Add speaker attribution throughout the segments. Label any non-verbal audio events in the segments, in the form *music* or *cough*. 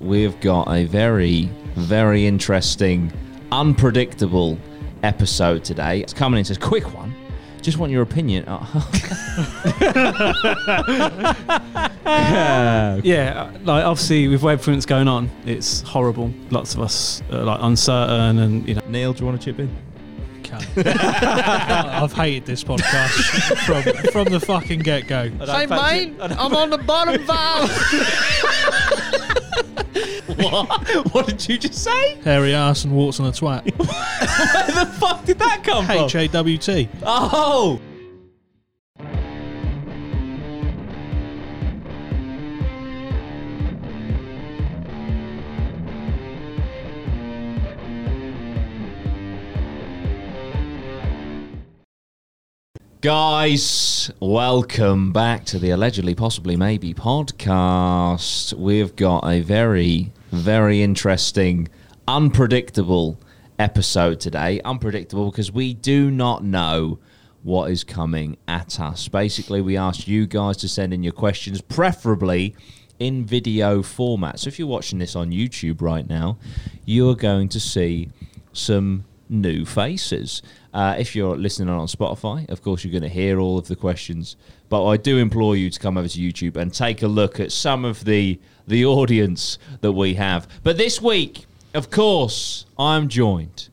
Speaker 1: we've got a very, very interesting, unpredictable episode today. It's coming in, it's a quick one. Just want your opinion. *laughs* Oh,
Speaker 2: Yeah, uh, like obviously with web everything that's going on, it's horrible. Lots of us are like uncertain and you know.
Speaker 1: Neil, do you want to chip in?
Speaker 3: Okay. *laughs* I've hated this podcast from, from the fucking get go.
Speaker 2: Hey mate,
Speaker 1: I'm on the bottom valve. what? What did you just say?
Speaker 3: Hairy ass and warts on a twat.
Speaker 1: Where the fuck did that come from?
Speaker 3: H A W T.
Speaker 1: Oh! Guys, welcome back to the allegedly, possibly, maybe podcast. We've got a very, very interesting, unpredictable episode today. Unpredictable because we do not know what is coming at us. Basically, we asked you guys to send in your questions, preferably in video format. So if you're watching this on YouTube right now, you are going to see some new faces. Uh, if you're listening on Spotify, of course, you're going to hear all of the questions. But I do implore you to come over to YouTube and take a look at some of the the audience that we have. But this week, of course, I'm joined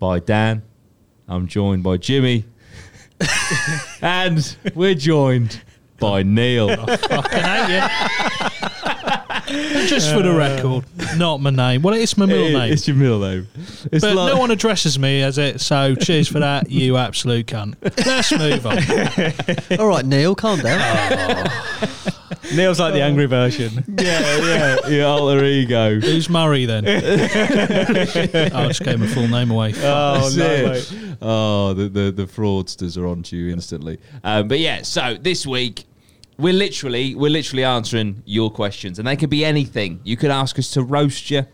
Speaker 1: by Dan. I'm joined by Jimmy, *laughs* and we're joined by Neil.
Speaker 3: Fucking hate you. Just
Speaker 2: Uh,
Speaker 3: for the record, not my name. Well, it's my middle
Speaker 1: *laughs*
Speaker 3: name.
Speaker 1: It's your middle name. It's
Speaker 3: But
Speaker 1: like-
Speaker 3: no one addresses me as it, so cheers for that, you absolute cunt. Let's move on.
Speaker 4: *laughs* All right, Neil, calm down.
Speaker 2: Neil's like the angry version.
Speaker 1: yeah, yeah, your alter ego.
Speaker 3: Who's Murray
Speaker 2: *laughs*
Speaker 3: then? I just gave my full name away.
Speaker 1: *laughs* Oh,
Speaker 2: no,
Speaker 1: oh the, the, the fraudsters are onto you instantly. Um, but yeah, so this week we're literally we're literally answering your questions, and they could be anything. You could ask us to roast you.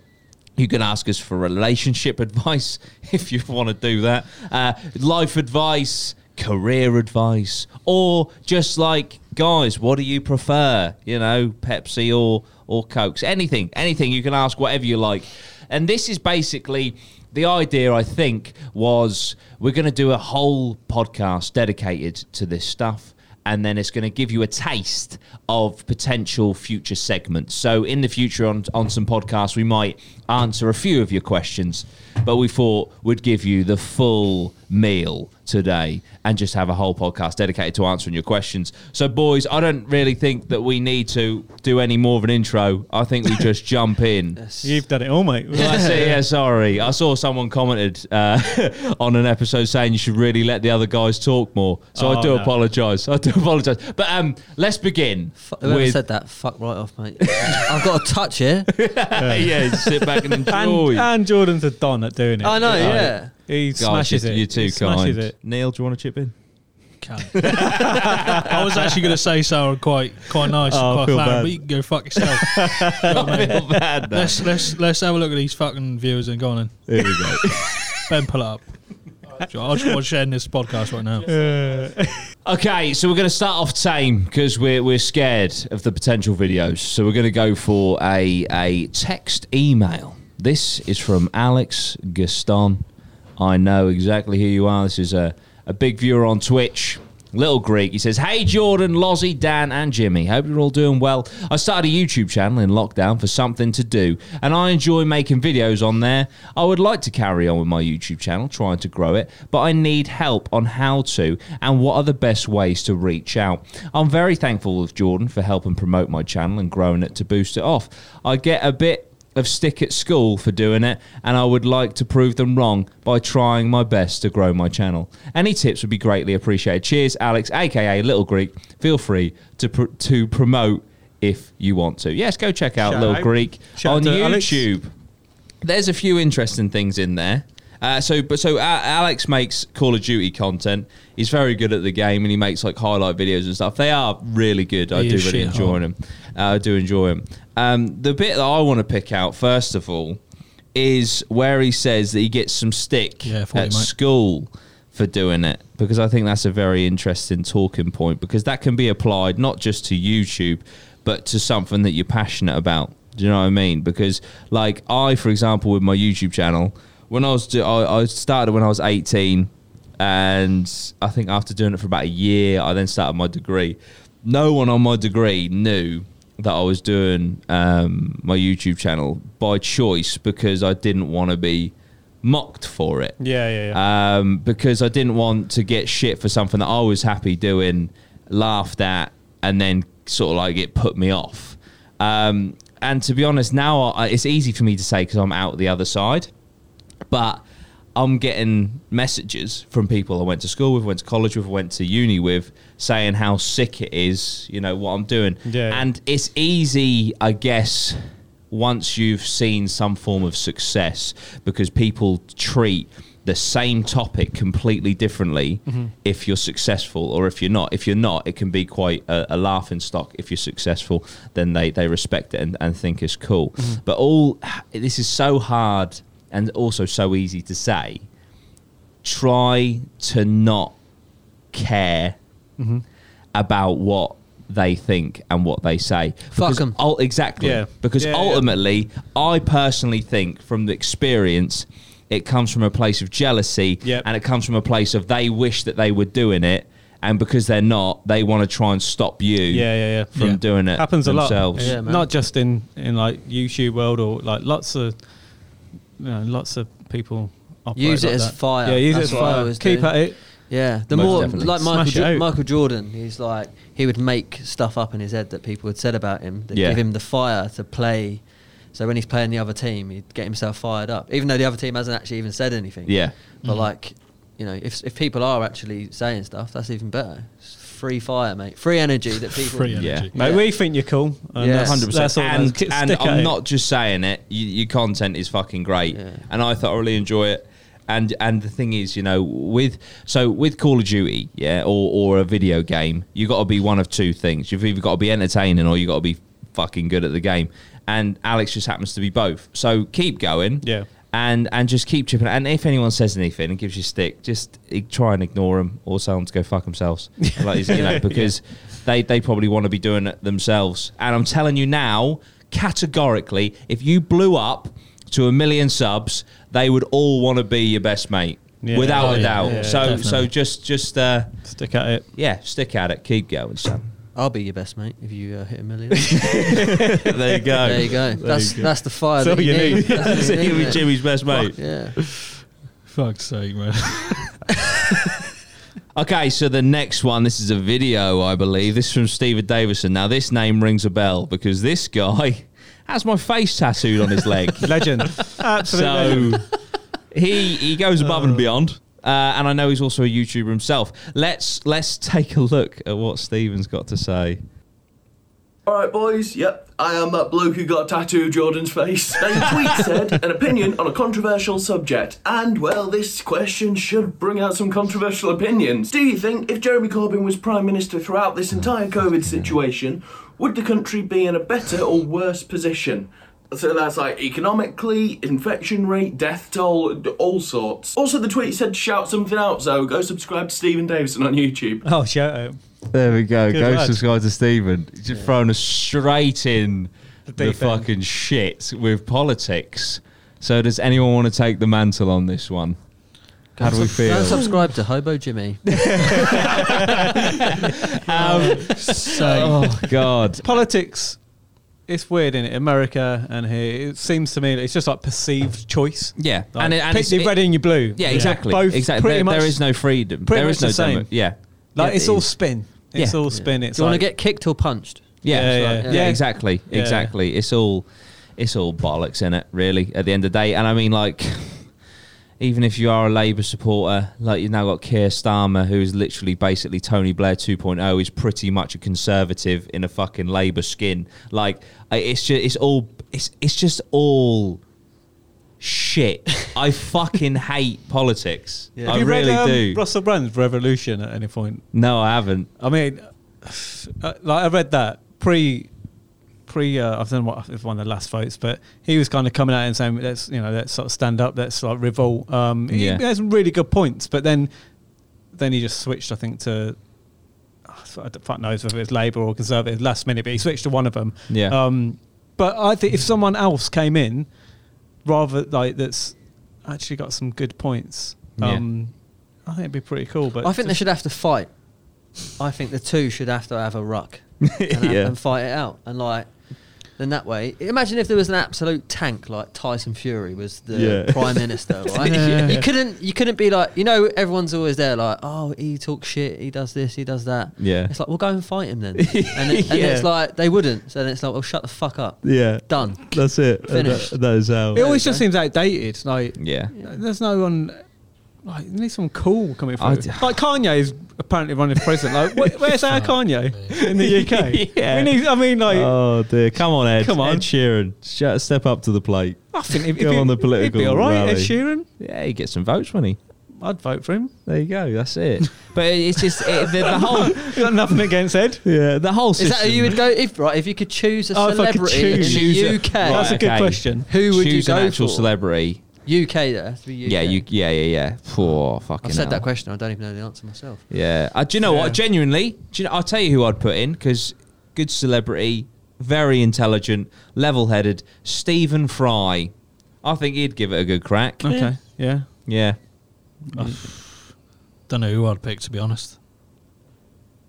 Speaker 1: You can ask us for relationship *laughs* advice if you want to do that, uh, life advice, career advice, or just like guys, what do you prefer? You know, Pepsi or or Cokes, anything, anything. You can ask whatever you like, and this is basically the idea I think was we're going to do a whole podcast dedicated to this stuff and then it's going to give you a taste of potential future segments. So in the future on on some podcasts we might answer a few of your questions, but we thought we'd give you the full meal today and just have a whole podcast dedicated to answering your questions. So boys, I don't really think that we need to do any more of an intro. I think we just jump in.
Speaker 2: You've done it all, mate.
Speaker 1: Well, I see, yeah, sorry. I saw someone commented uh, *laughs* on an episode saying you should really let the other guys talk more. So I
Speaker 2: Oh,
Speaker 1: do
Speaker 2: no.
Speaker 1: apologise. *laughs* I do apologise. But um, let's begin
Speaker 4: Fuck, Whoever
Speaker 1: with
Speaker 4: said that, fuck right off, mate. I've got a touch here.
Speaker 1: *laughs* yeah. Sit back
Speaker 4: *laughs*
Speaker 1: and enjoy.
Speaker 2: *laughs*
Speaker 4: uh,
Speaker 2: And, and Jordan's a don at doing it.
Speaker 4: I know,
Speaker 2: Like,
Speaker 4: yeah.
Speaker 2: He
Speaker 1: Guys,
Speaker 2: smashes
Speaker 1: you're,
Speaker 2: it.
Speaker 1: You're too
Speaker 2: he
Speaker 1: kind.
Speaker 2: Smashes it.
Speaker 1: Neil, do you want to chip in?
Speaker 3: Cunt. *laughs* I was actually going to say so quite quite nice,
Speaker 2: Oh, I
Speaker 3: and quite
Speaker 2: feel
Speaker 3: flattering,
Speaker 2: bad.
Speaker 3: but you can go fuck yourself.
Speaker 2: *laughs*
Speaker 3: You know what I
Speaker 1: *laughs*
Speaker 3: mean?
Speaker 1: Not bad, no.
Speaker 3: Let's let's let's have a look at these fucking viewers and go on in.
Speaker 1: There we
Speaker 3: *laughs*
Speaker 1: go.
Speaker 3: Ben, pull it up. I just want to share in this podcast right now.
Speaker 1: Okay, so we're going to start off tame because we're, we're scared of the potential videos. So we're going to go for a, a text email. This is from Alex Gaston. I know exactly who you are. This is a, a big viewer on Twitch. Little Greek. He says, Hey Jordan, Lozzie, Dan, and Jimmy. Hope you're all doing well. I started a YouTube channel in lockdown for something to do, and I enjoy making videos on there. I would like to carry on with my YouTube channel, trying to grow it, but I need help on how to and what are the best ways to reach out. I'm very thankful with Jordan for helping promote my channel and growing it to boost it off. I get a bit of stick at school for doing it, and I would like to prove them wrong by trying my best to grow my channel. Any tips would be greatly appreciated. Cheers, Alex, aka Little Greek. Feel free to pr- to promote if you want to. Yes, go check out
Speaker 2: Shout
Speaker 1: Little
Speaker 2: out.
Speaker 1: Greek
Speaker 2: Shout
Speaker 1: on
Speaker 2: out to Alex.
Speaker 1: YouTube. There's a few interesting things in there. Uh, so, but so uh, Alex makes Call of Duty content. He's very good at the game, and he makes like highlight videos and stuff. They are really good. I
Speaker 3: He
Speaker 1: do
Speaker 3: is
Speaker 1: really
Speaker 3: shit
Speaker 1: enjoy
Speaker 3: hot.
Speaker 1: them. Uh, I do enjoy him. Um, the bit that I want to pick out first of all is where he says that he gets some stick
Speaker 3: Yeah,
Speaker 1: at
Speaker 3: 40, mate.
Speaker 1: school for doing it because I think that's a very interesting talking point because that can be applied not just to YouTube but to something that you're passionate about. Do you know what I mean? Because like I, for example, with my YouTube channel, when I was do- I, I started when I was eighteen, and I think after doing it for about a year, I then started my degree. No one on my degree knew that I was doing um, my YouTube channel by choice because I didn't want to be mocked for it
Speaker 3: Yeah,
Speaker 2: Uh,
Speaker 3: yeah, yeah.
Speaker 1: um, because I didn't want to get shit for something that I was happy doing, laughed at, and then sort of like it put me off. Um, and to be honest, now I, it's easy for me to say because I'm out the other side, but I'm getting messages from people I went to school with, went to college with, went to uni with, saying how sick it is, you know, what I'm doing.
Speaker 3: Yeah.
Speaker 1: And it's easy, I guess, once you've seen some form of success because people treat the same topic completely differently if you're successful or if you're not. If you're not, it can be quite a, a laughing stock. If you're successful, then they, they respect it and, and think it's cool. But all this is so hard and also so easy to say. Try to not care
Speaker 3: Mm-hmm.
Speaker 1: about what they think and what they say.
Speaker 4: Fuck
Speaker 1: Because
Speaker 4: 'em.
Speaker 1: ul- exactly.
Speaker 3: Yeah.
Speaker 1: Because
Speaker 3: Yeah, yeah.
Speaker 1: ultimately, I personally think from the experience, it comes from a place of jealousy
Speaker 3: Yep.
Speaker 1: and it comes from a place of they wish that they were doing it. And because they're not, they want to try and stop you
Speaker 3: yeah, yeah, yeah.
Speaker 1: from
Speaker 3: yeah.
Speaker 1: doing it
Speaker 2: happens a
Speaker 1: themselves.
Speaker 2: lot.
Speaker 4: Yeah, man.
Speaker 2: Not just in in like YouTube world or like lots of you know, lots of people. operate
Speaker 4: Use it
Speaker 2: like
Speaker 4: as
Speaker 2: that.
Speaker 4: fire.
Speaker 2: Yeah, use
Speaker 4: That's
Speaker 2: it as
Speaker 4: what I
Speaker 2: fire.
Speaker 4: always
Speaker 2: Keep
Speaker 4: do.
Speaker 2: at it.
Speaker 4: Yeah, the
Speaker 1: Most
Speaker 4: more
Speaker 1: definitely.
Speaker 4: like Michael,
Speaker 2: Smash it
Speaker 4: jo-
Speaker 2: out.
Speaker 4: Michael Jordan, he's like he would make stuff up in his head that people had said about him that
Speaker 1: Yeah.
Speaker 4: give him the fire to play. So when he's playing the other team, he'd get himself fired up, even though the other team hasn't actually even said anything.
Speaker 1: Yeah.
Speaker 4: but like you know, if if people are actually saying stuff, that's even better. It's free fire, mate. Free energy that people.
Speaker 3: Free energy.
Speaker 1: Yeah.
Speaker 2: Mate,
Speaker 4: Yeah.
Speaker 2: we think you're cool. And
Speaker 4: Yeah.
Speaker 2: that's,
Speaker 1: 100%.
Speaker 2: That's all that
Speaker 1: and
Speaker 2: is. Stick
Speaker 1: and
Speaker 2: at
Speaker 1: I'm
Speaker 2: it.
Speaker 1: not just saying it. Y your content is fucking great,
Speaker 4: Yeah.
Speaker 1: and I thoroughly enjoy it. And and the thing is, you know, with so with Call of Duty, yeah, or or a video game, you got to be one of two things. You've either got to be entertaining or you got to be fucking good at the game. And Alex just happens to be both. So keep going.
Speaker 2: Yeah.
Speaker 1: And, and just keep chipping. And if anyone says anything and gives you stick, just i- try and ignore them or tell them to go fuck
Speaker 2: *laughs*
Speaker 1: themselves. Like, you know, because they, they probably want to be doing it themselves. And I'm telling you now, categorically, if you blew up to a million subs, they would all want to be your best mate.
Speaker 2: Yeah.
Speaker 1: Without
Speaker 2: Oh,
Speaker 1: a
Speaker 2: yeah,
Speaker 1: doubt.
Speaker 2: yeah,
Speaker 1: so so
Speaker 3: definitely.
Speaker 1: just just uh,
Speaker 2: Stick at it.
Speaker 1: yeah, stick at it, keep going,
Speaker 2: *laughs*
Speaker 1: Sam.
Speaker 4: I'll be your best mate if you uh, hit a
Speaker 1: Oh.
Speaker 4: million.
Speaker 1: there you go.
Speaker 4: there you go. that's
Speaker 3: you go.
Speaker 4: that's the fire
Speaker 2: That's
Speaker 4: that
Speaker 2: all
Speaker 4: you
Speaker 2: you
Speaker 4: need.
Speaker 2: need.
Speaker 1: *laughs*
Speaker 4: That's what you
Speaker 1: He'll be
Speaker 4: need, mate.
Speaker 1: Jimmy's best mate.
Speaker 4: Yeah.
Speaker 3: Fuck's sake, man. *laughs*
Speaker 1: Okay, so the next one, this is a video, I believe. This is from Steven Davison. Now, this name rings a bell because this guy *laughs* has my face tattooed on his
Speaker 2: *laughs*
Speaker 1: leg.
Speaker 2: Legend. Absolutely.
Speaker 1: so he he goes above and beyond. Uh, and I know he's also a YouTuber himself. Let's let's take a look at what Steven's got to say.
Speaker 5: All right, boys. Yep, I am that bloke who got tattooed Jordan's face. Now, your tweet said an opinion on a controversial subject, and well, this question should bring out some controversial opinions. Do you think if Jeremy Corbyn was prime minister throughout this entire COVID situation, would the country be in a better or worse position? So that's like economically, infection rate, death toll, d- all sorts. Also, the tweet said shout something out, so go subscribe to Stephen Davison on YouTube.
Speaker 2: oh, shout out.
Speaker 1: There we go.
Speaker 2: Good Go lad.
Speaker 1: subscribe to Steven. Just thrown us straight in
Speaker 2: deep
Speaker 1: the
Speaker 2: end.
Speaker 1: fucking shit with politics. So does anyone want to take the mantle on this one? How do we feel?
Speaker 4: Don't subscribe to Hobo Jimmy.
Speaker 2: Um,
Speaker 1: *laughs*
Speaker 2: *laughs*
Speaker 1: Oh God.
Speaker 2: Politics, it's weird, in it? America and here. It seems to me that it's just like perceived choice.
Speaker 1: Yeah,
Speaker 2: Like,
Speaker 1: and it, and
Speaker 2: pick
Speaker 1: it's,
Speaker 2: the red and your blue.
Speaker 1: yeah, exactly,
Speaker 2: Both
Speaker 1: exactly.
Speaker 2: Pretty
Speaker 1: There-
Speaker 2: much,
Speaker 1: there is no freedom.
Speaker 2: pretty
Speaker 1: there
Speaker 2: much
Speaker 1: is no
Speaker 2: the same.
Speaker 1: demo- Yeah,
Speaker 2: Like
Speaker 4: Yeah,
Speaker 2: it's
Speaker 4: it
Speaker 2: all
Speaker 4: is.
Speaker 2: spin. It's
Speaker 1: Yeah.
Speaker 2: all spin. It's
Speaker 4: Do you want to
Speaker 2: like-
Speaker 4: get kicked or punched?
Speaker 1: yeah,
Speaker 2: Yeah,
Speaker 1: yeah,
Speaker 2: yeah,
Speaker 1: yeah,
Speaker 2: yeah.
Speaker 1: exactly,
Speaker 2: Yeah.
Speaker 1: exactly. It's all, it's all bollocks in it, really. At the end of the day, and I mean, like, *laughs* even if you are a Labour supporter, like you've now got Keir Starmer, who is literally basically Tony Blair 2.0, is pretty much a conservative in a fucking Labour skin. Like, I- it's just, it's all, it's, it's just all. Shit, I fucking
Speaker 2: *laughs*
Speaker 1: hate politics.
Speaker 4: Yeah.
Speaker 1: I
Speaker 2: Have you read,
Speaker 1: really
Speaker 2: um,
Speaker 1: do.
Speaker 2: Russell Brand's Revolution at any point?
Speaker 1: No, I haven't.
Speaker 2: I mean, uh, like I read that pre, pre. Uh, I've done what if one of the last votes, but he was kind of coming out and saying, "Let's you know, let's sort of stand up, let's like revolt." Um, he-
Speaker 1: Yeah.
Speaker 2: he had some really good points, but then, then he just switched. I think to. I don't fuck knows whether it was Labour or Conservative last minute, but he switched to one of them.
Speaker 1: Yeah.
Speaker 2: Um, But I think if someone else came in, rather like that's actually got some good points,
Speaker 1: Yeah.
Speaker 2: um, I think it'd be pretty cool. But
Speaker 4: I think they
Speaker 2: just-
Speaker 4: should have to fight. I think the two should have to have
Speaker 2: *laughs*
Speaker 4: a ruck and,
Speaker 1: Yeah.
Speaker 4: and fight it out. And like, then that way, imagine if there was an absolute tank like Tyson Fury was the
Speaker 1: Yeah.
Speaker 4: *laughs*
Speaker 2: *laughs*
Speaker 4: prime minister, right?
Speaker 3: Yeah.
Speaker 4: You couldn't, you couldn't be like, you know, everyone's always there like, oh, he talks shit, he does this, he does that.
Speaker 1: Yeah.
Speaker 4: It's like, we'll go and fight
Speaker 2: *laughs*
Speaker 4: him then. And, it, and
Speaker 1: Yeah.
Speaker 4: it's like they wouldn't. So then it's like, well, shut the fuck up.
Speaker 1: Yeah.
Speaker 4: Done.
Speaker 1: That's it.
Speaker 4: Finished.
Speaker 1: that is how.
Speaker 2: It always just seems outdated. Like
Speaker 1: Yeah.
Speaker 2: there's no one. Like, you need someone cool coming through.
Speaker 1: I d-
Speaker 2: like Kanye is apparently running for president. Like,
Speaker 1: *laughs*
Speaker 2: wh- where's our Kanye in the UK?
Speaker 1: Yeah.
Speaker 2: We need, I mean, like,
Speaker 1: Oh dear! Come on, Ed.
Speaker 2: Come on.
Speaker 1: Ed Sheeran. Sh- Step up to the plate.
Speaker 2: I think if, if
Speaker 1: Go
Speaker 2: he-
Speaker 1: on the
Speaker 2: he'd be
Speaker 1: political
Speaker 2: all right. Ed
Speaker 1: rally.
Speaker 2: Sheeran,
Speaker 1: Yeah, he gets some votes when he.
Speaker 2: I'd vote for him.
Speaker 1: There you go. That's it. But it's just it, the,
Speaker 2: *laughs*
Speaker 1: the whole.
Speaker 2: I've got nothing
Speaker 1: *laughs*
Speaker 2: against Ed.
Speaker 1: *laughs* Yeah, the whole
Speaker 4: Is
Speaker 1: system.
Speaker 4: that who you would go if right? If you could choose a
Speaker 2: Oh, if I could
Speaker 4: celebrity
Speaker 2: choose-
Speaker 4: in
Speaker 1: Choose a-
Speaker 4: the UK,
Speaker 2: That's a
Speaker 1: Right,
Speaker 2: good
Speaker 1: okay.
Speaker 2: question.
Speaker 4: who would you
Speaker 1: Choose
Speaker 4: go
Speaker 1: an actual
Speaker 4: for?
Speaker 1: celebrity.
Speaker 4: UK there. Has to be UK.
Speaker 1: Yeah, you. Yeah, yeah, yeah. Poor fucking.
Speaker 4: I've said
Speaker 1: hell.
Speaker 4: that question. I don't even know the answer myself.
Speaker 1: Yeah. Uh, do you know
Speaker 2: Yeah.
Speaker 1: what? Genuinely, do you know, I'll tell you who I'd put in because good celebrity, very intelligent, level headed. Stephen Fry. I think he'd give it a good crack.
Speaker 2: Okay, yeah.
Speaker 1: Yeah.
Speaker 3: Don't know who I'd pick to be honest.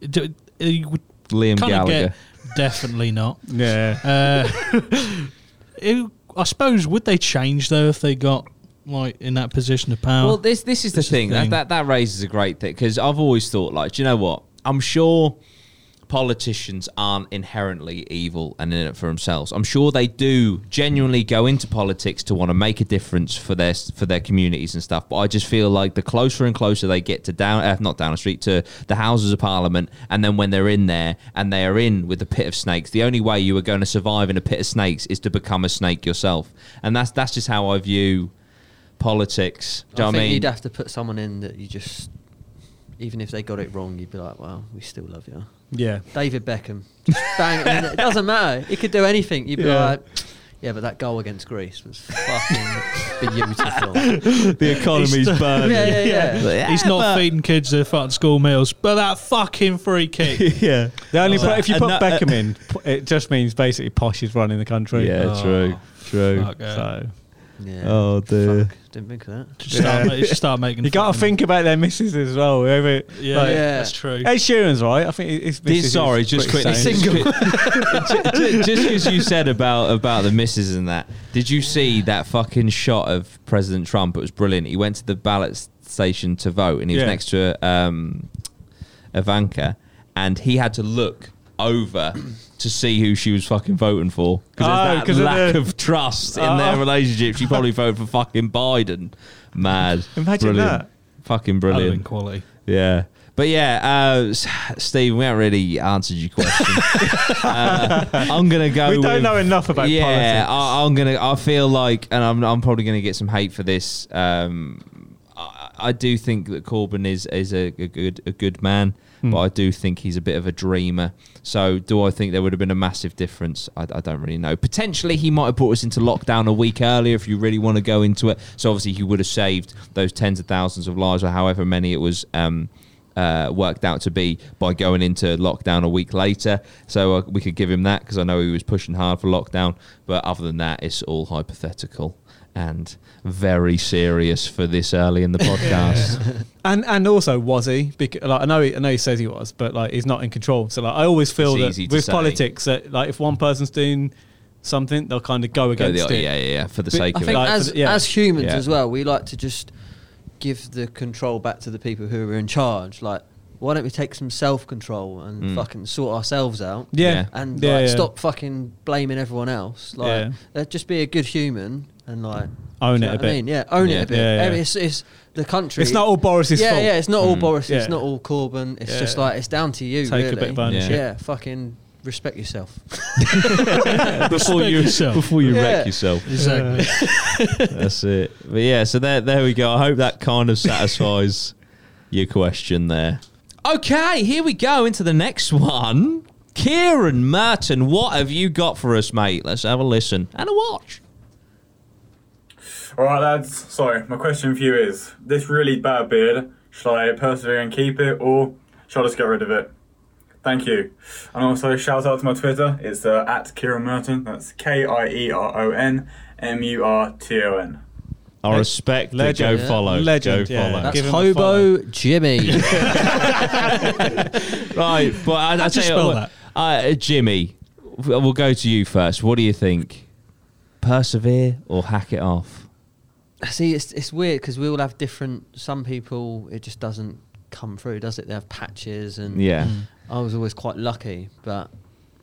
Speaker 3: Do, you would
Speaker 1: Liam
Speaker 3: kinda
Speaker 1: Gallagher.
Speaker 3: get- definitely not.
Speaker 2: Yeah. *laughs*
Speaker 3: Uh, it- I suppose would they change though if they got like in that position of power?
Speaker 1: Well, this this is the
Speaker 3: This is
Speaker 1: thing.
Speaker 3: thing.
Speaker 1: That, that that raises a great thing because I've always thought like, do you know what? I'm sure politicians aren't inherently evil and in it for themselves. I'm sure they do genuinely go into politics to want to make a difference for their for their communities and stuff. But I just feel like the closer and closer they get to down, uh, not down the street, to the Houses of Parliament, and then when they're in there and they are in with the pit of snakes, the only way you are going to survive in a pit of snakes is to become a snake yourself. And that's that's just how I view politics. Do
Speaker 4: I
Speaker 1: you know
Speaker 4: think
Speaker 1: what I mean?
Speaker 4: you'd have to put someone in that you just, even if they got it wrong, you'd be like, "Wow, we still love you."
Speaker 2: Yeah.
Speaker 4: David Beckham,
Speaker 1: *laughs*
Speaker 4: just bang it, in. it doesn't matter. He could do anything. You'd be
Speaker 2: Yeah.
Speaker 4: like, "Yeah, but that goal against Greece
Speaker 1: *laughs*
Speaker 4: was fucking beautiful." yeah,
Speaker 1: the economy's burning.
Speaker 4: yeah, yeah.
Speaker 3: He's not feeding kids their fucking school meals, but that fucking free kick.
Speaker 1: yeah.
Speaker 2: The only pro- if you
Speaker 1: Oh. and
Speaker 2: put
Speaker 1: that- uh,
Speaker 2: Beckham in, p- it just means basically Posh is running the country. Oh,
Speaker 1: Yeah,
Speaker 3: Oh,
Speaker 1: true, true.
Speaker 3: Fuck, yeah.
Speaker 2: So
Speaker 4: yeah.
Speaker 1: Oh dear.
Speaker 4: Fuck, didn't think of that.
Speaker 3: Just start,
Speaker 2: Yeah.
Speaker 3: ma- just start making.
Speaker 2: you got to
Speaker 3: fucking-
Speaker 2: think about their misses as well. Whoever,
Speaker 3: Yeah,
Speaker 2: like-
Speaker 4: Yeah.
Speaker 3: that's true.
Speaker 2: Ed Sheeran's right. I think his
Speaker 1: This-
Speaker 2: missus is
Speaker 1: sorry, just
Speaker 2: pretty
Speaker 1: quickly.
Speaker 2: sane.
Speaker 1: Just *laughs* because you said about about the misses and that, did you see that fucking shot of President Trump? It was brilliant. He went to the ballot s- station to vote, and he was
Speaker 2: Yeah.
Speaker 1: next to um, Ivanka, and he had to look over to see who she was fucking voting for
Speaker 2: Oh,
Speaker 1: because
Speaker 2: 'cause
Speaker 1: there's
Speaker 2: of
Speaker 1: that lack
Speaker 2: the-
Speaker 1: of trust in their
Speaker 2: *laughs* Oh.
Speaker 1: relationship. She probably voted for fucking Biden. Mad.
Speaker 2: Imagine
Speaker 1: Brilliant.
Speaker 2: that.
Speaker 1: Fucking
Speaker 3: That'd have
Speaker 1: brilliant.
Speaker 3: been quality.
Speaker 1: Yeah. But yeah, uh, s- Steve, we haven't really answered your
Speaker 2: *laughs*
Speaker 1: question. uh, I'm gonna go.
Speaker 2: We don't
Speaker 1: with-
Speaker 2: know enough about
Speaker 1: yeah,
Speaker 2: politics.
Speaker 1: I, I'm gonna. I feel like, and I'm, I'm probably gonna get some hate for this. Um, I, I do think that Corbyn is is a, a good a good man, but I do think he's a bit of a dreamer. So, do I think there would have been a massive difference? I, I don't really know. Potentially, he might have brought us into lockdown a week earlier if you really want to go into it. So, obviously, he would have saved those tens of thousands of lives or however many it was. Um, uh, worked out to be by going into lockdown a week later. So uh, we could give him that because I know he was pushing hard for lockdown. But other than that, it's all hypothetical and very serious for this early
Speaker 2: *laughs*
Speaker 1: in the *laughs* podcast.
Speaker 2: And and also was he? Because like I know he, I know he says he was, but like he's not in control. So like I always feel
Speaker 1: It's
Speaker 2: that
Speaker 1: easy to
Speaker 2: with
Speaker 1: say.
Speaker 2: politics, that like if one person's doing something, they'll kind of go
Speaker 1: Go
Speaker 2: against
Speaker 1: the-
Speaker 2: it.
Speaker 1: yeah, yeah, yeah, for the
Speaker 2: But
Speaker 1: sake
Speaker 4: I
Speaker 1: of
Speaker 4: think
Speaker 1: it.
Speaker 2: Like,
Speaker 4: as
Speaker 2: for the- yeah.
Speaker 4: as humans
Speaker 1: Yeah.
Speaker 4: as well, we like to just give the control back to the people who are in charge. Like, why don't we take some self control and fucking sort ourselves out?
Speaker 2: Mm. Yeah.
Speaker 1: Yeah.
Speaker 4: And
Speaker 2: Yeah,
Speaker 4: like,
Speaker 2: yeah.
Speaker 4: stop fucking blaming everyone else. Like,
Speaker 2: Yeah.
Speaker 4: uh, just be a good human and like
Speaker 2: Own it
Speaker 4: do you know
Speaker 2: a
Speaker 4: what
Speaker 2: bit.
Speaker 4: I mean, yeah, own
Speaker 1: Yeah.
Speaker 4: it a bit.
Speaker 2: Yeah, yeah.
Speaker 4: I mean, it's, it's the country.
Speaker 2: It's not all Boris's
Speaker 4: yeah,
Speaker 2: fault. Mm.
Speaker 4: yeah. It's not all Boris.
Speaker 2: Yeah.
Speaker 4: It's not all Corbyn. It's
Speaker 2: Yeah.
Speaker 4: just like it's down to you.
Speaker 2: Take a
Speaker 4: really.
Speaker 2: bit of ownership.
Speaker 4: yeah. fucking respect yourself.
Speaker 1: before
Speaker 3: Respect
Speaker 1: you
Speaker 3: yourself.
Speaker 1: before you
Speaker 4: Yeah.
Speaker 1: wreck yourself.
Speaker 3: Exactly.
Speaker 1: *laughs* That's it. But yeah, so there there we go. I hope that kind *laughs* of satisfies your question there. Okay, here we go into the next one. Kieran Merton, what have you got for us, mate? Let's have a listen and a watch.
Speaker 6: All right, lads. So my question for you is: This really bad beard, shall I persevere and keep it, or shall I just get rid of it? Thank you. And also, shout out to my Twitter. It's uh, at Kieran Merton. That's K I E R O N M U R T O N.
Speaker 1: I respect the
Speaker 2: Legend,
Speaker 1: go
Speaker 4: yeah.
Speaker 1: follow.
Speaker 2: Legend,
Speaker 1: Go
Speaker 2: yeah.
Speaker 1: follow.
Speaker 4: That's
Speaker 2: Give him a
Speaker 4: Hobo
Speaker 2: follow. *laughs*
Speaker 4: Jimmy. *laughs*
Speaker 1: Right, but I, I
Speaker 3: How'd
Speaker 1: tell you
Speaker 3: you spell
Speaker 1: what,
Speaker 3: that?
Speaker 1: Uh, Jimmy, w- we'll go to you first. What do you think? Persevere or hack it off?
Speaker 4: See, it's it's weird because we all have different. Some people, it just doesn't come through, does it? They have patches, and
Speaker 1: Yeah.
Speaker 4: I was always quite lucky. But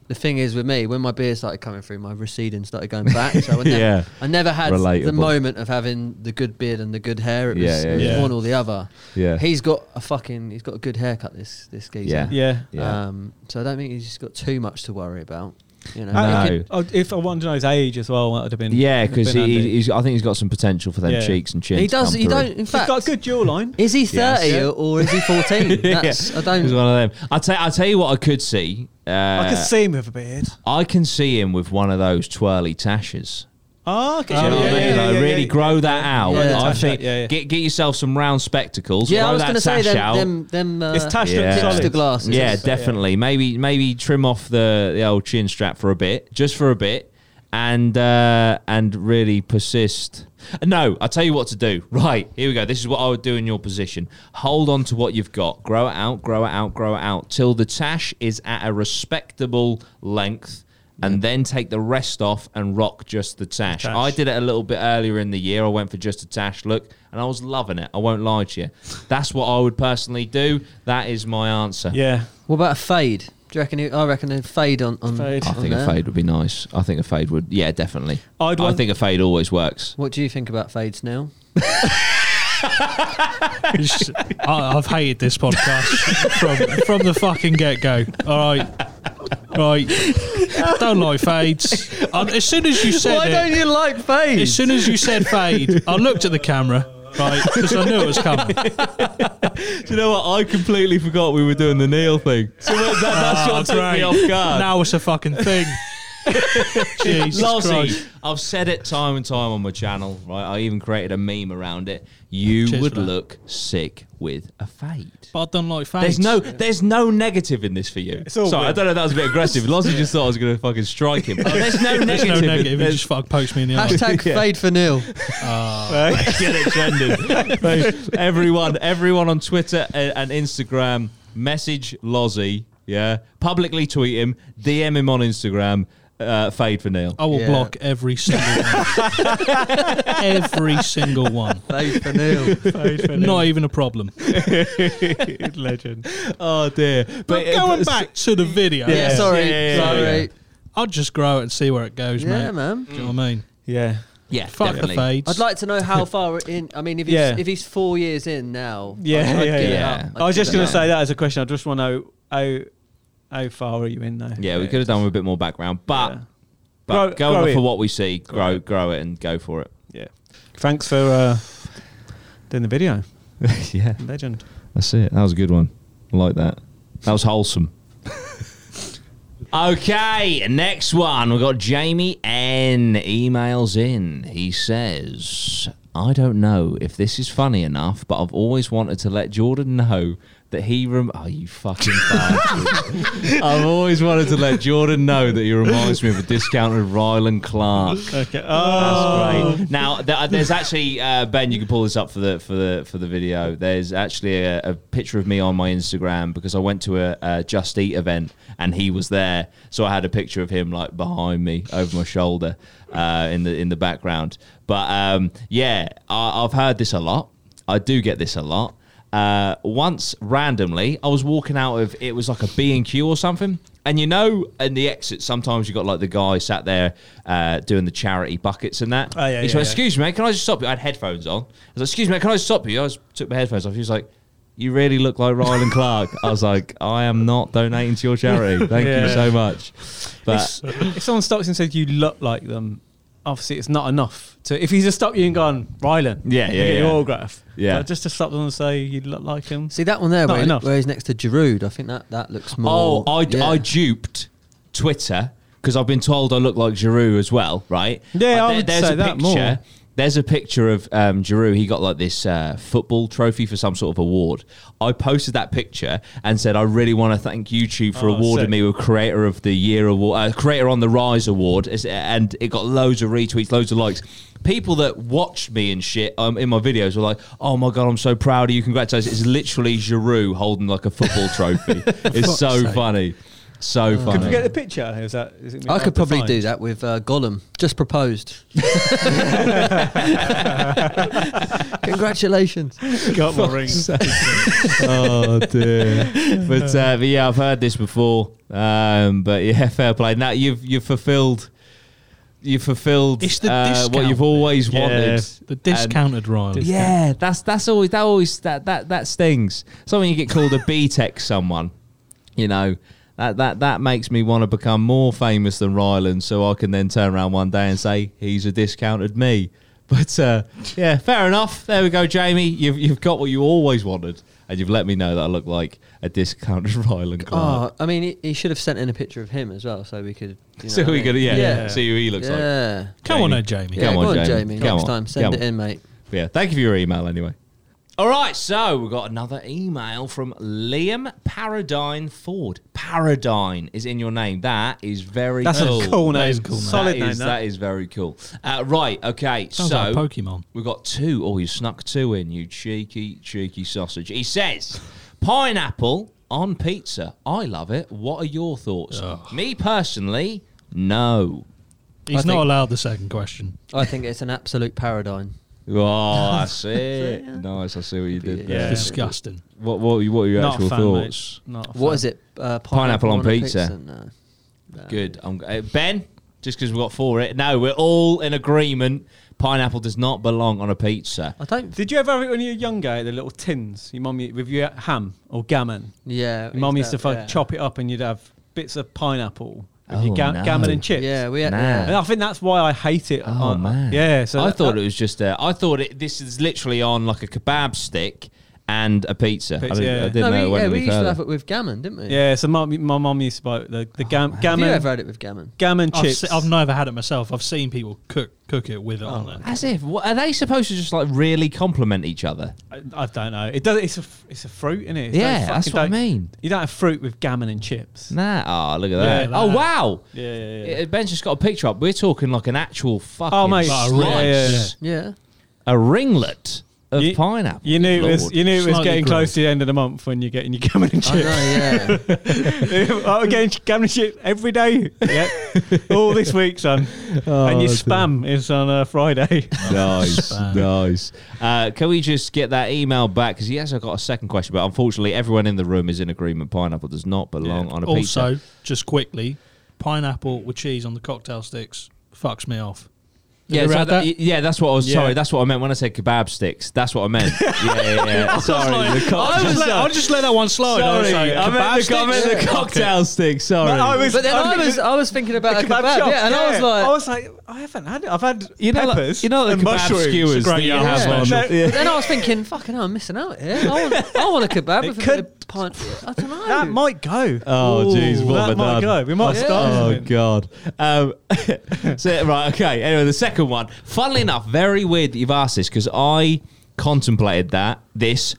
Speaker 4: the thing is, with me, when my beard started coming through, my receding started going back.
Speaker 1: *laughs*
Speaker 4: So I never,
Speaker 1: Yeah.
Speaker 4: I never had the
Speaker 1: Relatable.
Speaker 4: moment of having the good beard and the good hair. It was,
Speaker 1: Yeah, yeah,
Speaker 4: it was
Speaker 3: yeah.
Speaker 4: one or the other.
Speaker 1: Yeah.
Speaker 4: He's got a fucking. He's got a good haircut. This this geezer.
Speaker 1: Yeah.
Speaker 2: Yeah.
Speaker 1: Yeah.
Speaker 4: Um, so I don't think he's got too much to worry about. You know.
Speaker 1: No.
Speaker 2: I- I could- oh, if I wanted to know his age as well, that would have been.
Speaker 1: Yeah, because
Speaker 2: been handy.
Speaker 1: he, he's, I think he's got some potential for them
Speaker 2: Yeah.
Speaker 1: cheeks and chin.
Speaker 4: He
Speaker 1: to
Speaker 4: does.
Speaker 1: come
Speaker 4: He
Speaker 1: through.
Speaker 4: don't. In
Speaker 2: he's
Speaker 4: fact,
Speaker 2: got a good jawline.
Speaker 4: Is he 30 or is
Speaker 1: *laughs*
Speaker 4: he 14? That's, I
Speaker 1: He's
Speaker 4: don't.
Speaker 1: one of them. I tell I tell you what I could see. Uh,
Speaker 2: I could see him with a beard.
Speaker 1: I can see him with one of those twirly tashes.
Speaker 2: Oh, okay.
Speaker 1: Do you know what I mean? Like, really grow that out.
Speaker 4: Yeah. Yeah.
Speaker 1: I
Speaker 2: Tash
Speaker 1: think
Speaker 2: out, yeah, yeah.
Speaker 1: Get, get yourself some round spectacles.
Speaker 4: Yeah,
Speaker 1: grow
Speaker 4: I was
Speaker 1: that
Speaker 4: going to say
Speaker 1: tash
Speaker 4: them.
Speaker 1: out.
Speaker 4: them, them uh,
Speaker 2: It's Tash looks
Speaker 1: Yeah.
Speaker 2: solid.
Speaker 4: hipster glasses.
Speaker 1: Yeah,
Speaker 4: It's-
Speaker 1: definitely. Maybe maybe trim off the, the old chin strap for a bit, just for a bit, and uh, and really persist. No, I'll tell you what to do. Right, here we go. This is what I would do in your position. Hold on to what you've got. Grow it out, grow it out, grow it out till the tash is at a respectable length. And then take the rest off and rock just the tash.
Speaker 2: tash.
Speaker 1: I did it a little bit earlier in the year. I went for just a tash look and I was loving it. I won't lie to you. That's what I would personally do. That is my answer.
Speaker 2: Yeah.
Speaker 4: What about a fade? Do you reckon? He, I reckon a fade on. on
Speaker 2: Fade.
Speaker 1: I
Speaker 4: on
Speaker 1: think a
Speaker 4: there.
Speaker 1: fade would be nice. I think a fade would, yeah, definitely.
Speaker 2: I'd
Speaker 1: I
Speaker 2: want-
Speaker 1: think a fade always works.
Speaker 4: What do you think about
Speaker 1: *laughs*
Speaker 4: fades now?
Speaker 3: *laughs* It's- I, I've hated this podcast *laughs* from from the fucking get go. All right, right. Don't like fades. And as soon as you said it,
Speaker 4: you like
Speaker 3: as
Speaker 4: fades?
Speaker 3: soon as you said fade, I looked at the camera. Right, because I knew it was coming.
Speaker 1: Do you know what? I completely forgot we were doing the Neil *laughs* thing. So that, that's
Speaker 3: Ah, great. Now it's a
Speaker 1: *laughs*
Speaker 3: fucking thing. Jesus
Speaker 1: Lozzie,
Speaker 3: Christ.
Speaker 1: I've said it time and time on my channel, right? I even created a meme around it. You
Speaker 3: Cheers
Speaker 1: would
Speaker 3: for that.
Speaker 1: look sick with a fade.
Speaker 3: But I don't like fades.
Speaker 1: There's no, there's no negative in this for you.
Speaker 2: all
Speaker 1: Sorry, I
Speaker 2: win.
Speaker 1: don't know. That was a bit aggressive. Lozzie *laughs* just thought I was going to fucking strike him. *laughs* there's no negative.
Speaker 3: There's no
Speaker 1: in-
Speaker 3: negative. You
Speaker 1: there's-
Speaker 3: just fuck post me in the eye.
Speaker 4: Hashtag fade for Neil.
Speaker 1: get it trending. Mate, everyone, everyone on Twitter a- and Instagram, message Lozzie. Yeah, publicly tweet him, DM him on Instagram. Uh, fade for Neil.
Speaker 2: Oh,
Speaker 3: I will
Speaker 4: Yeah.
Speaker 3: block every single one.
Speaker 1: *laughs*
Speaker 3: every single one.
Speaker 4: Fade for Neil.
Speaker 3: Not even a problem.
Speaker 2: *laughs*
Speaker 1: uh,
Speaker 2: Legend.
Speaker 1: Oh dear.
Speaker 3: But going back to the video,
Speaker 4: Yeah, sorry,
Speaker 1: Yeah, yeah, yeah,
Speaker 4: sorry.
Speaker 1: yeah.
Speaker 3: I'll just grow it and see where it goes,
Speaker 4: Yeah,
Speaker 3: mate.
Speaker 4: man.
Speaker 3: Do you know what I mean?
Speaker 2: Yeah.
Speaker 1: yeah,
Speaker 3: Fuck
Speaker 1: definitely.
Speaker 3: the fades.
Speaker 4: I'd like to know how far in. I mean, if he's
Speaker 2: Yeah.
Speaker 4: if he's four years in now.
Speaker 2: Yeah,
Speaker 4: I'd, I'd
Speaker 2: yeah,
Speaker 4: give
Speaker 1: *laughs*
Speaker 4: it
Speaker 1: yeah.
Speaker 4: up. I'd
Speaker 2: I was
Speaker 4: give
Speaker 2: just
Speaker 4: it
Speaker 2: going
Speaker 4: up.
Speaker 2: to say that as a question. I just want to know how, how far are you in now?
Speaker 1: Yeah, we could have done with a bit more background, but
Speaker 2: Yeah.
Speaker 1: but
Speaker 2: Grow-
Speaker 1: going
Speaker 2: grow
Speaker 1: off
Speaker 2: it.
Speaker 1: of what we see, grow grow it and go for it.
Speaker 2: Yeah. Thanks for uh, doing the video.
Speaker 1: yeah,
Speaker 2: Legend.
Speaker 1: that's it. That was a good one. I like that. That was wholesome. Okay, next one. We've got Jamie N. emails in. He says, I don't know if this is funny enough, but I've always wanted to let Jordan know that he. Rem- oh, you fucking bastard. *laughs* I've always wanted to let Jordan know that he reminds me of a discounted Ryland Clark.
Speaker 2: Okay.
Speaker 1: That's great. Now th- there's actually uh, Ben. You can pull this up for the for the for the video. There's actually a, a picture of me on my Instagram because I went to a, a Just Eat event and he was there, so I had a picture of him like behind me over my shoulder uh, in the in the background. But um, yeah, I, I've heard this a lot. I do get this a lot. Uh, once randomly, I was walking out of it was like a B and Q or something, and you know, in the exit, sometimes you got like the guy sat there uh, doing the charity buckets and that.
Speaker 2: Oh, yeah,
Speaker 1: He's
Speaker 2: yeah,
Speaker 1: like,
Speaker 2: yeah.
Speaker 1: "Excuse me, can I just stop you?" I had headphones on. I was like, "Excuse me, can I just stop you?" I was, took my headphones off. He was like. You really look like Ryland Clark. I was like, I am not donating to your charity. Thank you
Speaker 2: Yeah.
Speaker 1: so much. But
Speaker 2: It's- *laughs* if someone stops you and says you look like them, obviously it's not enough. To if he's just stopped you and gone, Rylan,
Speaker 1: Yeah,
Speaker 2: you
Speaker 1: yeah,
Speaker 2: get your
Speaker 1: yeah.
Speaker 2: autograph.
Speaker 1: Yeah.
Speaker 2: But just to stop them and say you look like him.
Speaker 4: See that one there,
Speaker 2: Not
Speaker 4: where, he-
Speaker 2: enough.
Speaker 4: where he's next to Giroud. I think that that looks more.
Speaker 1: Oh, I,
Speaker 4: yeah.
Speaker 1: I duped Twitter because I've been told I look like Giroud as well, right?
Speaker 2: Yeah, I would
Speaker 1: there's
Speaker 2: say
Speaker 1: a
Speaker 2: that
Speaker 1: picture.
Speaker 2: more.
Speaker 1: There's a picture of um, Giroud. He got like this uh, football trophy for some sort of award. I posted that picture and said, I really want to thank YouTube for
Speaker 2: Oh,
Speaker 1: awarding
Speaker 2: sick.
Speaker 1: me with Creator of the Year award, uh, Creator on the Rise award, It's- and it got loads of retweets, loads of likes. People that watched me and shit um, in my videos were like, "Oh my god, I'm so proud of you! Congratulations!" It's literally Giroud holding like a football
Speaker 3: *laughs*
Speaker 1: trophy. it's so funny,
Speaker 3: Oh.
Speaker 1: so funny.
Speaker 2: Could we get a picture? Is that? Is it
Speaker 4: I could probably
Speaker 2: *laughs*
Speaker 4: do that with uh, Gollum. Just proposed. *laughs* Congratulations.
Speaker 2: Got my ring.
Speaker 1: oh dear. *laughs* But, uh, but yeah, I've heard this before. Um, but yeah, *laughs* fair play. Now you've you've fulfilled. You fulfilled
Speaker 3: It's the
Speaker 1: uh, what
Speaker 3: discount,
Speaker 1: you've always wanted.
Speaker 3: the
Speaker 1: And-
Speaker 3: discounted Ryan.
Speaker 1: yeah, that's that's always that always that that that stings. So when you get called a B Tech someone, you know. That, that that makes me want to become more famous than Ryland, so I can then turn around one day and say he's a discounted me. *laughs* But uh, yeah, fair enough. There we go, Jamie. You've you've got what you always wanted, and you've let me know that I look like a discounted *laughs* Ryland Clark.
Speaker 4: Oh, I mean, he, he should have sent in a picture of him as well, so we could. You know
Speaker 1: so
Speaker 4: what I
Speaker 1: we
Speaker 4: mean?
Speaker 1: could yeah,
Speaker 4: Oh, Yeah.
Speaker 1: see who he looks like.
Speaker 4: Yeah.
Speaker 3: Come on,
Speaker 1: Jamie.
Speaker 3: now, Jamie.
Speaker 4: Yeah,
Speaker 1: Come
Speaker 4: go
Speaker 1: on,
Speaker 4: on,
Speaker 1: Jamie.
Speaker 4: Jamie.
Speaker 1: Come
Speaker 4: Next
Speaker 1: on.
Speaker 4: time, send
Speaker 1: Come
Speaker 4: it
Speaker 1: on.
Speaker 4: in, mate.
Speaker 1: But yeah, thank you for your email anyway. All right, so we've got another email from Liam Paradine Ford. Paradine is in your name. That is very
Speaker 2: That's
Speaker 1: cool.
Speaker 2: a cool name.
Speaker 3: is a cool name.
Speaker 2: Solid
Speaker 1: That
Speaker 2: name.
Speaker 1: is-
Speaker 2: that.
Speaker 1: that is very cool. Uh, right, okay,
Speaker 3: Sounds
Speaker 1: so
Speaker 3: like Pokemon.
Speaker 1: We've got two. Oh, you snuck two in, you cheeky, cheeky sausage. He says, pineapple on pizza. I love it. What are your thoughts? Me personally, no.
Speaker 3: He's
Speaker 4: I
Speaker 3: not
Speaker 4: think-
Speaker 3: allowed the second question.
Speaker 4: I think it's an absolute paradigm.
Speaker 1: Oh,
Speaker 2: *laughs*
Speaker 1: I see it. Nice, I see what you did. there.
Speaker 2: Yeah.
Speaker 3: Disgusting.
Speaker 1: What, what, are you- what are your
Speaker 2: Not
Speaker 1: actual
Speaker 2: a fan,
Speaker 1: thoughts?
Speaker 2: mate. Not a
Speaker 4: What
Speaker 2: fan.
Speaker 4: is it? Uh,
Speaker 1: Pineapple on
Speaker 4: a
Speaker 1: pizza.
Speaker 4: No.
Speaker 1: Good. I'm, uh, ben, just because we've got four, it. No, we're all in agreement. Pineapple does not belong on a pizza.
Speaker 4: I don't.
Speaker 2: Did you ever have it when you were younger? The little tins. Your mum with your ham or gammon.
Speaker 4: Yeah.
Speaker 2: Your mum used to
Speaker 4: exact-
Speaker 2: fuck
Speaker 4: yeah.
Speaker 2: chop it up, and you'd have bits of pineapple with
Speaker 1: Oh,
Speaker 2: your ga-
Speaker 1: no.
Speaker 2: gammon and chips.
Speaker 4: Yeah, we had.
Speaker 1: Nah.
Speaker 4: yeah.
Speaker 2: And I think that's why I hate it.
Speaker 1: Oh
Speaker 2: I-
Speaker 1: man!
Speaker 2: Yeah. So
Speaker 1: I
Speaker 2: that-
Speaker 1: thought
Speaker 2: that-
Speaker 1: it was just. Uh, I thought it. This is literally on like a kebab stick and a pizza. I
Speaker 2: Pizza,
Speaker 1: didn't,
Speaker 2: yeah.
Speaker 1: I didn't
Speaker 4: no,
Speaker 1: know it
Speaker 4: we,
Speaker 1: went
Speaker 4: yeah,
Speaker 1: any
Speaker 4: we used to
Speaker 1: further.
Speaker 4: have it with gammon, didn't we?
Speaker 2: Yeah. So my my mum used to buy
Speaker 1: Oh,
Speaker 2: the the gam-
Speaker 4: Have you
Speaker 2: gammon
Speaker 4: ever had it with gammon?
Speaker 2: gammon
Speaker 3: I've,
Speaker 2: chips.
Speaker 3: se- I've never had it myself. I've seen people cook cook it with it on
Speaker 2: Oh.
Speaker 3: there.
Speaker 1: As if what, are they supposed to just like really compliment each other?
Speaker 2: I, I don't know. It does. It's a f- it's a fruit, isn't it? It's
Speaker 1: Yeah,
Speaker 2: don't
Speaker 1: that's
Speaker 2: fucking-
Speaker 1: what I
Speaker 2: don't-
Speaker 1: mean.
Speaker 2: You don't have fruit with gammon and chips.
Speaker 1: Nah. Oh, look at
Speaker 2: Yeah,
Speaker 1: that. Oh
Speaker 3: that.
Speaker 1: wow.
Speaker 2: Yeah, yeah, yeah.
Speaker 1: Yeah. Ben's just got a picture up. We're talking like an actual fucking
Speaker 2: Oh, mate.
Speaker 1: slice,
Speaker 3: Like a ring. Yeah, yeah, yeah.
Speaker 4: Yeah.
Speaker 1: a ringlet of
Speaker 2: You-
Speaker 1: pineapple.
Speaker 2: You knew it was
Speaker 1: Lord.
Speaker 2: you knew it was
Speaker 3: Slightly
Speaker 2: getting
Speaker 3: grilled.
Speaker 2: close to the end of the month when you're getting your gammon and
Speaker 4: I know,
Speaker 2: *laughs* chips.
Speaker 4: yeah.
Speaker 2: I was getting gammon and chips
Speaker 1: *laughs*
Speaker 2: every day. Yeah, all this week, son.
Speaker 1: Oh,
Speaker 2: and your spam is on uh, Friday.
Speaker 1: nice,
Speaker 3: Spam.
Speaker 1: nice. Uh, can we just get that email back? Because he has got a second question, but unfortunately, everyone in the room is in agreement. Pineapple does not belong on a
Speaker 3: also,
Speaker 1: pizza.
Speaker 3: just quickly, pineapple with cheese on the cocktail sticks fucks me off. Have
Speaker 1: Yeah,
Speaker 3: you ever
Speaker 1: so
Speaker 3: had
Speaker 1: that- yeah, that's what I was.
Speaker 3: Yeah.
Speaker 1: Sorry, that's what I meant when I said kebab sticks. That's what I
Speaker 2: *laughs*
Speaker 1: meant. yeah, yeah, yeah. Sorry, the
Speaker 3: I'll
Speaker 1: cocktail.
Speaker 3: just, let, I'll just let that one slide. I'll
Speaker 1: Sorry,
Speaker 3: say
Speaker 1: I meant
Speaker 3: kebab
Speaker 1: the, I meant the
Speaker 3: sticks.
Speaker 1: cocktail sticks. Sorry,
Speaker 2: But I was-
Speaker 4: But then
Speaker 2: I'm
Speaker 4: I
Speaker 2: thinking-
Speaker 4: was, I was thinking about a
Speaker 2: kebab
Speaker 4: kebab,
Speaker 2: shop,
Speaker 4: yeah, and I was like,
Speaker 2: I was like, I haven't had it. I've had
Speaker 1: you know, like-
Speaker 2: peppers.
Speaker 1: you know, the
Speaker 2: and
Speaker 1: kebab
Speaker 2: mushrooms.
Speaker 1: skewers
Speaker 3: It's a great
Speaker 1: that you
Speaker 3: young
Speaker 1: have
Speaker 3: man.
Speaker 1: on.
Speaker 2: No,
Speaker 1: Yeah.
Speaker 4: but then I was thinking, fucking, hell, I'm missing out here.
Speaker 2: *laughs*
Speaker 4: I want, I want a kebab
Speaker 2: It
Speaker 4: with a
Speaker 2: could-
Speaker 4: bit of pint. I don't know.
Speaker 2: That might go.
Speaker 1: Oh, jeez, what have I
Speaker 2: that might
Speaker 1: done?
Speaker 2: go. We might
Speaker 4: Yeah.
Speaker 2: start.
Speaker 1: Oh
Speaker 2: something.
Speaker 1: god. Um, *laughs* so right, okay. Anyway, the second one. Funnily enough, very weird that you've asked this because I contemplated that this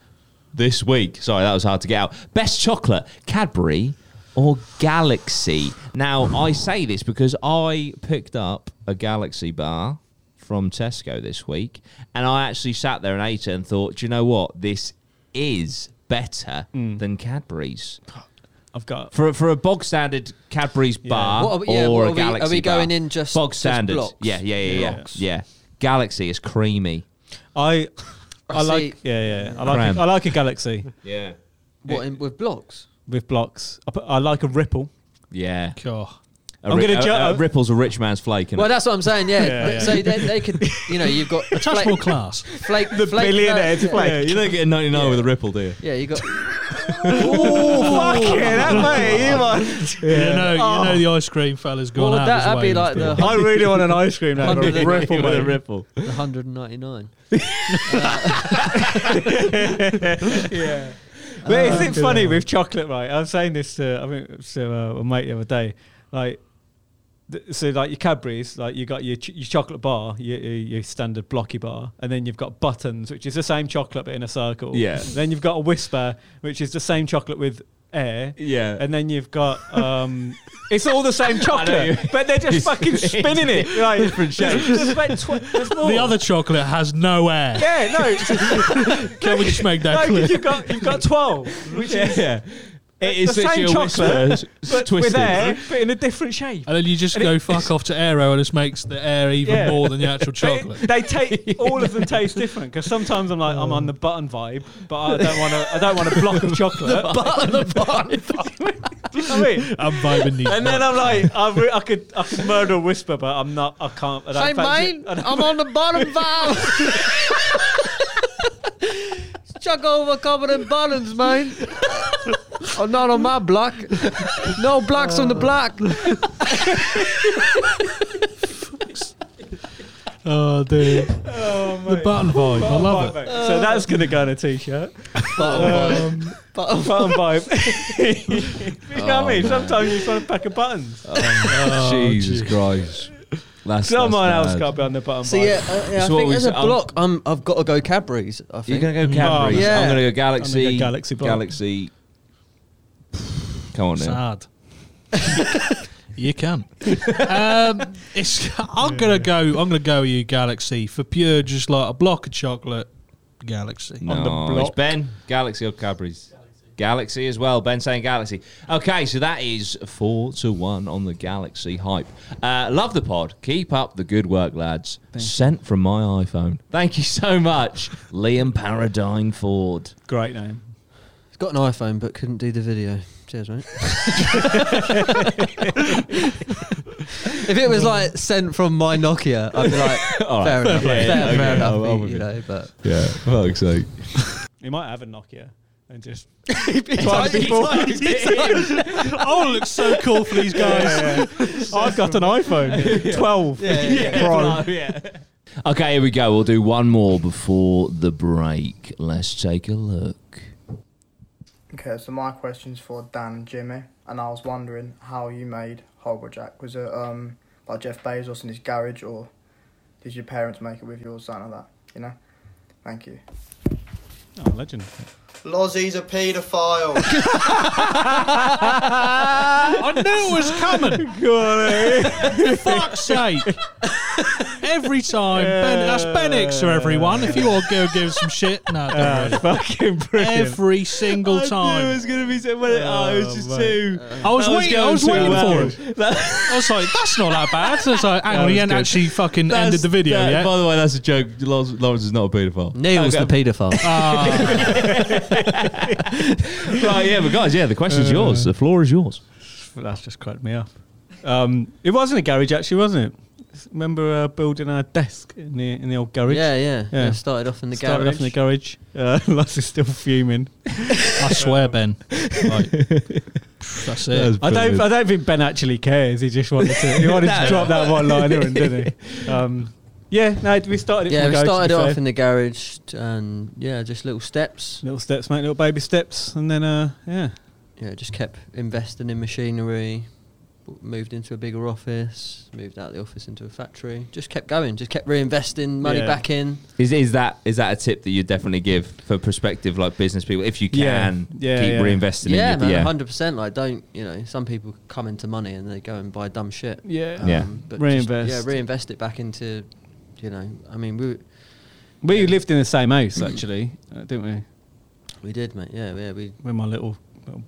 Speaker 1: this week. Sorry, that was hard to get out. Best chocolate, Cadbury or Galaxy? Now I say this because I picked up a Galaxy bar from Tesco this week, and I actually sat there and ate it and thought, do you know what? This is better
Speaker 2: Hmm.
Speaker 1: than Cadbury's
Speaker 2: I've got.
Speaker 1: for for a bog standard Cadbury's bar
Speaker 4: What are we- yeah,
Speaker 1: or a
Speaker 4: what are we- are we
Speaker 1: Galaxy.
Speaker 4: going
Speaker 1: bar.
Speaker 4: in just-
Speaker 1: bog
Speaker 4: just
Speaker 1: standard?
Speaker 4: blocks?
Speaker 1: Yeah, yeah, yeah, yeah.
Speaker 4: Blocks.
Speaker 1: yeah. Galaxy is creamy.
Speaker 2: I. I
Speaker 4: *laughs* See-
Speaker 2: like. Yeah, yeah. I like.
Speaker 1: Cram.
Speaker 2: A, I like a galaxy
Speaker 1: Yeah,
Speaker 4: What, in, with blocks?
Speaker 2: with blocks. I, put, I like a ripple.
Speaker 1: yeah.
Speaker 3: Oh,
Speaker 1: A
Speaker 2: I'm
Speaker 1: ri-
Speaker 2: gonna
Speaker 1: a-
Speaker 2: ju-
Speaker 1: a ripples a rich man's flake. innit?
Speaker 4: Well, that's what I'm saying,
Speaker 2: *laughs*
Speaker 4: yeah.
Speaker 2: Yeah, yeah.
Speaker 4: So they, they could, you know,
Speaker 2: *laughs*
Speaker 4: you've got.
Speaker 3: touch
Speaker 4: flake- *laughs*
Speaker 3: more class.
Speaker 4: Flake, the flake
Speaker 2: billionaires
Speaker 4: yeah.
Speaker 2: flake.
Speaker 1: yeah, you don't get a 99 with a ripple, do you?
Speaker 4: Yeah, you got.
Speaker 1: *laughs*
Speaker 3: You know, you know the ice cream fella's gone
Speaker 4: Oh. Well,
Speaker 3: out.
Speaker 4: that-
Speaker 3: of his way
Speaker 4: that'd be like
Speaker 3: to-
Speaker 4: the-
Speaker 2: I really want an ice cream now.
Speaker 4: Under
Speaker 2: with a
Speaker 4: the-
Speaker 2: ripple,
Speaker 1: *laughs* With a
Speaker 2: mate.
Speaker 1: ripple.
Speaker 4: 199.
Speaker 2: But is it funny with chocolate, right? I was saying this to I think to uh, a mate the other day. Like, th- so like your Cadbury's, like you got your ch- your chocolate bar, your, your your standard blocky bar, and then you've got buttons, which is the same chocolate but in a circle.
Speaker 1: Yeah.
Speaker 2: then you've got a whisper, which is the same chocolate with air.
Speaker 1: Yeah.
Speaker 2: And then you've got um, it's all the same chocolate,
Speaker 1: you-
Speaker 2: but they're just
Speaker 1: It's-
Speaker 2: fucking
Speaker 1: it's
Speaker 2: spinning it like different
Speaker 1: shapes.
Speaker 2: There's about tw- there's
Speaker 4: *laughs*
Speaker 2: more.
Speaker 3: The other chocolate has no air.
Speaker 2: Yeah, no,
Speaker 3: Can we just make
Speaker 4: *laughs*
Speaker 2: no,
Speaker 3: that
Speaker 2: 'cause
Speaker 3: clear?
Speaker 2: you've got you've got twelve, which is
Speaker 1: yeah. It is
Speaker 2: the same
Speaker 1: literally a whisper,
Speaker 2: chocolate,
Speaker 1: s- s-
Speaker 2: but with
Speaker 1: twisted.
Speaker 2: air, but in a different shape.
Speaker 3: And then you just
Speaker 2: And
Speaker 3: go
Speaker 2: it-
Speaker 3: fuck off to aero and it makes the air even
Speaker 2: Yeah.
Speaker 3: more than the
Speaker 4: *laughs*
Speaker 3: actual
Speaker 2: They-
Speaker 3: chocolate.
Speaker 1: *laughs*
Speaker 2: They, take all of them taste different because sometimes I'm like I'm on the
Speaker 1: Oh.
Speaker 2: button vibe, but I don't want to. I don't want a block
Speaker 1: *laughs*
Speaker 2: of chocolate. *laughs* Do you know what I mean?
Speaker 3: I'm vibing these.
Speaker 2: And then I'm like, I, re- I could, I could murder a whisper, but I'm not. I can't. I don't
Speaker 4: Hey,
Speaker 2: fancy
Speaker 4: mate,
Speaker 2: it. I don't-
Speaker 4: I'm on the *laughs* bottom valve. Chuck over covered in buttons, *laughs* mate. oh, not on my block. No blocks on the block.
Speaker 3: oh, dude. the button vibe. I love it.
Speaker 4: Uh.
Speaker 2: so that's gonna go on a t-shirt.
Speaker 3: Um,
Speaker 4: uh,
Speaker 2: Button vibe. *laughs* you know what I mean? Sometimes you just want a pack of buttons.
Speaker 1: Oh, Jesus
Speaker 3: gee.
Speaker 1: Christ. That's,
Speaker 2: Someone
Speaker 1: that's
Speaker 2: else
Speaker 1: bad.
Speaker 2: got be on the button
Speaker 4: So
Speaker 2: vibe.
Speaker 4: yeah, uh, yeah I
Speaker 1: So what
Speaker 4: think
Speaker 1: we
Speaker 4: as a
Speaker 1: s- um,
Speaker 4: block, I'm, I've got to go Cadbury's. I
Speaker 1: You're
Speaker 4: think.
Speaker 1: going to go Cadbury's.
Speaker 4: yeah.
Speaker 1: I'm going to go Galaxy.
Speaker 2: I'm gonna go Galaxy Bar.
Speaker 1: Galaxy. Come on now.
Speaker 3: sad.
Speaker 2: *laughs*
Speaker 3: you can. Um, it's. I'm gonna go. I'm gonna go with you, Galaxy, for pure just like a block of chocolate, Galaxy.
Speaker 1: No,
Speaker 2: on the
Speaker 1: it's
Speaker 2: block.
Speaker 1: Ben. Galaxy or Cadbury's? Galaxy as well. Ben saying Galaxy. Okay, so that is four to one on the Galaxy hype. Uh, love the pod. Keep up the good work, lads. Sent from my iPhone. Thank you so much, Liam Paradine Ford.
Speaker 2: Great name.
Speaker 4: He's got an iPhone but couldn't do the video. Cheers, *laughs* mate. if it was like sent from my Nokia, I'd be *laughs*
Speaker 1: *laughs*
Speaker 4: like,
Speaker 1: All right.
Speaker 4: fair enough,
Speaker 1: Yeah, yeah,
Speaker 4: fair,
Speaker 1: okay.
Speaker 4: fair enough,
Speaker 1: I'm- I'm
Speaker 4: you
Speaker 1: with
Speaker 4: know. But
Speaker 1: Yeah, fuck's *laughs* sake.
Speaker 2: He might have a Nokia and
Speaker 4: *laughs*
Speaker 2: just.
Speaker 1: Twice before.
Speaker 3: oh, it looks so cool for these guys.
Speaker 2: I've got an iPhone 12 Pro.
Speaker 1: Okay, here we go. We'll do one more before the break. Let's take a look.
Speaker 7: Okay, so my question's for Dan and Jimmy, and I was wondering how you made Horrible Jack. Was it um like Jeff Bezos in his garage, or did your parents make it with you, or something like that? You know. Thank you.
Speaker 2: Oh, legend.
Speaker 7: Lozzie's a paedophile.
Speaker 3: I knew it was coming. Fuck's sake. Every time. Ben, that's Ben Exer, everyone. If you all go give some shit. No, don't worry.
Speaker 2: Fucking brilliant.
Speaker 3: Every single time. I,
Speaker 2: going to be so. Well, oh, it was just too.
Speaker 4: Uh,
Speaker 3: was,
Speaker 2: that was
Speaker 3: waiting, I was
Speaker 2: going
Speaker 3: waiting
Speaker 2: too well.
Speaker 3: for him.
Speaker 2: *laughs*
Speaker 3: I was like, that's not that bad. I was like, hang
Speaker 2: That
Speaker 3: on, he
Speaker 2: was
Speaker 3: hadn't
Speaker 2: good.
Speaker 3: actually fucking ended the video
Speaker 1: that-
Speaker 3: yet.
Speaker 1: By the way, that's a joke. Lawrence Lawrence is not a paedophile.
Speaker 4: Neil's
Speaker 1: Okay.
Speaker 2: *laughs*
Speaker 4: the paedophile.
Speaker 3: Ah,
Speaker 1: Right, yeah, but guys, yeah, the question's
Speaker 2: Uh,
Speaker 1: yours. The floor is yours.
Speaker 2: That's just cracked me up. Um, it wasn't a garage, actually, wasn't it? Remember uh, building our desk in the in the old garage?
Speaker 4: yeah, yeah,
Speaker 2: Yeah.
Speaker 4: yeah. Started off in the
Speaker 2: Started
Speaker 4: garage.
Speaker 2: off in the garage. Uh, *laughs* Lars is still fuming.
Speaker 3: I swear, Ben.
Speaker 2: *laughs*
Speaker 3: Like, that's it.
Speaker 2: I don't. I don't think Ben actually cares. He just wanted to. He wanted
Speaker 4: *laughs*
Speaker 2: to drop that one liner, in, didn't he? Um, yeah. No, we started it.
Speaker 4: yeah,
Speaker 2: from
Speaker 4: we
Speaker 2: the garage, to
Speaker 4: started
Speaker 2: be fair.
Speaker 4: off in the garage, t- and yeah, just little steps.
Speaker 2: little steps, mate. Little baby steps, and then uh, yeah.
Speaker 4: Yeah, just kept investing in machinery. w- Moved into a bigger office. Moved out of the office into a factory. Just kept going. Just kept reinvesting money
Speaker 2: Yeah.
Speaker 4: back in.
Speaker 1: Is, is that is that a tip that you definitely give for prospective like business people if you
Speaker 2: Yeah.
Speaker 1: can
Speaker 2: Yeah,
Speaker 1: keep
Speaker 2: yeah.
Speaker 1: reinvesting
Speaker 4: yeah,
Speaker 1: in
Speaker 4: man, hundred percent. Like, don't you know? Some people come into money and they go and buy dumb shit. Um,
Speaker 2: Yeah.
Speaker 1: Yeah.
Speaker 4: but
Speaker 2: Reinvest.
Speaker 4: Just, yeah, reinvest it back into. You know, I mean, we
Speaker 2: We lived in the same house actually, uh, didn't we?
Speaker 4: we did, mate. Yeah, yeah, we
Speaker 2: With my little little,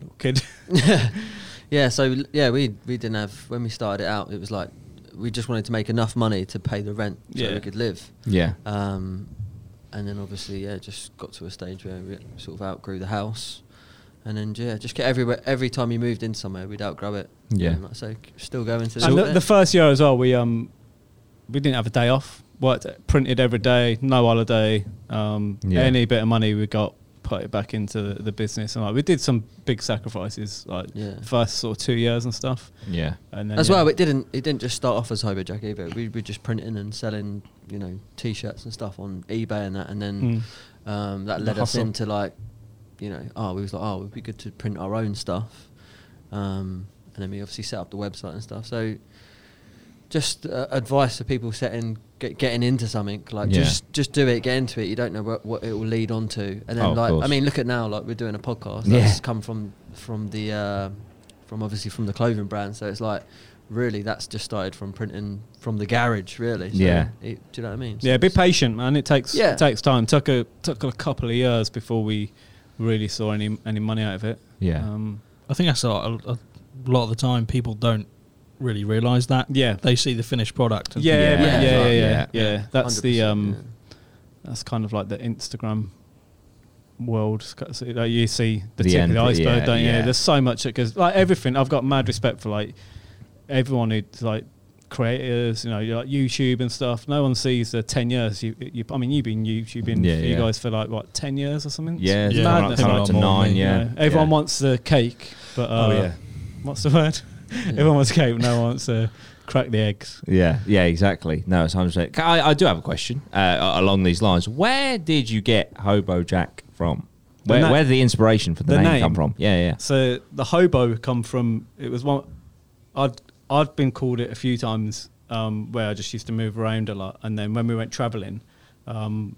Speaker 2: little kid.
Speaker 4: *laughs* yeah. So yeah, we we didn't have when we started it out. It was like we just wanted to make enough money to pay the rent so
Speaker 2: Yeah.
Speaker 4: we could live.
Speaker 1: yeah.
Speaker 4: Um, and then obviously, yeah, just got to a stage where we sort of outgrew the house. And then yeah, just get everywhere. Every time you moved in somewhere, we'd outgrow it.
Speaker 1: Yeah.
Speaker 4: And, like, so still going to
Speaker 2: and
Speaker 4: the,
Speaker 2: the, the first year as well, we um, we didn't have a day off. Worked printed every day, no holiday. Um,
Speaker 1: Yeah.
Speaker 2: any bit of money we got, put it back into the, the business. And like we did some big sacrifices, like
Speaker 4: Yeah.
Speaker 2: first sort of two years and stuff.
Speaker 1: Yeah.
Speaker 2: And then
Speaker 4: As
Speaker 2: yeah.
Speaker 4: well, it didn't. It didn't just start off as Hobo Jack either. We were just printing and selling, you know, t-shirts and stuff on eBay and that, and then um, that
Speaker 2: Hmm. The
Speaker 4: led us
Speaker 2: hustle.
Speaker 4: into like, you know, oh, we was like, oh, it would be good to print our own stuff, um, and then we obviously set up the website and stuff. So, just uh, advice to people setting get, getting into something like
Speaker 1: Yeah.
Speaker 4: just just do it, get into it. You don't know what, what it will lead on to, and then
Speaker 1: Oh, of
Speaker 4: like I
Speaker 1: course.
Speaker 4: mean, look at now like we're doing a podcast
Speaker 1: Yeah.
Speaker 4: that's come from from the uh, from obviously from the clothing brand. So it's like really that's just started from printing from the garage, really. So
Speaker 1: Yeah.
Speaker 4: it- do you know what I mean?
Speaker 2: Yeah, be patient, man. It takes
Speaker 4: Yeah.
Speaker 2: it takes time. Took a took a couple of years before we really saw any any money out of it.
Speaker 1: Yeah.
Speaker 2: Um,
Speaker 3: I think that's a lot, a, a lot of the time people don't really realise that.
Speaker 2: yeah.
Speaker 3: They see the finished product. and
Speaker 2: Yeah,
Speaker 1: Yeah.
Speaker 2: yeah, yeah, yeah,
Speaker 1: Yeah.
Speaker 2: yeah,
Speaker 3: Yeah.
Speaker 2: That's the
Speaker 4: 100%,
Speaker 2: um,
Speaker 4: yeah.
Speaker 2: that's kind of like the Instagram world. It's got- so, Like you see the,
Speaker 1: The
Speaker 2: tip
Speaker 1: end,
Speaker 2: of the iceberg,
Speaker 1: yeah,
Speaker 2: don't you?
Speaker 1: yeah.
Speaker 2: There's so much that goes like everything. I've got mad respect for like everyone who's like creators, you know, you're like YouTube and stuff. No one sees the ten years. You, you I mean, you've been YouTubing,
Speaker 1: Yeah,
Speaker 2: you
Speaker 1: yeah.
Speaker 2: guys for like what ten years or something.
Speaker 1: Yeah,
Speaker 2: It's
Speaker 1: yeah. Coming, up,
Speaker 2: madness.
Speaker 1: coming
Speaker 3: Like,
Speaker 1: up to
Speaker 3: more than
Speaker 1: nine.
Speaker 3: me,
Speaker 1: Yeah,
Speaker 2: You know, everyone
Speaker 1: yeah.
Speaker 2: wants the cake, but uh,
Speaker 1: Oh, yeah.
Speaker 2: what's the word? *laughs* everyone wants cake, no one wants to crack the eggs.
Speaker 1: Yeah, yeah, exactly. No, it's hundred percent. I, I do have a question uh, along these lines. Where did you get Hobo Jack from?
Speaker 2: The
Speaker 1: Where,
Speaker 2: na-
Speaker 1: where did the inspiration for the,
Speaker 2: the
Speaker 1: name,
Speaker 2: name?
Speaker 1: come from? Yeah, yeah.
Speaker 2: So the hobo come from it was one I'd I'd been called it a few times um, where I just used to move around a lot, and then when we went travelling, um,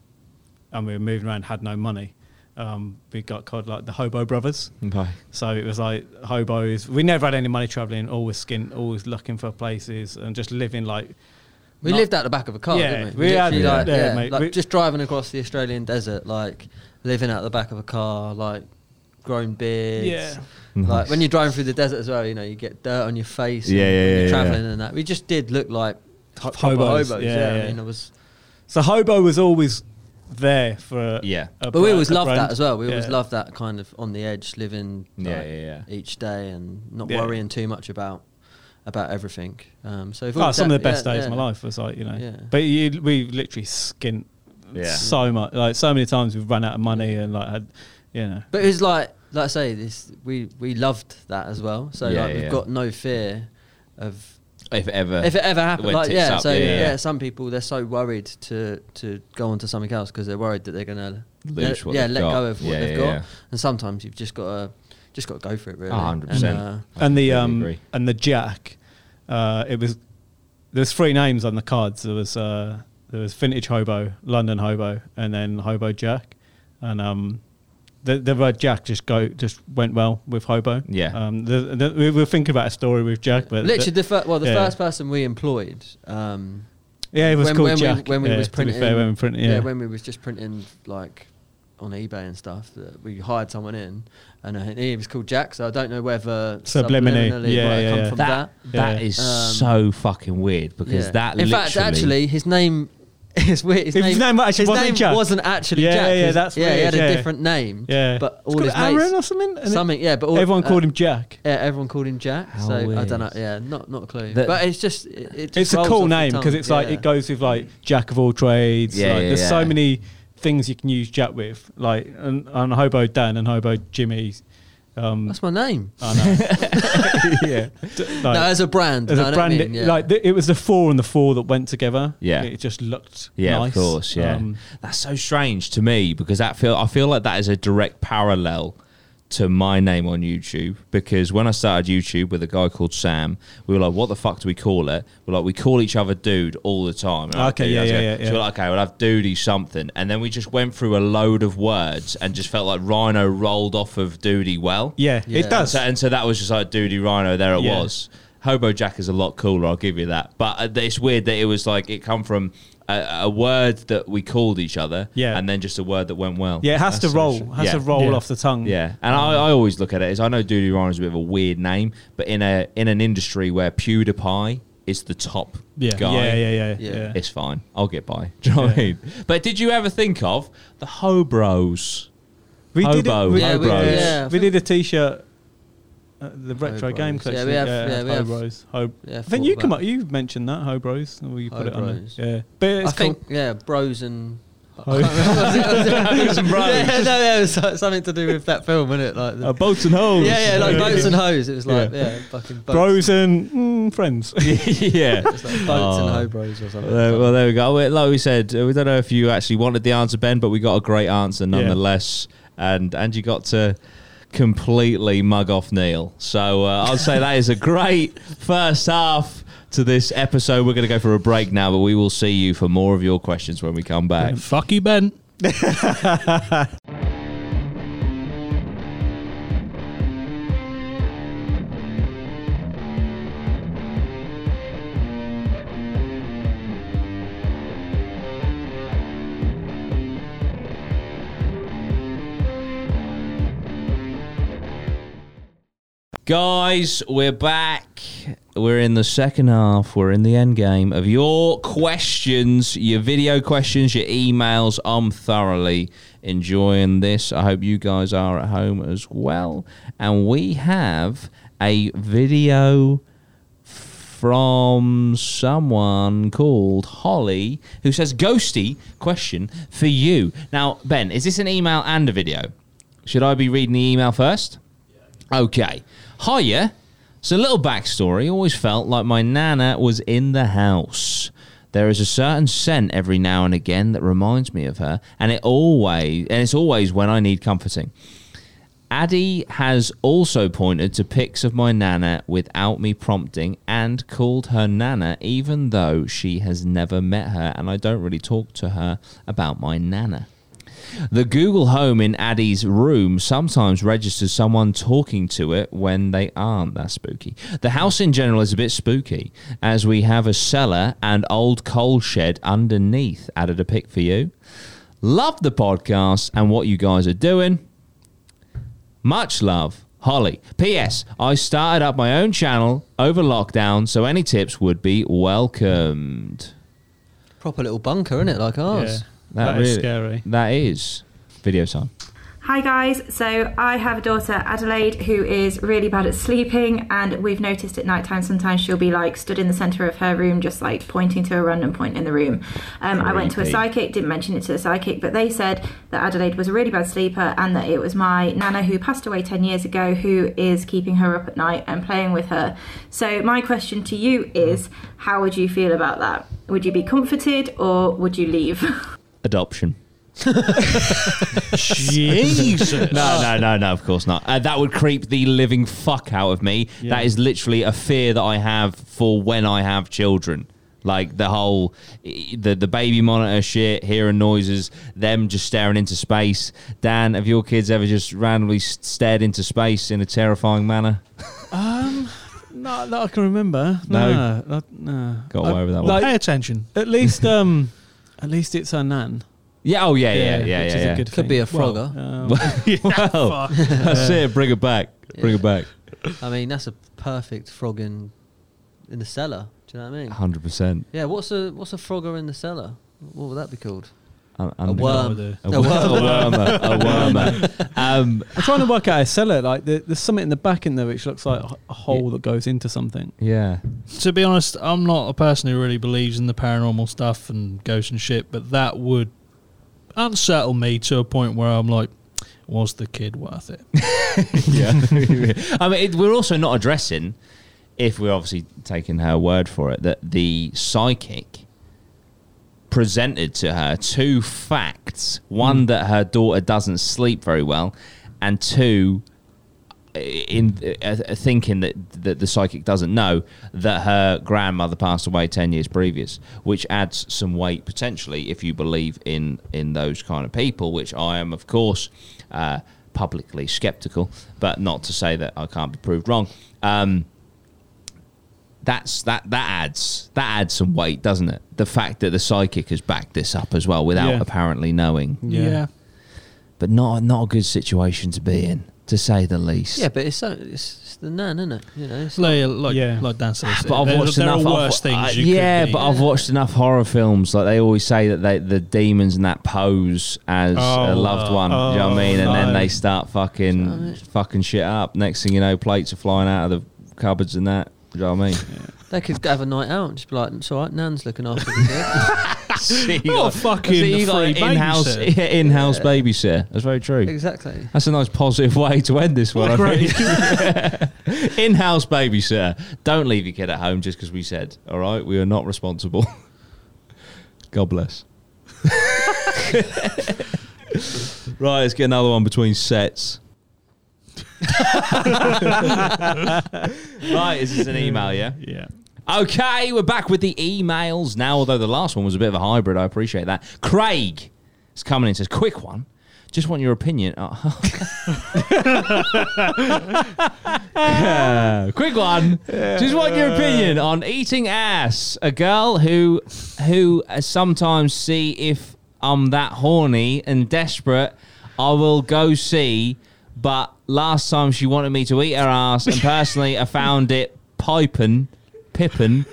Speaker 2: and we were moving around, had no money, um, we got called like the Hobo Brothers.
Speaker 1: Okay.
Speaker 2: So it was like hobos. We never had any money travelling. Always skin, always looking for places, and just living like
Speaker 4: We
Speaker 2: Not-
Speaker 4: lived out the back of a car,
Speaker 2: Yeah,
Speaker 4: didn't
Speaker 2: we
Speaker 4: we?
Speaker 2: had-
Speaker 4: Literally, like,
Speaker 2: yeah,
Speaker 4: yeah,
Speaker 2: mate,
Speaker 4: like
Speaker 2: we-
Speaker 4: just driving across the Australian desert, like living out the back of a car, like growing beards.
Speaker 2: Yeah.
Speaker 4: Like when you're driving through the desert as well, you know, you get dirt on your face.
Speaker 1: Yeah,
Speaker 4: and
Speaker 1: yeah,
Speaker 4: when
Speaker 1: yeah,
Speaker 4: You're
Speaker 1: yeah.
Speaker 4: traveling and that. We just did look like ho- proper
Speaker 2: Hobos,
Speaker 4: hobos.
Speaker 2: yeah,
Speaker 4: Yeah,
Speaker 2: yeah.
Speaker 4: I mean, it was.
Speaker 2: so. Hobo was always there for a,
Speaker 1: Yeah.
Speaker 2: a
Speaker 4: But we
Speaker 2: bra-
Speaker 4: always
Speaker 2: a
Speaker 4: loved
Speaker 2: brand.
Speaker 4: that as well. We always
Speaker 2: Yeah.
Speaker 4: loved that kind of on the edge, living like,
Speaker 1: Yeah, yeah, yeah.
Speaker 4: each day and not
Speaker 2: Yeah.
Speaker 4: worrying too much about about everything. Um, so if
Speaker 2: Oh, some of the best days of my life was like you know.
Speaker 4: Yeah.
Speaker 2: But you, we literally skint
Speaker 1: Yeah.
Speaker 2: so much, like so many times we've run out of money and like had, you know.
Speaker 4: But it was like, like I say, this we we loved that as well. So
Speaker 1: Yeah,
Speaker 4: like we've
Speaker 1: yeah.
Speaker 4: got no fear of
Speaker 1: If ever.
Speaker 4: if e-, it ever happened.
Speaker 1: When
Speaker 4: Like
Speaker 1: tits
Speaker 4: yeah,
Speaker 1: up,
Speaker 4: so
Speaker 1: yeah,
Speaker 4: yeah,
Speaker 1: yeah.
Speaker 4: some people they're so worried to to go on to something else because they're worried that they're gonna
Speaker 1: Lose
Speaker 4: let,
Speaker 1: what
Speaker 4: yeah
Speaker 1: they've
Speaker 4: let
Speaker 1: got.
Speaker 4: go of what
Speaker 1: Yeah,
Speaker 4: they've
Speaker 1: yeah,
Speaker 4: got.
Speaker 1: yeah.
Speaker 4: And sometimes you've just got to just got to go for it really.
Speaker 1: Oh, 100%.
Speaker 4: And, uh,
Speaker 2: and the
Speaker 1: completely
Speaker 2: um
Speaker 1: agree.
Speaker 2: and the Jack, uh, it was there's three names on the cards. There was uh, there was vintage hobo, London hobo, and then hobo Jack, and um. The, the word Jack just go just went well with hobo.
Speaker 1: Yeah.
Speaker 2: Um. The, the, we were thinking about a story with Jack, but
Speaker 4: literally the fir- well the
Speaker 2: yeah.
Speaker 4: first person we employed. Um,
Speaker 2: yeah, it was
Speaker 4: when,
Speaker 2: called
Speaker 4: when
Speaker 2: Jack.
Speaker 4: We, when we
Speaker 2: yeah,
Speaker 4: was
Speaker 2: to be
Speaker 4: printing,
Speaker 2: fair, when we printed, yeah.
Speaker 4: when we was just printing like on eBay and stuff, that we hired someone in, and uh, he was called Jack. So I don't know whether
Speaker 2: Subliminally,
Speaker 4: subliminally
Speaker 2: yeah,
Speaker 4: might have
Speaker 2: yeah,
Speaker 4: come
Speaker 2: yeah.
Speaker 4: from
Speaker 1: that
Speaker 4: that.
Speaker 1: that
Speaker 2: Yeah.
Speaker 1: is
Speaker 4: Um,
Speaker 1: so fucking weird because
Speaker 4: Yeah.
Speaker 1: that
Speaker 4: in
Speaker 1: literally.
Speaker 4: fact, actually, his name *laughs* is weird. His,
Speaker 2: His name actually
Speaker 4: his
Speaker 2: wasn't
Speaker 4: name
Speaker 2: Jack.
Speaker 4: wasn't actually
Speaker 2: Yeah,
Speaker 4: Jack.
Speaker 2: yeah,
Speaker 4: His-
Speaker 2: that's
Speaker 4: yeah. He
Speaker 2: weird,
Speaker 4: had
Speaker 2: yeah.
Speaker 4: a different name.
Speaker 2: Yeah.
Speaker 4: but
Speaker 2: It's
Speaker 4: all his
Speaker 2: called Aaron
Speaker 4: mates,
Speaker 2: or something. and it-
Speaker 4: something. Yeah, but all,
Speaker 2: everyone
Speaker 4: uh,
Speaker 2: called him Jack.
Speaker 4: Yeah, everyone called him Jack.
Speaker 1: How
Speaker 4: so I
Speaker 1: weird.
Speaker 4: don't know. Yeah, not not a clue.
Speaker 1: That-
Speaker 4: but it's just it, it just
Speaker 2: it's a
Speaker 4: rolls off
Speaker 2: cool
Speaker 4: the
Speaker 2: name because
Speaker 4: tongue,
Speaker 2: it's like
Speaker 4: yeah.
Speaker 2: it goes with like jack of all trades.
Speaker 1: Yeah,
Speaker 2: like,
Speaker 1: yeah,
Speaker 2: there's so
Speaker 1: yeah.
Speaker 2: many things you can use jack with, like and, and hobo Dan and hobo Jimmy. Um,
Speaker 4: That's my name.
Speaker 2: I know. yeah, D- like,
Speaker 4: no, as a brand.
Speaker 2: there's
Speaker 4: no, I
Speaker 2: a
Speaker 4: don't
Speaker 2: brand
Speaker 4: mean, yeah.
Speaker 2: like th- it was the four and the four that went together.
Speaker 1: Yeah.
Speaker 2: it just looked
Speaker 1: Yeah,
Speaker 2: nice.
Speaker 1: of course. Yeah,
Speaker 2: Um,
Speaker 1: that's so strange to me because that feel I feel like that is a direct parallel to my name on YouTube because when I started YouTube with a guy called Sam, we were like, "What the fuck do we call it?" We're like, we call each other dude all the time. And I'm like,
Speaker 2: Okay,
Speaker 1: "Dude,"
Speaker 2: yeah,
Speaker 1: I was
Speaker 2: yeah,
Speaker 1: like-
Speaker 2: yeah,
Speaker 1: so
Speaker 2: yeah.
Speaker 1: we're like, "Okay, we'll have duty something," and then we just went through a load of words and just felt like Rhino rolled off of duty well.
Speaker 2: yeah,
Speaker 4: Yeah.
Speaker 2: it does.
Speaker 1: So, and so that was just like Duty Rhino. There it
Speaker 2: Yeah.
Speaker 1: was. Hobo Jack is a lot cooler. I'll give you that. But uh, it's weird that it was like it come from a, a word that we called each other,
Speaker 2: Yeah.
Speaker 1: and then just a word that went well.
Speaker 2: Yeah, it has
Speaker 1: That's
Speaker 2: to
Speaker 1: so
Speaker 2: roll.
Speaker 1: strange.
Speaker 2: Has
Speaker 1: yeah.
Speaker 2: to roll
Speaker 3: Yeah.
Speaker 2: off the tongue.
Speaker 1: Yeah, and I, I always look at it as I know Duty Rhino is a bit of a weird name, but in a in an industry where PewDiePie is the top
Speaker 3: Yeah.
Speaker 1: guy,
Speaker 2: yeah, yeah, yeah,
Speaker 4: Yeah.
Speaker 2: yeah.
Speaker 1: it's fine. I'll get by. *laughs* Do you know what I mean? But did you ever think of the Hobros? *laughs*
Speaker 2: We
Speaker 1: Hobo,
Speaker 2: did. It, we,
Speaker 1: Yeah,
Speaker 2: we,
Speaker 1: we-
Speaker 2: did-
Speaker 4: yeah, I
Speaker 2: we
Speaker 4: think-
Speaker 2: did a T-shirt. uh, The retro
Speaker 4: Hobros.
Speaker 2: game
Speaker 4: Yeah,
Speaker 2: collection.
Speaker 4: we have- yeah, we have-
Speaker 2: Hobros. Hob-
Speaker 4: yeah,
Speaker 2: I think you
Speaker 4: thought
Speaker 2: come
Speaker 4: about
Speaker 2: up. You mentioned that Hobros, or you put it on.
Speaker 4: Hobros.
Speaker 2: there. Yeah, but it's
Speaker 4: I
Speaker 2: cool. Oh,
Speaker 4: think yeah,
Speaker 2: *laughs*
Speaker 4: bros and. *laughs*
Speaker 2: Ho- *laughs*
Speaker 4: Bros and bros. Yeah, no, yeah, it was so- something to do with that film, wasn't it? Like the,
Speaker 2: uh, boats and holes.
Speaker 4: yeah, yeah, like boats and hoes. It was like
Speaker 2: Yeah.
Speaker 4: yeah, fucking boats.
Speaker 2: bros and mm, friends. *laughs*
Speaker 1: yeah,
Speaker 4: It's like boats
Speaker 1: Oh.
Speaker 4: and hobros or something.
Speaker 1: Well, there- well, there we go. Well, Like we said, uh, we don't know if you actually wanted the answer, Ben, but we got a great answer nonetheless, and and you got to completely mug off Neil. So uh, I'll say that is a great first half to this episode. We're going to go for a break now, but we will see you for more of your questions when we come back.
Speaker 3: Fuck
Speaker 2: *laughs*
Speaker 3: you, Ben.
Speaker 1: Guys, we're back. We're in the second half. We're in the end game of your questions, your video questions, your emails. I'm thoroughly enjoying this. I hope you guys are at home as well. And we have a video from someone called Holly who says, Ghosty question for you. Now, Ben, is this an email and a video? Should I be reading the email first? Okay. Hiya. So, a little backstory. Always felt like my nana was in the house. There is a certain scent every now and again that reminds me of her, and it always and it's always when I need comforting. Addy has also pointed to pics of my nana without me prompting and called her nana, even though she has never met her, and I don't really talk to her about my nana. The Google Home in Addie's room sometimes registers someone talking to it when they aren't. That's spooky. The house in general is a bit spooky, as we have a cellar and old coal shed underneath. Added a pic for you. Love the podcast and what you guys are doing. Much love, Holly. P.S. I started up my own channel over lockdown, so any tips would be welcomed.
Speaker 4: Proper little bunker, isn't it? Like ours.
Speaker 3: That is scary.
Speaker 1: That is video time.
Speaker 8: Hi guys, so I have a daughter, Adelaide, who is really bad at sleeping, and we've noticed at night time sometimes she'll be like stood in the centre of her room, just like pointing to a random point in the room. Um, I went to a
Speaker 1: Creepy.
Speaker 8: psychic, didn't mention it to the psychic, but they said that Adelaide was a really bad sleeper and that it was my nana who passed away 10 years ago who is keeping her up at night and playing with her. So, my question to you is how would you feel about that? Would you be comforted or would you leave? *laughs*
Speaker 1: Adoption.
Speaker 3: Jesus.
Speaker 2: Uh,
Speaker 1: No, no, no, no, of course not. Uh, that would creep the living fuck out of me. That is literally a fear that I have for when I have children. Like the whole the the baby monitor shit, hearing noises, them just staring into space. Dan, have your kids ever just randomly s- stared into space in a terrifying manner?
Speaker 2: Not that I can remember.
Speaker 1: No.
Speaker 2: No, no. no.
Speaker 1: Got away
Speaker 2: I-
Speaker 1: with that one.
Speaker 2: Uh, like,
Speaker 3: Pay attention.
Speaker 2: At least, um, *laughs* at least it's her nan.
Speaker 1: Yeah. Oh yeah, yeah, yeah, yeah.
Speaker 2: which is
Speaker 1: yeah. *laughs*
Speaker 2: a good *laughs*
Speaker 4: Could be
Speaker 2: thing.
Speaker 4: a
Speaker 2: *laughs*
Speaker 4: frogger.
Speaker 2: Um,
Speaker 1: well, that's it. Bring it back. Bring it back.
Speaker 4: I mean, that's a perfect frog in in the cellar. Do you know what I mean?
Speaker 1: Hundred percent.
Speaker 4: Yeah. What's a what's a frogger in the cellar? What would that be called?
Speaker 1: A
Speaker 4: worm.
Speaker 1: A
Speaker 4: A
Speaker 1: worm. A *laughs* wormer. Um,
Speaker 2: I'm trying to work out a cellar. Like there, there's something in the back in there which looks like a- a hole that goes into something.
Speaker 1: yeah.
Speaker 3: To be honest, I'm not a person who really believes in the paranormal stuff and ghosts and shit, but that would unsettle me to a point where I'm like, was the kid
Speaker 1: *laughs*
Speaker 3: worth it?
Speaker 1: yeah. I mean, it, we're also not addressing, if we're obviously taking her word for it, that the psychic presented to her two facts one, that her daughter doesn't sleep very well, and two, in uh, uh, thinking that, that the psychic doesn't know that her grandmother passed away 10 years previous which adds some weight potentially if you believe in in those kind of people which i am of course uh, publicly skeptical but not to say that i can't be proved wrong um, that's that that adds that adds some weight doesn't it the fact that the psychic has backed this up as well without
Speaker 2: Yeah.
Speaker 1: apparently knowing
Speaker 2: Yeah.
Speaker 1: but not not a good situation to be in to say the least
Speaker 4: Yeah, but it's so it's, it's the nan, isn't it? You know. It's
Speaker 3: Like, like,
Speaker 2: Yeah.
Speaker 3: like Dan said, it's-
Speaker 1: But I've
Speaker 3: there,
Speaker 1: watched
Speaker 3: there
Speaker 1: enough.
Speaker 3: are worse
Speaker 1: I've,
Speaker 3: things.
Speaker 1: I-
Speaker 3: You
Speaker 1: yeah,
Speaker 3: could be.
Speaker 1: but I've watched enough horror films. Like they always say that they, the demons and that pose as a
Speaker 3: Oh,
Speaker 1: loved one. do you know what I
Speaker 2: oh,
Speaker 1: mean? And then
Speaker 2: no.
Speaker 1: they start fucking fucking shit up. Next thing you know, plates are flying out of the cupboards and that. Do you know what I mean?
Speaker 4: They could have a night out and just be like, it's all right, Nan's looking after the kid.
Speaker 1: See, you
Speaker 3: Oh,
Speaker 1: got-
Speaker 3: fucking
Speaker 1: see, you got
Speaker 3: free
Speaker 1: an in-house, *laughs*
Speaker 3: babysitter. *laughs*
Speaker 1: yeah, in-house babysitter. That's very true.
Speaker 4: exactly.
Speaker 1: That's a nice positive way to end this one. I
Speaker 3: Great.
Speaker 1: think. *laughs* in-house babysitter. Don't leave your kid at home just because we said. All right, we are not responsible. *laughs* God bless. *laughs* *laughs* right, let's get another one between sets. Right, is this an email, yeah?
Speaker 2: Yeah.
Speaker 1: Okay, we're back with the emails now, although the last one was a bit of a hybrid. I appreciate that. Craig is coming in and says, Quick one. Just want your opinion. *laughs* Oh. Yeah, quick one. Just want your opinion on eating ass. A girl who who sometimes see if I'm that horny and desperate, I will go see. But last time she wanted me to eat her ass, and personally, I found it piping, pippin.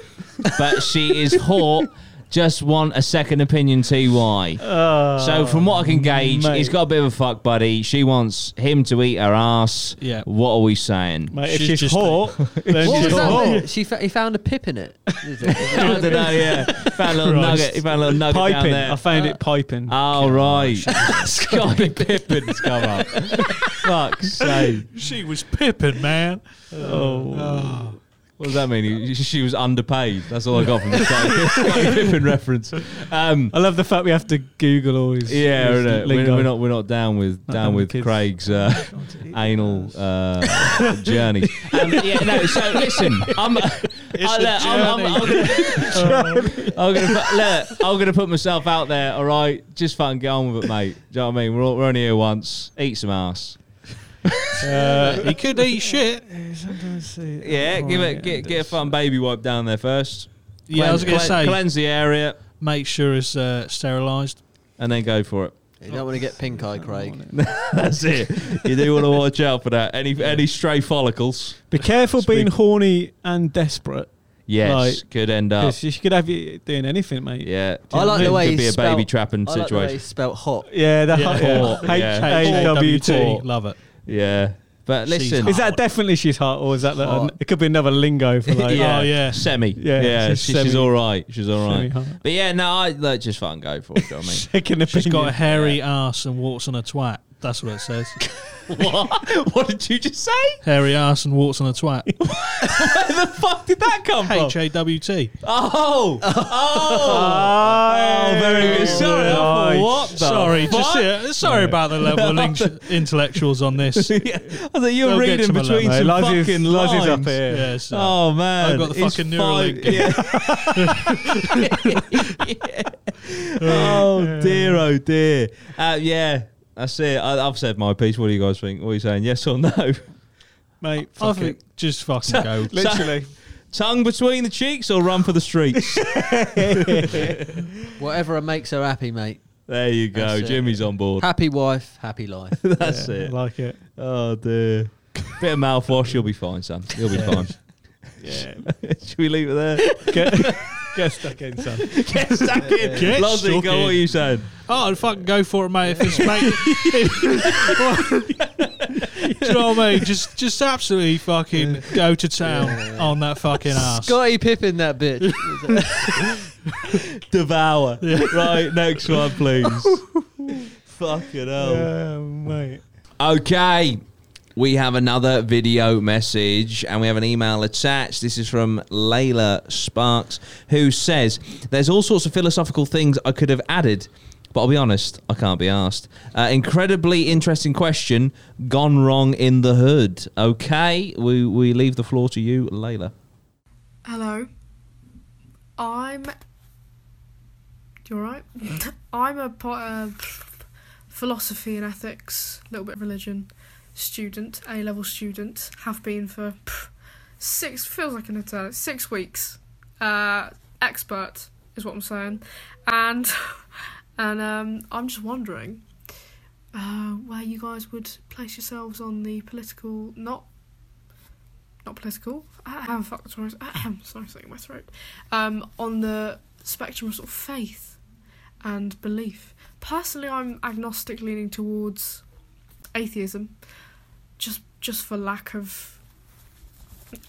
Speaker 1: But she is hot. Just want a second opinion, TY. so, from what I can gauge,
Speaker 2: mate.
Speaker 1: he's got a bit of a fuck buddy. She wants him to eat her ass.
Speaker 3: Yeah.
Speaker 1: What are we saying?
Speaker 2: Mate, if
Speaker 3: She's
Speaker 2: she's *laughs*
Speaker 3: just
Speaker 2: hot, then
Speaker 4: What
Speaker 2: she's
Speaker 4: was that?
Speaker 2: hot.
Speaker 4: bit? *laughs* She fa- he found a
Speaker 1: *laughs*
Speaker 4: pip in it. Is it?
Speaker 1: I don't know, yeah. Found a little
Speaker 3: Christ.
Speaker 1: nugget. He found a little nugget
Speaker 2: Piping. I
Speaker 1: down there.
Speaker 2: found it piping.
Speaker 1: Oh, right. *laughs* Scotty Pippin's come up. *laughs* Fuck's sake.
Speaker 3: She was pipping, man.
Speaker 2: Oh.
Speaker 1: What does that mean? He- She she was underpaid. That's all I got from the *laughs* Scotty, Scotty Pippin reference. Um,
Speaker 2: I love the fact we have to Google all these.
Speaker 1: yeah,
Speaker 2: these
Speaker 1: we're,
Speaker 2: lingo.
Speaker 1: we're, we're not we're not down with down
Speaker 2: having
Speaker 1: with
Speaker 2: kids.
Speaker 1: Craig's uh,
Speaker 2: *laughs*
Speaker 1: anal uh, journey. *laughs* Um, yeah, no. So listen, I'm. I, look, I'm, I'm, I'm gonna, *laughs* I'm gonna put, look, I'm gonna put myself out there. All right, just fucking get on with it, mate. Do you know what I mean? We're, all, we're only here once. Eat some ass.
Speaker 3: Uh, he could eat shit.
Speaker 1: Yeah, give it. Get, get a fun baby wipe down there first.
Speaker 3: Yeah, I was going to
Speaker 1: Cleanse-
Speaker 3: say,
Speaker 1: cleanse the area
Speaker 3: make sure it's uh, sterilised.
Speaker 1: and then go for it. *laughs*
Speaker 4: You don't want to get pink eye, Craig.
Speaker 1: That's it. You do want to watch out for that. Any any stray follicles.
Speaker 2: Be careful being horny and desperate.
Speaker 1: Yes,
Speaker 2: Like,
Speaker 1: could end up.
Speaker 2: 'cause she could have you doing anything, mate.
Speaker 1: Oh. Yeah,
Speaker 4: I like the way
Speaker 1: could be
Speaker 4: he
Speaker 1: a baby
Speaker 4: spelt-
Speaker 1: trapping
Speaker 4: I like the way he
Speaker 1: situation.
Speaker 4: spelt hot.
Speaker 2: Yeah, *laughs* that
Speaker 3: Yeah.
Speaker 1: Hot, yeah.
Speaker 2: H A W T.
Speaker 3: Hot. Love it.
Speaker 1: yeah, but
Speaker 3: She's
Speaker 1: listen,
Speaker 3: hot.
Speaker 2: Is that definitely she's hot, or is that the,
Speaker 4: Hot.
Speaker 2: it could be another lingo
Speaker 1: *laughs*
Speaker 2: for like *laughs*
Speaker 3: Oh, yeah.
Speaker 1: semi. Yeah,
Speaker 2: Yeah, she's
Speaker 1: she- she's
Speaker 2: semi-
Speaker 1: all right. She's all right.
Speaker 2: semi-hot.
Speaker 1: But yeah, no, I like, just fucking go for it. Do you know what
Speaker 2: second opinion?
Speaker 3: She's got a hairy ass and walks on a twat. That's what
Speaker 1: *laughs*
Speaker 3: it says.
Speaker 1: I mean? what? What did you just say?
Speaker 3: hairy ass and walks on a twat.
Speaker 1: Where the fuck did that come
Speaker 3: H
Speaker 1: from?
Speaker 3: A W T.
Speaker 1: Oh, oh, oh, very good. Sorry, I thought,
Speaker 2: Nice.
Speaker 1: what? The
Speaker 3: Sorry,
Speaker 1: fuck?
Speaker 3: just yeah, sorry about the level of
Speaker 1: *laughs*
Speaker 3: int- intellectuals on this.
Speaker 1: yeah, I thought you were
Speaker 3: They'll get
Speaker 1: reading
Speaker 3: some of that,
Speaker 1: between
Speaker 3: mate.
Speaker 1: some
Speaker 2: Lies is-
Speaker 1: fucking
Speaker 2: lies
Speaker 1: lines.
Speaker 2: is up here.
Speaker 3: Yeah, so-
Speaker 1: Oh man,
Speaker 3: I've got the
Speaker 1: It's
Speaker 3: fucking
Speaker 1: five-
Speaker 3: Neuralink.
Speaker 1: Yeah.
Speaker 3: *laughs*
Speaker 1: Yeah. *laughs* Oh dear, oh dear. Uh, yeah, that's it. I, I've said my piece. What do you guys think? What are you saying? Yes or no? *laughs*
Speaker 2: mate.
Speaker 3: I
Speaker 2: Fuck
Speaker 3: think
Speaker 2: it. *laughs*
Speaker 3: just fucking go.
Speaker 2: Literally,
Speaker 1: Tongue between the cheeks or run for the
Speaker 3: *laughs*
Speaker 1: streets?
Speaker 4: Whatever makes her happy, mate.
Speaker 1: there you go.
Speaker 4: That's it.
Speaker 1: Jimmy's on board.
Speaker 4: Happy wife, happy
Speaker 1: *laughs*
Speaker 4: life.
Speaker 1: That's
Speaker 2: Yeah, I
Speaker 1: it.
Speaker 2: like it.
Speaker 1: Oh dear. Bit of mouthwash, you'll be fine, son. You'll be fine.
Speaker 2: Yeah,
Speaker 1: *laughs* Should we leave it there?
Speaker 2: get,
Speaker 1: Oh.
Speaker 2: get stuck in, son.
Speaker 1: Get stuck in. *laughs*
Speaker 3: Get
Speaker 1: Lozzy,
Speaker 3: stuck
Speaker 1: go. What are
Speaker 3: in.
Speaker 1: you saying?
Speaker 3: Oh, I'd fucking go for it, mate. If
Speaker 1: *laughs*
Speaker 3: it's mate, do you know what I mean? Just, just absolutely fucking go to town on that fucking ass.
Speaker 4: Scotty Pippin,
Speaker 1: *laughs*
Speaker 4: that bitch.
Speaker 1: devour. Right, next one, please. Fucking hell.
Speaker 2: Yeah, mate.
Speaker 1: Okay. We have another video message and we have an email attached. This is from Layla Sparks, who says, There's all sorts of philosophical things I could have added, but I'll be honest, I can't be asked. Uh, incredibly interesting question gone wrong in the hood. Okay, we, we leave the floor to you, Layla.
Speaker 9: Hello. I'm. You alright? *laughs* I'm a po- uh, philosophy and ethics, a little bit of religion student, A level student. Have been for pff, six, feels like an eternity, six weeks. Uh, expert is what I'm saying. And and um, I'm just wondering uh, where you guys would place yourselves on the political, not not political. I have fuck sorry, ahem, sorry, something in my throat. Um, on the spectrum of sort of faith and belief. Personally, I'm agnostic, leaning towards atheism, just just for lack of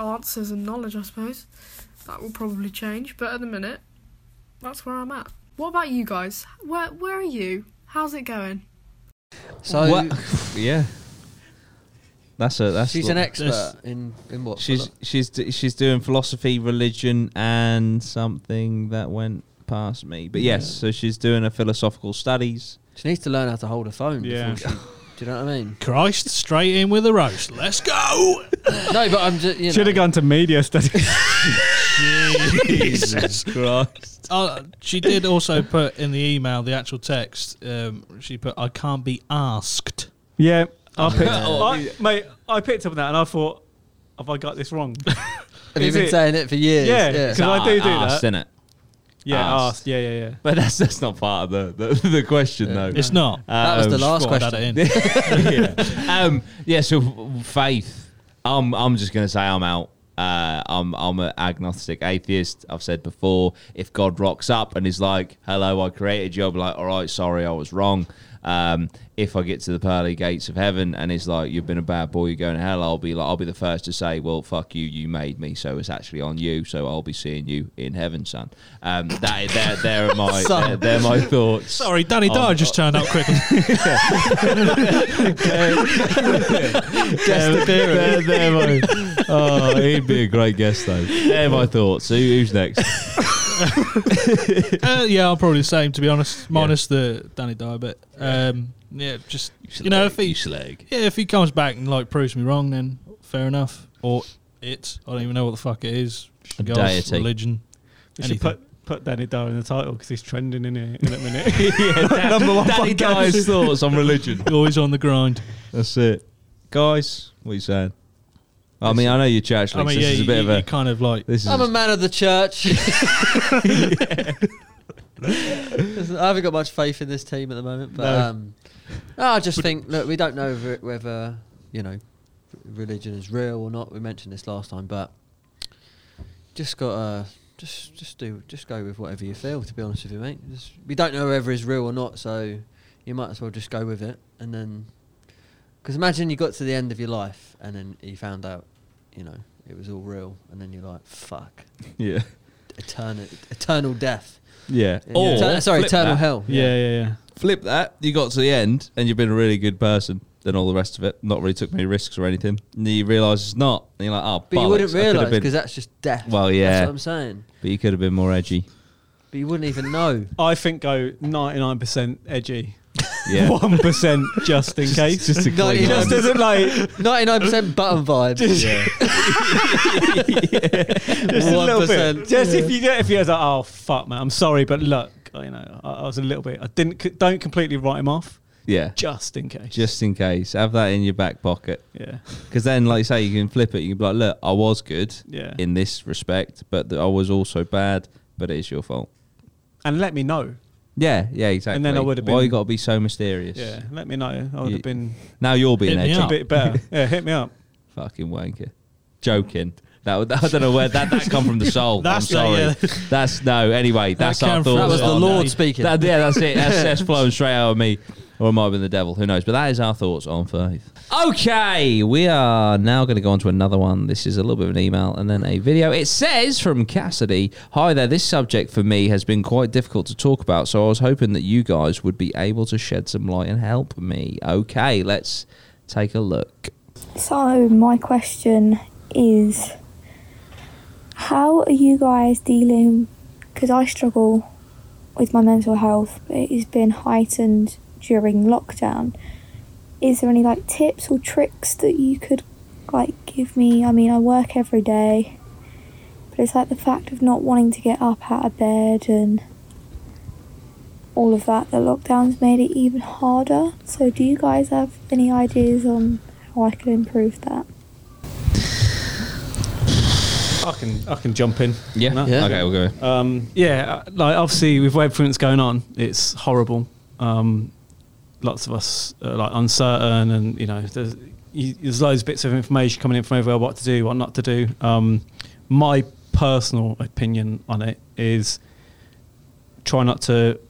Speaker 9: answers and knowledge, I suppose. That will probably change, but at the minute, that's where I'm at. What about you guys? Where where are you? How's it going?
Speaker 4: So
Speaker 1: What- yeah. That's a that's
Speaker 4: she's
Speaker 1: lo-
Speaker 4: an expert
Speaker 3: that's-
Speaker 4: in, in what?
Speaker 1: She's she's d- she's doing philosophy, religion, and something that went past me. But yes, so she's doing her philosophical studies.
Speaker 4: she needs to learn how to hold a phone.
Speaker 2: Yeah.
Speaker 4: Before Do you know what I mean?
Speaker 3: Christ, straight in with the roast. Let's go.
Speaker 4: no, but I'm just. You know,
Speaker 2: Should have gone to media studies.
Speaker 1: *laughs*
Speaker 3: Jesus.
Speaker 1: Christ.
Speaker 3: Uh, she did also put in the email, the actual text, um, she put, I can't be asked.
Speaker 2: *laughs* yeah, I *laughs* picked,
Speaker 1: Oh,
Speaker 2: I, mate. I picked up on that and I thought, have I got this wrong? *laughs*
Speaker 4: And you've
Speaker 2: Is
Speaker 4: been
Speaker 2: it-
Speaker 4: saying it for years.
Speaker 2: Yeah,
Speaker 4: Yeah.
Speaker 2: 'cause I do do that.
Speaker 1: Innit?
Speaker 2: yeah,
Speaker 1: Asked.
Speaker 2: asked. Yeah, yeah, yeah.
Speaker 1: But that's that's not part of the the, the question though.
Speaker 3: It's not.
Speaker 2: Uh,
Speaker 4: That was the
Speaker 1: Um,
Speaker 4: last
Speaker 3: Just wanted to add
Speaker 4: question.
Speaker 3: it in.
Speaker 1: yeah. Um, yeah. So faith. I'm. I'm just gonna say I'm out. Uh, I'm. I'm an agnostic atheist. I've said before. If God rocks up and is like, "Hello, I created you," I'll be like, "All right, sorry, I was wrong." Um, if I get to the pearly gates of heaven and it's like you've been a bad boy, you're going to hell, I'll be like, I'll be the first to say, "Well, fuck you, you made me, so it's actually on you." So I'll be seeing you in heaven, son. Um, that there, there are my,
Speaker 4: Son.
Speaker 1: they're, they're my thoughts.
Speaker 3: Sorry,
Speaker 1: Oh,
Speaker 3: Danny Dyer just turned up
Speaker 1: *laughs*
Speaker 3: quickly.
Speaker 1: They're- they're- they're my- oh, he'd be a great guest though. They're my thoughts. Who, who's next?
Speaker 3: uh, yeah, I'm probably the same to be honest, minus the Danny Dyer bit. Um, yeah, just you know, if he yeah, if he comes back and like proves me wrong, then fair enough. Or it, I don't even know what the fuck it is.
Speaker 1: A
Speaker 3: Gods,
Speaker 1: deity.
Speaker 3: religion.
Speaker 2: We
Speaker 3: anything.
Speaker 2: should put put Danny Dyer in the title because he's trending in it in a minute. *laughs*
Speaker 1: yeah,
Speaker 2: *laughs* Number one
Speaker 1: Danny
Speaker 2: podcast.
Speaker 1: Dyer's thoughts on religion.
Speaker 3: Always on the grind.
Speaker 1: That's it, guys. What are you saying? I mean, I know you're church.
Speaker 3: I
Speaker 1: Links.
Speaker 3: mean,
Speaker 1: this
Speaker 3: yeah,
Speaker 1: is a
Speaker 3: you,
Speaker 1: bit of
Speaker 3: you
Speaker 1: a.
Speaker 3: kind of like
Speaker 1: This is.
Speaker 4: I'm a man of the church. *laughs* Listen, I haven't got much faith in this team at the moment, but
Speaker 2: No.
Speaker 4: um, I just think look, we don't know whe- whether you know religion is real or not. We mentioned this last time, but just gotta just just do just go with whatever you feel. To be honest with you, mate, just, we don't know whether it's real or not, so you might as well just go with it. And then, because imagine you got to the end of your life and then you found out, you know, it was all real, and then you're like, fuck e-,
Speaker 1: yeah.
Speaker 4: eternal eternal death.
Speaker 1: Yeah.
Speaker 4: Yeah.
Speaker 3: Oh,
Speaker 1: Or
Speaker 4: Eter- sorry,
Speaker 1: flip
Speaker 4: eternal
Speaker 1: that.
Speaker 4: hell.
Speaker 2: yeah, yeah, yeah.
Speaker 1: Flip that. You got to the end, and you've been a really good person. Then all the rest of it, not really took any risks or anything. And you realise it's not. And you're like, oh,
Speaker 4: But you wouldn't
Speaker 1: bollocks, I could have
Speaker 4: realise
Speaker 1: been-
Speaker 4: because that's just death.
Speaker 1: Well,
Speaker 4: That's
Speaker 1: yeah.
Speaker 4: what I'm saying.
Speaker 1: But you could have been more
Speaker 2: *laughs*
Speaker 1: edgy.
Speaker 4: But you wouldn't even know.
Speaker 2: I think go ninety nine percent edgy,
Speaker 1: Yeah.
Speaker 2: *laughs* one percent just in case.
Speaker 1: Just to
Speaker 4: No,
Speaker 1: clean
Speaker 4: you
Speaker 1: up.
Speaker 2: just isn't like
Speaker 4: *laughs* 99%
Speaker 2: *laughs*
Speaker 4: button vibes.
Speaker 1: *laughs* Yeah.
Speaker 2: just a little bit.
Speaker 4: 1%.
Speaker 2: Just if you if you was like, oh fuck, man, I'm sorry, but look, you know, I, I was a little bit. I didn't c- don't completely write him off,
Speaker 1: Yeah.
Speaker 2: just in case.
Speaker 1: Just in case, have that in your back pocket.
Speaker 2: yeah,
Speaker 1: Because then, like you say, you can flip it. You can be like, look, I was good
Speaker 2: yeah.
Speaker 1: in this respect, but th- I was also bad, but it is your fault.
Speaker 2: and let me know.
Speaker 1: Yeah, yeah, exactly.
Speaker 2: And then I would've
Speaker 1: Why
Speaker 2: been-
Speaker 1: you got to be so mysterious?
Speaker 2: Yeah, let me know. I would
Speaker 1: You-
Speaker 2: have been
Speaker 1: Now you're being
Speaker 3: Hit me
Speaker 1: edgy.
Speaker 2: a
Speaker 3: up.
Speaker 2: bit better. Yeah, hit me up.
Speaker 1: Fucking wanker. Joking. That, *laughs* would- I don't know where that, that come from the soul. I'm
Speaker 3: That's-
Speaker 1: sorry.
Speaker 3: yeah.
Speaker 1: That's no. Anyway, that's
Speaker 3: came
Speaker 1: our
Speaker 3: from-
Speaker 1: thoughts.
Speaker 4: That was the
Speaker 1: on
Speaker 4: Lord speaking.
Speaker 1: Oh, That, yeah, that's it. That's, that's flowing straight out of me. Or it might have been the devil. Who knows? But that is our thoughts on faith. Okay, we are now going to go on to another one. This is a little bit of an email and then a video. It says from Cassidy Hi there, this subject for me has been quite difficult to talk about, so I was hoping that you guys would be able to shed some light and help me. Okay, let's take a look.
Speaker 10: So, my question is How are you guys dealing? Because I struggle with my mental health, but it has been heightened during lockdown. Is there any like tips or tricks that you could like give me? I mean, I work every day, but it's like the fact of not wanting to get up out of bed and all of that. The lockdown's made it even harder. So, do you guys have any ideas on how I can improve that?
Speaker 2: I can I can jump in.
Speaker 1: Yeah.
Speaker 2: No?
Speaker 4: Yeah.
Speaker 1: Okay, we'll go.
Speaker 2: Um, yeah, uh, like obviously with everything that's going on, it's horrible. Um, lots of us are like uncertain, and you know, there's, you, there's loads of bits of information coming in from everywhere, what to do, what not to do. Um, my personal opinion on it is try not to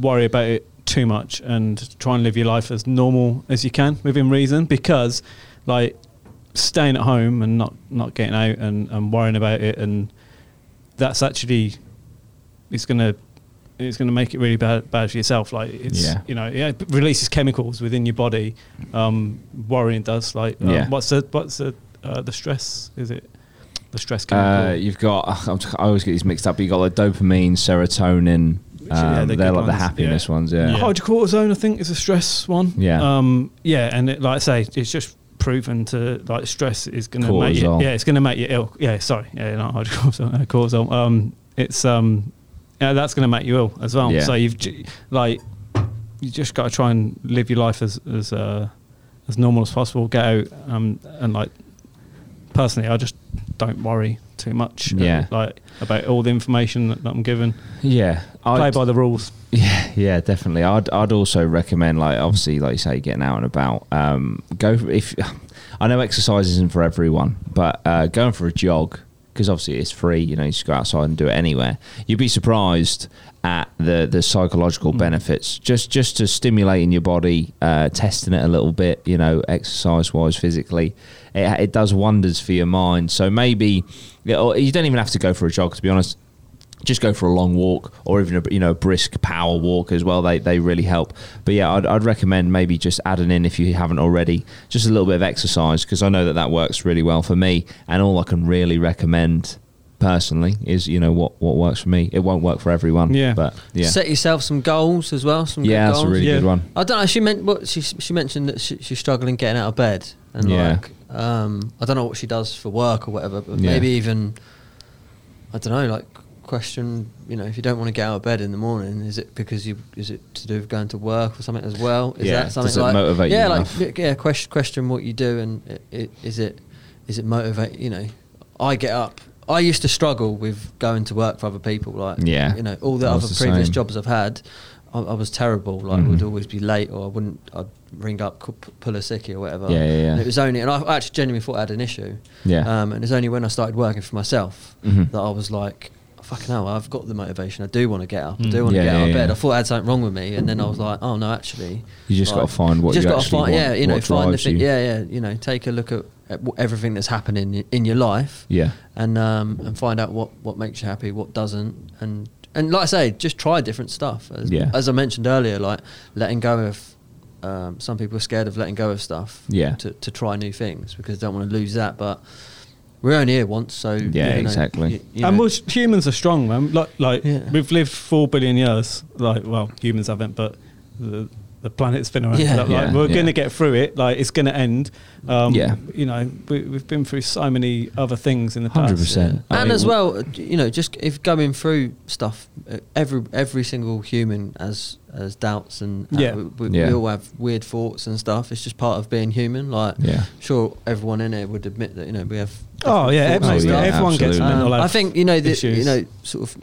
Speaker 2: worry about it too much and try and live your life as normal as you can within reason because like staying at home and not not getting out and, and worrying about it and that's actually it's gonna it's gonna make it really bad bad for yourself like it's
Speaker 1: Yeah.
Speaker 2: you know yeah, it releases chemicals within your body um worrying does like um,
Speaker 1: Yeah.
Speaker 2: what's the what's the uh, the stress is it
Speaker 1: Uh,
Speaker 2: the stress chemical
Speaker 1: *laughs*
Speaker 11: Uh, you've got. I always get these mixed up. You've got like dopamine, serotonin,
Speaker 2: yeah,
Speaker 1: Um,
Speaker 2: they're
Speaker 1: they're,
Speaker 2: good
Speaker 1: like the
Speaker 2: ones.
Speaker 1: happiness ones. Yeah.
Speaker 3: Yeah.
Speaker 2: Hydrocortisone, I think, is a stress one.
Speaker 1: Yeah.
Speaker 2: Um, yeah, and it, like I say, it's just proven to like stress is going to make you.
Speaker 1: Cortisol.
Speaker 2: Yeah, it's going to make you ill. Yeah, sorry. Yeah, not hydrocortisone, uh, cortisol. Um, it's um, yeah, that's going to make you ill as well.
Speaker 1: Yeah.
Speaker 2: So you've j- like you just got to try and live your life as as uh, as normal as possible. Get out um, and like personally, I just don't worry too much. uh,
Speaker 1: Yeah.
Speaker 2: Like about all the information that, that I'm given.
Speaker 1: Yeah.
Speaker 2: Play
Speaker 1: I'd-
Speaker 2: by the rules.
Speaker 1: *laughs* Yeah, yeah, definitely. I'd I'd also recommend like obviously like you say getting out and about. Um, go for, if *sighs* I know exercise isn't for everyone, but uh, going for a jog because obviously it's free. You know, you just go outside and do it anywhere. You'd be surprised at the the psychological benefits just just to stimulating your body, uh, testing it a little bit. You know, exercise wise, physically, it it does wonders for your mind. So maybe yeah, or you don't even have to go for a jog. To be honest, just go for a long walk or even a you know brisk power walk as well. They they really help. But yeah, I'd, I'd recommend maybe just adding in if you haven't already just a little bit of exercise because I know that that works really well for me. And all I can really recommend personally is you know what what works for me. It won't work for everyone.
Speaker 2: Yeah.
Speaker 1: but yeah,
Speaker 4: Set yourself some goals as well. Some
Speaker 1: yeah,
Speaker 4: good
Speaker 1: that's
Speaker 4: goals.
Speaker 1: a really
Speaker 2: Yeah.
Speaker 1: good one.
Speaker 4: I don't know. She meant what she she mentioned that she, she's struggling getting out of bed and
Speaker 1: Yeah.
Speaker 4: like um, I don't know what she does for work or whatever, but
Speaker 1: Yeah.
Speaker 4: maybe even I don't know like question you know if you don't want to get out of bed in the morning is it because you is it to do with going to work or something as well is
Speaker 1: Yeah,
Speaker 4: that something
Speaker 1: does it
Speaker 4: like
Speaker 1: motivate you
Speaker 4: yeah like
Speaker 1: enough?
Speaker 4: y- yeah question question what you do and i i- is it is it motivate you know I get up I used to struggle with going to work for other people like
Speaker 1: Yeah.
Speaker 4: you know all the
Speaker 1: I was
Speaker 4: other
Speaker 1: the
Speaker 4: previous
Speaker 1: same.
Speaker 4: jobs I've had I, I was terrible like
Speaker 1: Mhm.
Speaker 4: would always be late or I wouldn't I'd ring up c- p- pull a sickie or whatever
Speaker 1: Yeah, yeah, yeah.
Speaker 4: and it was only and I actually genuinely thought I had an issue
Speaker 1: Yeah.
Speaker 4: um, and it's only when I started working for myself
Speaker 1: Mhm.
Speaker 4: that I was like, fucking hell, I've got the motivation. I do want to get up. I do
Speaker 3: Mm.
Speaker 4: want to
Speaker 1: Yeah,
Speaker 4: get out
Speaker 1: yeah,
Speaker 4: of bed.
Speaker 1: yeah.
Speaker 4: I thought I had something wrong with me. And then I was like, oh, no, actually.
Speaker 1: You just
Speaker 4: like,
Speaker 1: gotta find what you
Speaker 4: gotta
Speaker 1: actually
Speaker 4: find,
Speaker 1: want,
Speaker 4: Yeah, you know,
Speaker 1: what
Speaker 4: find the
Speaker 1: drives
Speaker 4: thing.
Speaker 1: you.
Speaker 4: Yeah, yeah. You know, take a look at, at wh- everything that's happening i- in your life
Speaker 1: Yeah.
Speaker 4: and um, and find out what, what makes you happy, what doesn't. And, and like I say, just try different stuff. As,
Speaker 1: Yeah.
Speaker 4: as I mentioned earlier, like letting go of. Um, some people are scared of letting go of stuff
Speaker 1: Yeah.
Speaker 4: to, to try new things because they don't want to lose that. But we're only here once, so
Speaker 1: Yeah, exactly.
Speaker 4: you- you
Speaker 2: and
Speaker 4: know.
Speaker 2: well, sh- humans are strong, man. Like, like
Speaker 4: Yeah.
Speaker 2: we've lived four billion years. Like, well, humans haven't, but the, the planet's been around.
Speaker 4: Yeah.
Speaker 2: Like, like,
Speaker 1: Yeah,
Speaker 2: we're
Speaker 1: yeah.
Speaker 2: going to get through it. Like, it's going to end. Um,
Speaker 1: Yeah.
Speaker 2: You know, we, we've been through so many other things in the past.
Speaker 1: 100%.
Speaker 4: and
Speaker 1: I mean,
Speaker 4: as well, uh, you know, just if going through stuff, uh, every every single human has has doubts and uh,
Speaker 2: Yeah.
Speaker 4: we, we,
Speaker 1: Yeah.
Speaker 4: we all have weird thoughts and stuff. It's just part of being human. Like,
Speaker 1: Yeah.
Speaker 4: sure, everyone in here would admit that you know we have.
Speaker 2: Oh yeah,
Speaker 4: different
Speaker 2: everyone,
Speaker 4: thoughts and
Speaker 1: yeah,
Speaker 4: stuff.
Speaker 2: everyone gets
Speaker 1: absolutely.
Speaker 2: mental
Speaker 4: Um,
Speaker 2: health
Speaker 4: I think you know the,
Speaker 2: issues.
Speaker 4: you know sort of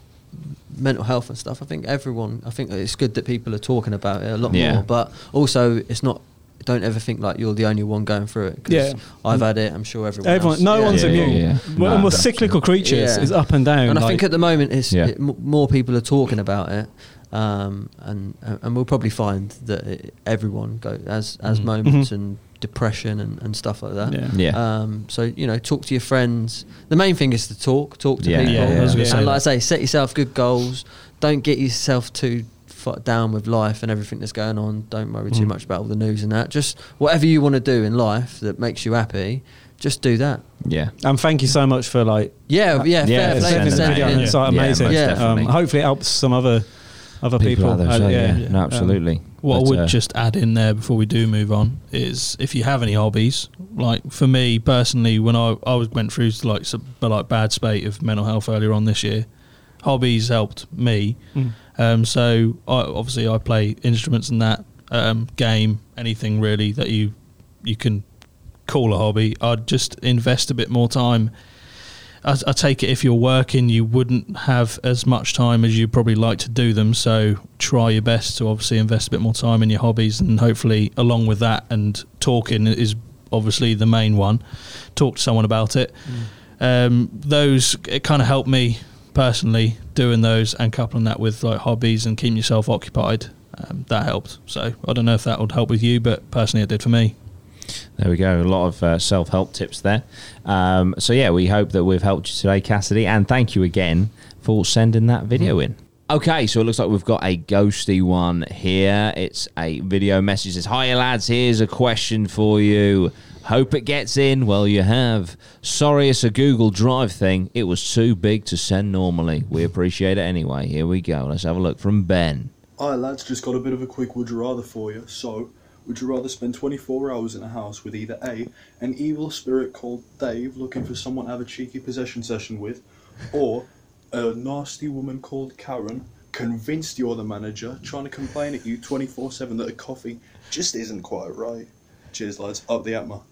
Speaker 4: mental health and stuff. I think everyone. I think it's good that people are talking about it a lot
Speaker 1: Yeah.
Speaker 4: more, but also it's not. Don't ever think like you're the only one going through it. 'cause
Speaker 2: Yeah.
Speaker 4: I've had it. I'm sure everyone.
Speaker 2: everyone,
Speaker 4: else-
Speaker 2: no
Speaker 4: yeah.
Speaker 2: one's
Speaker 1: Yeah, yeah,
Speaker 2: immune.
Speaker 1: yeah.
Speaker 2: We're
Speaker 1: No,
Speaker 2: almost
Speaker 1: definitely.
Speaker 2: cyclical creatures.
Speaker 4: Yeah.
Speaker 2: It's up and down.
Speaker 4: And I
Speaker 2: like-
Speaker 4: think at the moment, it's
Speaker 1: Yeah.
Speaker 4: it, m- more people are talking about it, um, and and we'll probably find that it, everyone go as as
Speaker 3: Mhm.
Speaker 4: moments
Speaker 2: Mhm.
Speaker 4: and depression and, and stuff like that.
Speaker 2: Yeah.
Speaker 1: Yeah.
Speaker 4: Um, so you know, talk to your friends. The main thing is to talk, talk to
Speaker 1: Yeah,
Speaker 4: people.
Speaker 1: yeah, yeah. I was
Speaker 2: gonna say
Speaker 4: And like I
Speaker 2: that.
Speaker 4: say, set yourself good goals. Don't get yourself too fu- down with life and everything that's going on. Don't worry too
Speaker 2: Mm.
Speaker 4: much about all the news and that. Just whatever you want to do in life that makes you happy, just do that.
Speaker 1: yeah.
Speaker 2: And thank you so much for like
Speaker 4: Yeah,
Speaker 1: Yeah,
Speaker 4: yeah, fair
Speaker 1: it's
Speaker 2: sending
Speaker 4: play.
Speaker 1: sending
Speaker 2: the
Speaker 1: that,
Speaker 2: video
Speaker 1: yeah.
Speaker 2: and it's like
Speaker 1: Yeah,
Speaker 2: amazing.
Speaker 1: most
Speaker 4: Yeah.
Speaker 2: Um,
Speaker 1: definitely.
Speaker 2: hopefully, it helps some other other people.
Speaker 1: out there,
Speaker 2: Uh,
Speaker 1: so, yeah.
Speaker 2: yeah.
Speaker 1: No,
Speaker 2: Um,
Speaker 1: absolutely.
Speaker 3: What
Speaker 1: But,
Speaker 3: I would
Speaker 1: uh,
Speaker 3: just add in there before we do move on is if you have any hobbies, like for me personally, when I, I was went through like some like bad spate of mental health earlier on this year, hobbies helped me.
Speaker 2: Mm.
Speaker 3: Um, so I, obviously I play instruments and that um, game, anything really that you you can call a hobby. I'd just invest a bit more time. I, I take it if you're working, you wouldn't have as much time as you probably like to do them. So try your best to obviously invest a bit more time in your hobbies, and hopefully, along with that, and talking is obviously the main one. Talk to someone about it.
Speaker 4: Mm.
Speaker 3: Um, those it kind of helped me personally doing those and coupling that with like hobbies and keeping yourself occupied. Um, that helped. So I don't know if that would help with you, but personally, it did for me.
Speaker 1: There we go. A lot of uh, self help tips there. Um, so, yeah, we hope that we've helped you today, Cassidy. And thank you again for sending that video in. Mm. Okay, so it looks like we've got a ghosty one here. It's a video message. It says, Hiya, lads. Here's a question for you. Hope it gets in. Well, you have. Sorry, it's a Google Drive thing. It was too big to send normally. We appreciate it anyway. Here we go. Let's have a look from Ben.
Speaker 11: Hi lads, just got a bit of a quick would you rather for you. So, would you rather spend 24 hours in a house with either A, an evil spirit called Dave looking for someone to have a cheeky possession session with, or a nasty woman called Karen convinced you're the manager, trying to complain at you 24 7 that a coffee just isn't quite right? Cheers lads, up the Atma.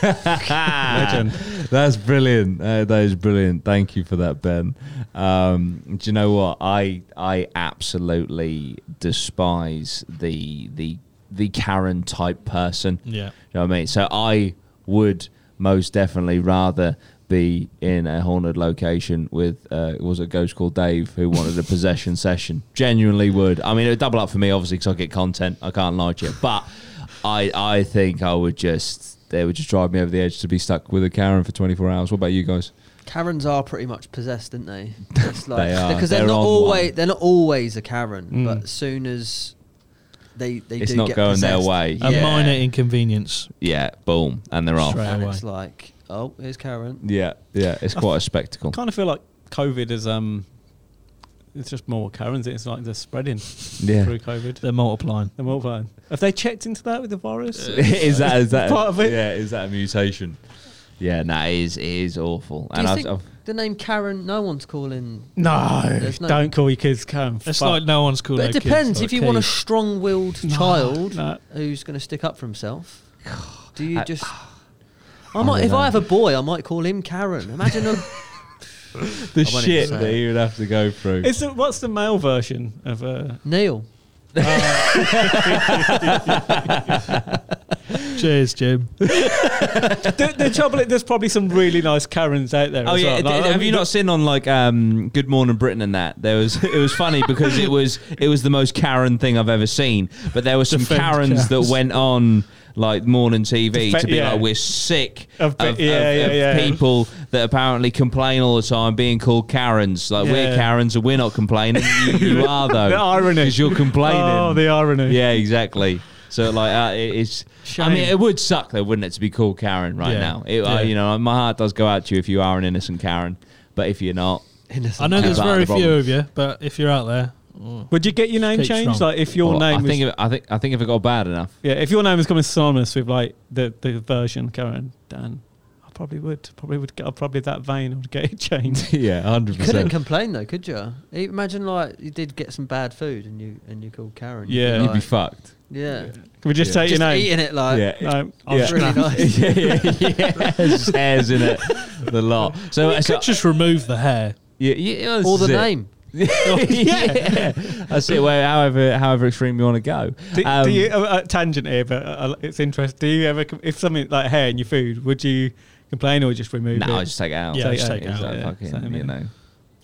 Speaker 1: Legend. That's brilliant. Uh, that is brilliant. Thank you for that, Ben. Um, do you know what? I I absolutely despise the the the Karen type person.
Speaker 3: Yeah.
Speaker 1: Do you know what I mean? So I would most definitely rather be in a haunted location with uh, was it a ghost called Dave who wanted a *laughs* possession session. Genuinely would. I mean, it would double up for me obviously because I get content. I can't lie to you, but I I think I would just they would just drive me over the edge to be stuck with a Karen for 24 hours. What about you guys?
Speaker 4: Karens are pretty much possessed, aren't
Speaker 1: *laughs*
Speaker 4: they? It's like,
Speaker 1: They are.
Speaker 4: because they're,
Speaker 1: They're
Speaker 4: not
Speaker 1: on
Speaker 4: always
Speaker 1: one.
Speaker 4: they're not always a Karen,
Speaker 3: Mm.
Speaker 4: but as soon as they they
Speaker 1: It's
Speaker 4: do
Speaker 1: not
Speaker 4: get
Speaker 1: going their
Speaker 4: possessed,
Speaker 1: way.
Speaker 4: yeah.
Speaker 3: A minor inconvenience.
Speaker 1: Yeah, boom, and they're off.
Speaker 3: Straight
Speaker 4: and
Speaker 3: away.
Speaker 4: it's like, oh, here's Karen.
Speaker 1: Yeah, yeah, it's quite a spectacle.
Speaker 2: kind of feel like COVID is um, it's just more Karens. It's like they're spreading
Speaker 1: *laughs* Yeah, *laughs*
Speaker 2: through COVID.
Speaker 3: They're multiplying.
Speaker 2: They're multiplying. Have they checked into that with the virus?
Speaker 1: is that is that
Speaker 2: Part of it.
Speaker 1: Yeah, is that a mutation? Yeah, no, it is it is awful.
Speaker 4: Do you
Speaker 1: I've-
Speaker 4: think
Speaker 1: I've-
Speaker 4: the name Karen? No one's calling.
Speaker 2: No,
Speaker 4: There's no-
Speaker 2: don't call your kids Karen.
Speaker 3: It's
Speaker 2: Fuck.
Speaker 3: like no one's cool.
Speaker 4: But it depends. if you want a
Speaker 3: Sh-
Speaker 4: strong-willed child
Speaker 2: no.
Speaker 4: who's going to stick up for
Speaker 1: *sighs*
Speaker 4: himself, do you
Speaker 1: I- *sighs*
Speaker 4: just? I might. If
Speaker 1: dunno.
Speaker 4: I have a boy, I might call him Karen.
Speaker 1: *laughs*
Speaker 4: Imagine a
Speaker 1: the
Speaker 4: I wanted to
Speaker 1: shit
Speaker 4: say
Speaker 1: that
Speaker 4: it.
Speaker 1: you would have to go through.
Speaker 2: Is it, what's the male version of uh,
Speaker 4: Neil.
Speaker 3: Cheers, Jim.
Speaker 2: the, the trouble? is There's probably some really nice Karens out there.
Speaker 1: Oh
Speaker 2: as
Speaker 1: yeah,
Speaker 2: well.
Speaker 1: d-
Speaker 2: Like, I
Speaker 1: have
Speaker 2: mean,
Speaker 1: you not seen on like um, Good Morning Britain and that? There was it was funny because it was it was the most Karen thing I've ever seen. But there were some
Speaker 3: Defend
Speaker 1: Karens that
Speaker 3: Karens.
Speaker 1: went on like morning TV
Speaker 2: Defe-
Speaker 1: to be
Speaker 2: yeah.
Speaker 1: like we're sick
Speaker 2: Of
Speaker 1: of,
Speaker 2: pe-
Speaker 1: of-
Speaker 2: yeah, yeah,
Speaker 1: of
Speaker 2: yeah.
Speaker 1: people that apparently complain all the time being called Karens. Like
Speaker 2: Yeah.
Speaker 1: we're Karens and we're not complaining. you, you are though.
Speaker 2: The irony.
Speaker 1: because you're complaining.
Speaker 2: Oh, the irony.
Speaker 1: Yeah, exactly. So like uh, it, it's. I mean,
Speaker 2: Shame.
Speaker 1: it would suck though, wouldn't it, to be called Karen right
Speaker 3: Yeah.
Speaker 1: now? It,
Speaker 3: Yeah.
Speaker 1: uh, you know, my heart does go out to you if you are an innocent Karen, but if you're not,
Speaker 4: Innocent
Speaker 3: I know
Speaker 1: Yeah.
Speaker 3: there's
Speaker 1: Part of
Speaker 3: very
Speaker 1: the
Speaker 3: few
Speaker 1: problem.
Speaker 3: of you, but if you're out there, oh,
Speaker 2: Would you get your name
Speaker 3: Keep
Speaker 2: changed?
Speaker 3: strong.
Speaker 2: Like if your
Speaker 1: well,
Speaker 2: name
Speaker 1: I think
Speaker 2: was,
Speaker 1: if, I think I think if it got bad enough, *laughs*
Speaker 2: yeah, if your name was coming synonymous with like the, the version Karen Dan, I probably would. Probably would. Get, I'm probably that vain. I would get *laughs* it changed.
Speaker 1: yeah, hundred
Speaker 4: Couldn't complain though, could you? E, Imagine like you did get some bad food and you and you called Karen.
Speaker 2: Yeah.
Speaker 1: You'd be
Speaker 4: like,
Speaker 1: fucked.
Speaker 4: yeah.
Speaker 2: Can we just
Speaker 1: Yeah.
Speaker 2: say
Speaker 4: Just
Speaker 2: your name?
Speaker 4: eating it like
Speaker 1: yeah.
Speaker 2: No,
Speaker 1: Yeah.
Speaker 2: I'll
Speaker 4: really
Speaker 1: *laughs*
Speaker 4: nice.
Speaker 1: yeah, yeah, yeah. There's hairs in it, the lot. So,
Speaker 3: you
Speaker 1: so
Speaker 3: could just remove the hair.
Speaker 1: yeah, yeah, this
Speaker 4: or the
Speaker 1: is it. *laughs*
Speaker 4: name.
Speaker 1: yeah, that's it. Where however however extreme you want to go.
Speaker 2: Do,
Speaker 1: Um,
Speaker 2: do you uh, uh, tangent here? But uh, uh, it's interesting. Do you ever, com- if something like hair in your food, would you complain or just remove
Speaker 1: No,
Speaker 2: it?
Speaker 1: I just take it out.
Speaker 3: Yeah,
Speaker 1: Take
Speaker 3: just
Speaker 1: it
Speaker 3: take it
Speaker 1: It's
Speaker 3: out,
Speaker 1: like
Speaker 2: yeah.
Speaker 1: fucking,
Speaker 2: Same
Speaker 1: you
Speaker 2: here.
Speaker 1: know.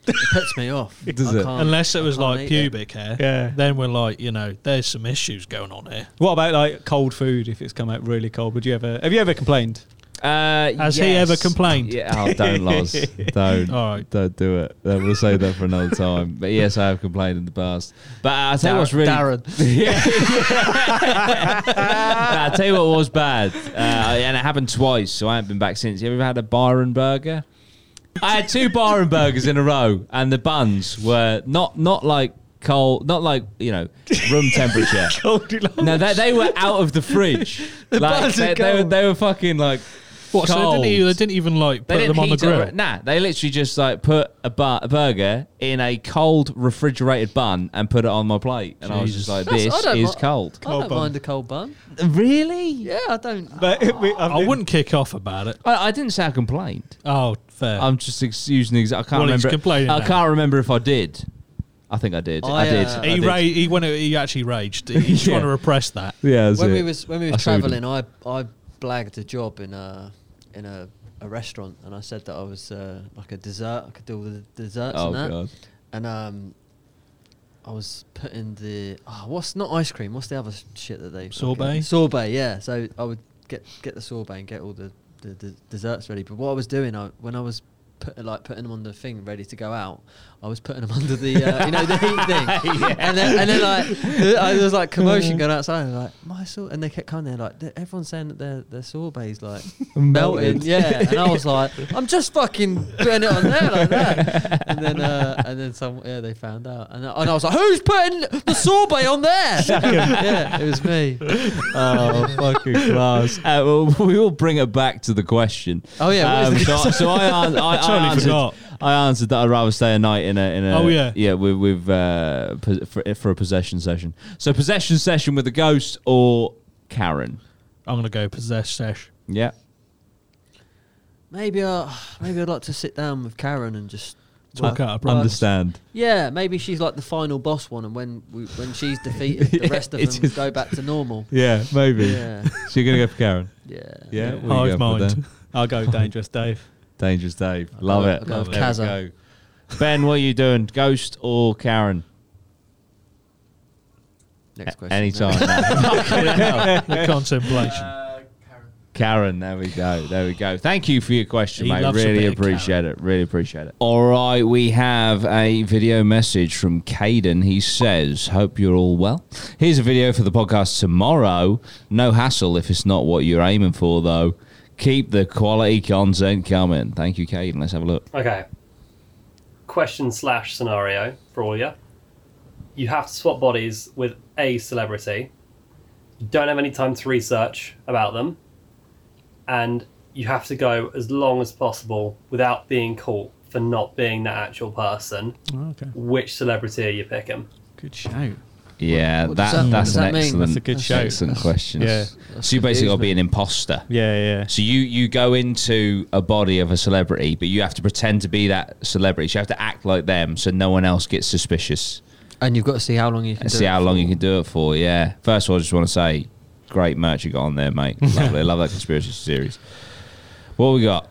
Speaker 4: It puts me off.
Speaker 1: Does
Speaker 4: I
Speaker 1: it?
Speaker 4: can't-
Speaker 3: Unless it
Speaker 4: I
Speaker 3: was
Speaker 4: can't
Speaker 3: like
Speaker 4: eat
Speaker 3: pubic hair.
Speaker 2: Yeah.
Speaker 3: Then we're like, you know, there's some issues going on here.
Speaker 2: What about like cold food? If it's come out really cold, would you ever? Have you ever complained?
Speaker 1: Uh,
Speaker 3: Has he ever complained?
Speaker 1: Yeah, oh, don't,
Speaker 3: *laughs*
Speaker 1: Loz. Don't.
Speaker 3: All right.
Speaker 1: Don't do it. Uh, We'll save that for another time. But yes, I have complained in the past. But uh, I tell you what's really. *laughs*
Speaker 4: Darren.
Speaker 1: Nah, I tell you what was bad, uh, and it happened twice, so I haven't been back since. You ever had a Byron burger? I had two Byron burgers in a row, and the buns were not not like cold, not like you know room
Speaker 3: *laughs*
Speaker 1: temperature. No, they, they were out of the fridge. like
Speaker 3: buns
Speaker 1: they,
Speaker 3: are
Speaker 1: they were,
Speaker 3: cold.
Speaker 1: they were fucking like
Speaker 3: What? So they
Speaker 1: cold.
Speaker 3: didn't, even, they didn't even like
Speaker 1: They
Speaker 3: put
Speaker 1: didn't
Speaker 3: them on the
Speaker 1: heat
Speaker 3: grill.
Speaker 1: it. Nah, they literally just like put a, bu- a burger in a cold refrigerated bun and put it on my plate, and I was just
Speaker 3: Jesus.
Speaker 1: like,
Speaker 4: That's- I
Speaker 1: "This
Speaker 4: don't
Speaker 1: is
Speaker 4: mi-
Speaker 1: cold."
Speaker 4: I don't
Speaker 2: bun.
Speaker 4: mind a cold bun.
Speaker 1: Really?
Speaker 4: Yeah, I don't.
Speaker 2: But *laughs* we, I've
Speaker 3: I
Speaker 2: been-
Speaker 3: wouldn't kick off about it.
Speaker 1: I, I didn't say I complained.
Speaker 3: Oh, fair.
Speaker 1: I'm just ex- using. Ex- I can't
Speaker 3: Well, he's
Speaker 1: remember.
Speaker 3: complaining
Speaker 1: I
Speaker 3: now.
Speaker 1: can't remember if I did. I think I did. I,
Speaker 4: I,
Speaker 1: did.
Speaker 4: uh,
Speaker 1: I
Speaker 3: he
Speaker 1: did.
Speaker 3: ra- he when he actually raged. He's
Speaker 1: *laughs* Yeah.
Speaker 3: trying to repress that.
Speaker 1: Yeah, that's
Speaker 4: when
Speaker 1: it.
Speaker 4: we was when we
Speaker 1: I
Speaker 4: was
Speaker 1: sued him.
Speaker 4: traveling, I I blagged a job in a in a, a restaurant, and I said that I was uh, like a dessert. I could do all the desserts
Speaker 1: Oh
Speaker 4: and that.
Speaker 1: god.
Speaker 4: And um, I was putting the oh, what's not ice cream? What's the other s- shit that they fucking-
Speaker 3: Sorbet?
Speaker 4: Sorbet, yeah. So I would get get the sorbet and get all the, the, the desserts ready. But what I was doing, I when I was putting like putting them on the thing ready to go out, I was putting them *laughs* under the uh, you know the heat thing. And then and then like the- I, there was like commotion going outside. And like my I saw, and they kept coming there like "Th- everyone's saying that their their
Speaker 1: *laughs*
Speaker 4: sorbets like Melted. melting, yeah. And I was like, I'm just fucking putting it on there
Speaker 1: *laughs*
Speaker 4: like that. And then uh, and then some, yeah, they found out, and, I- and I was like, who's putting the sorbet
Speaker 1: *laughs*
Speaker 4: on there? yeah, it was me.
Speaker 1: Oh, fucking class. *laughs* Uh, well, we will bring it back to the question. Um,
Speaker 4: Oh, yeah, what is the
Speaker 1: so,
Speaker 4: question?
Speaker 1: so I, an- I, I
Speaker 3: Totally
Speaker 1: answered,
Speaker 3: forgot.
Speaker 1: I answered that I'd rather stay a night in a. In a
Speaker 3: Oh, yeah.
Speaker 1: Yeah, with, with uh, pos- for, for a possession session. So possession session with a ghost or Karen.
Speaker 3: I'm gonna go possess sesh.
Speaker 1: Yeah.
Speaker 4: Maybe I maybe I'd like to sit down with Karen and just
Speaker 3: Talk
Speaker 4: work-
Speaker 3: out, bro.
Speaker 4: work-
Speaker 1: Uh, Understand.
Speaker 4: Yeah, maybe she's like the final boss one, and when we, when she's defeated, the
Speaker 1: *laughs* Yeah,
Speaker 4: rest of them
Speaker 1: it's just-
Speaker 4: go back to normal.
Speaker 1: Yeah, maybe.
Speaker 4: Yeah,
Speaker 1: *laughs* So you're going to go for Karen?
Speaker 4: yeah.
Speaker 1: Yeah. what are you going for
Speaker 2: Hive mind.
Speaker 1: there? *laughs*
Speaker 2: I'll go dangerous, Dave.
Speaker 1: Dangerous Dave. Love
Speaker 4: go-
Speaker 1: it.
Speaker 4: I'll go
Speaker 1: Love
Speaker 4: with
Speaker 1: it. There we
Speaker 4: Kazza.
Speaker 1: go. Ben, what are you doing? Ghost or Karen?
Speaker 4: Next
Speaker 1: A-
Speaker 4: question. *laughs*
Speaker 1: Anytime. now. *laughs*
Speaker 3: The contemplation.
Speaker 1: Karen, there we go. There we go. Thank you for your question,
Speaker 3: He
Speaker 1: mate.
Speaker 3: loves a
Speaker 1: Really
Speaker 3: bit of
Speaker 1: appreciate it. Really appreciate it. All right, we have a video message from Caden. He says, Hope you're all well. Here's a video for the podcast tomorrow. No hassle if it's not what you're aiming for, though. Keep the quality content coming. Thank you, Caden. Let's have a look.
Speaker 12: Okay. Question slash scenario for all you. You have to swap bodies with a celebrity. You don't have any time to research about them. And you have to go as long as possible without being caught for not being that actual person.
Speaker 3: Oh,
Speaker 2: Okay.
Speaker 12: Which celebrity are you picking?
Speaker 2: Good shout.
Speaker 1: Yeah,
Speaker 4: What does
Speaker 1: that,
Speaker 4: that-
Speaker 1: that's
Speaker 4: what does that
Speaker 1: an
Speaker 4: mean?
Speaker 1: excellent,
Speaker 2: That's a good show.
Speaker 1: excellent question.
Speaker 2: yeah.
Speaker 1: So you basically got to be an imposter.
Speaker 2: Yeah, yeah.
Speaker 1: So you you go into a body of a celebrity, but you have to pretend to be that celebrity. So you have to act like them, so no one else gets suspicious.
Speaker 4: And you've got to see how long you can
Speaker 1: And
Speaker 4: do
Speaker 1: see
Speaker 4: it
Speaker 1: how long
Speaker 4: for.
Speaker 1: you can do it for. Yeah. First of all, I just want to say, great merch you got on there, *laughs* mate. Lovely. I love that conspiracy series. What we got?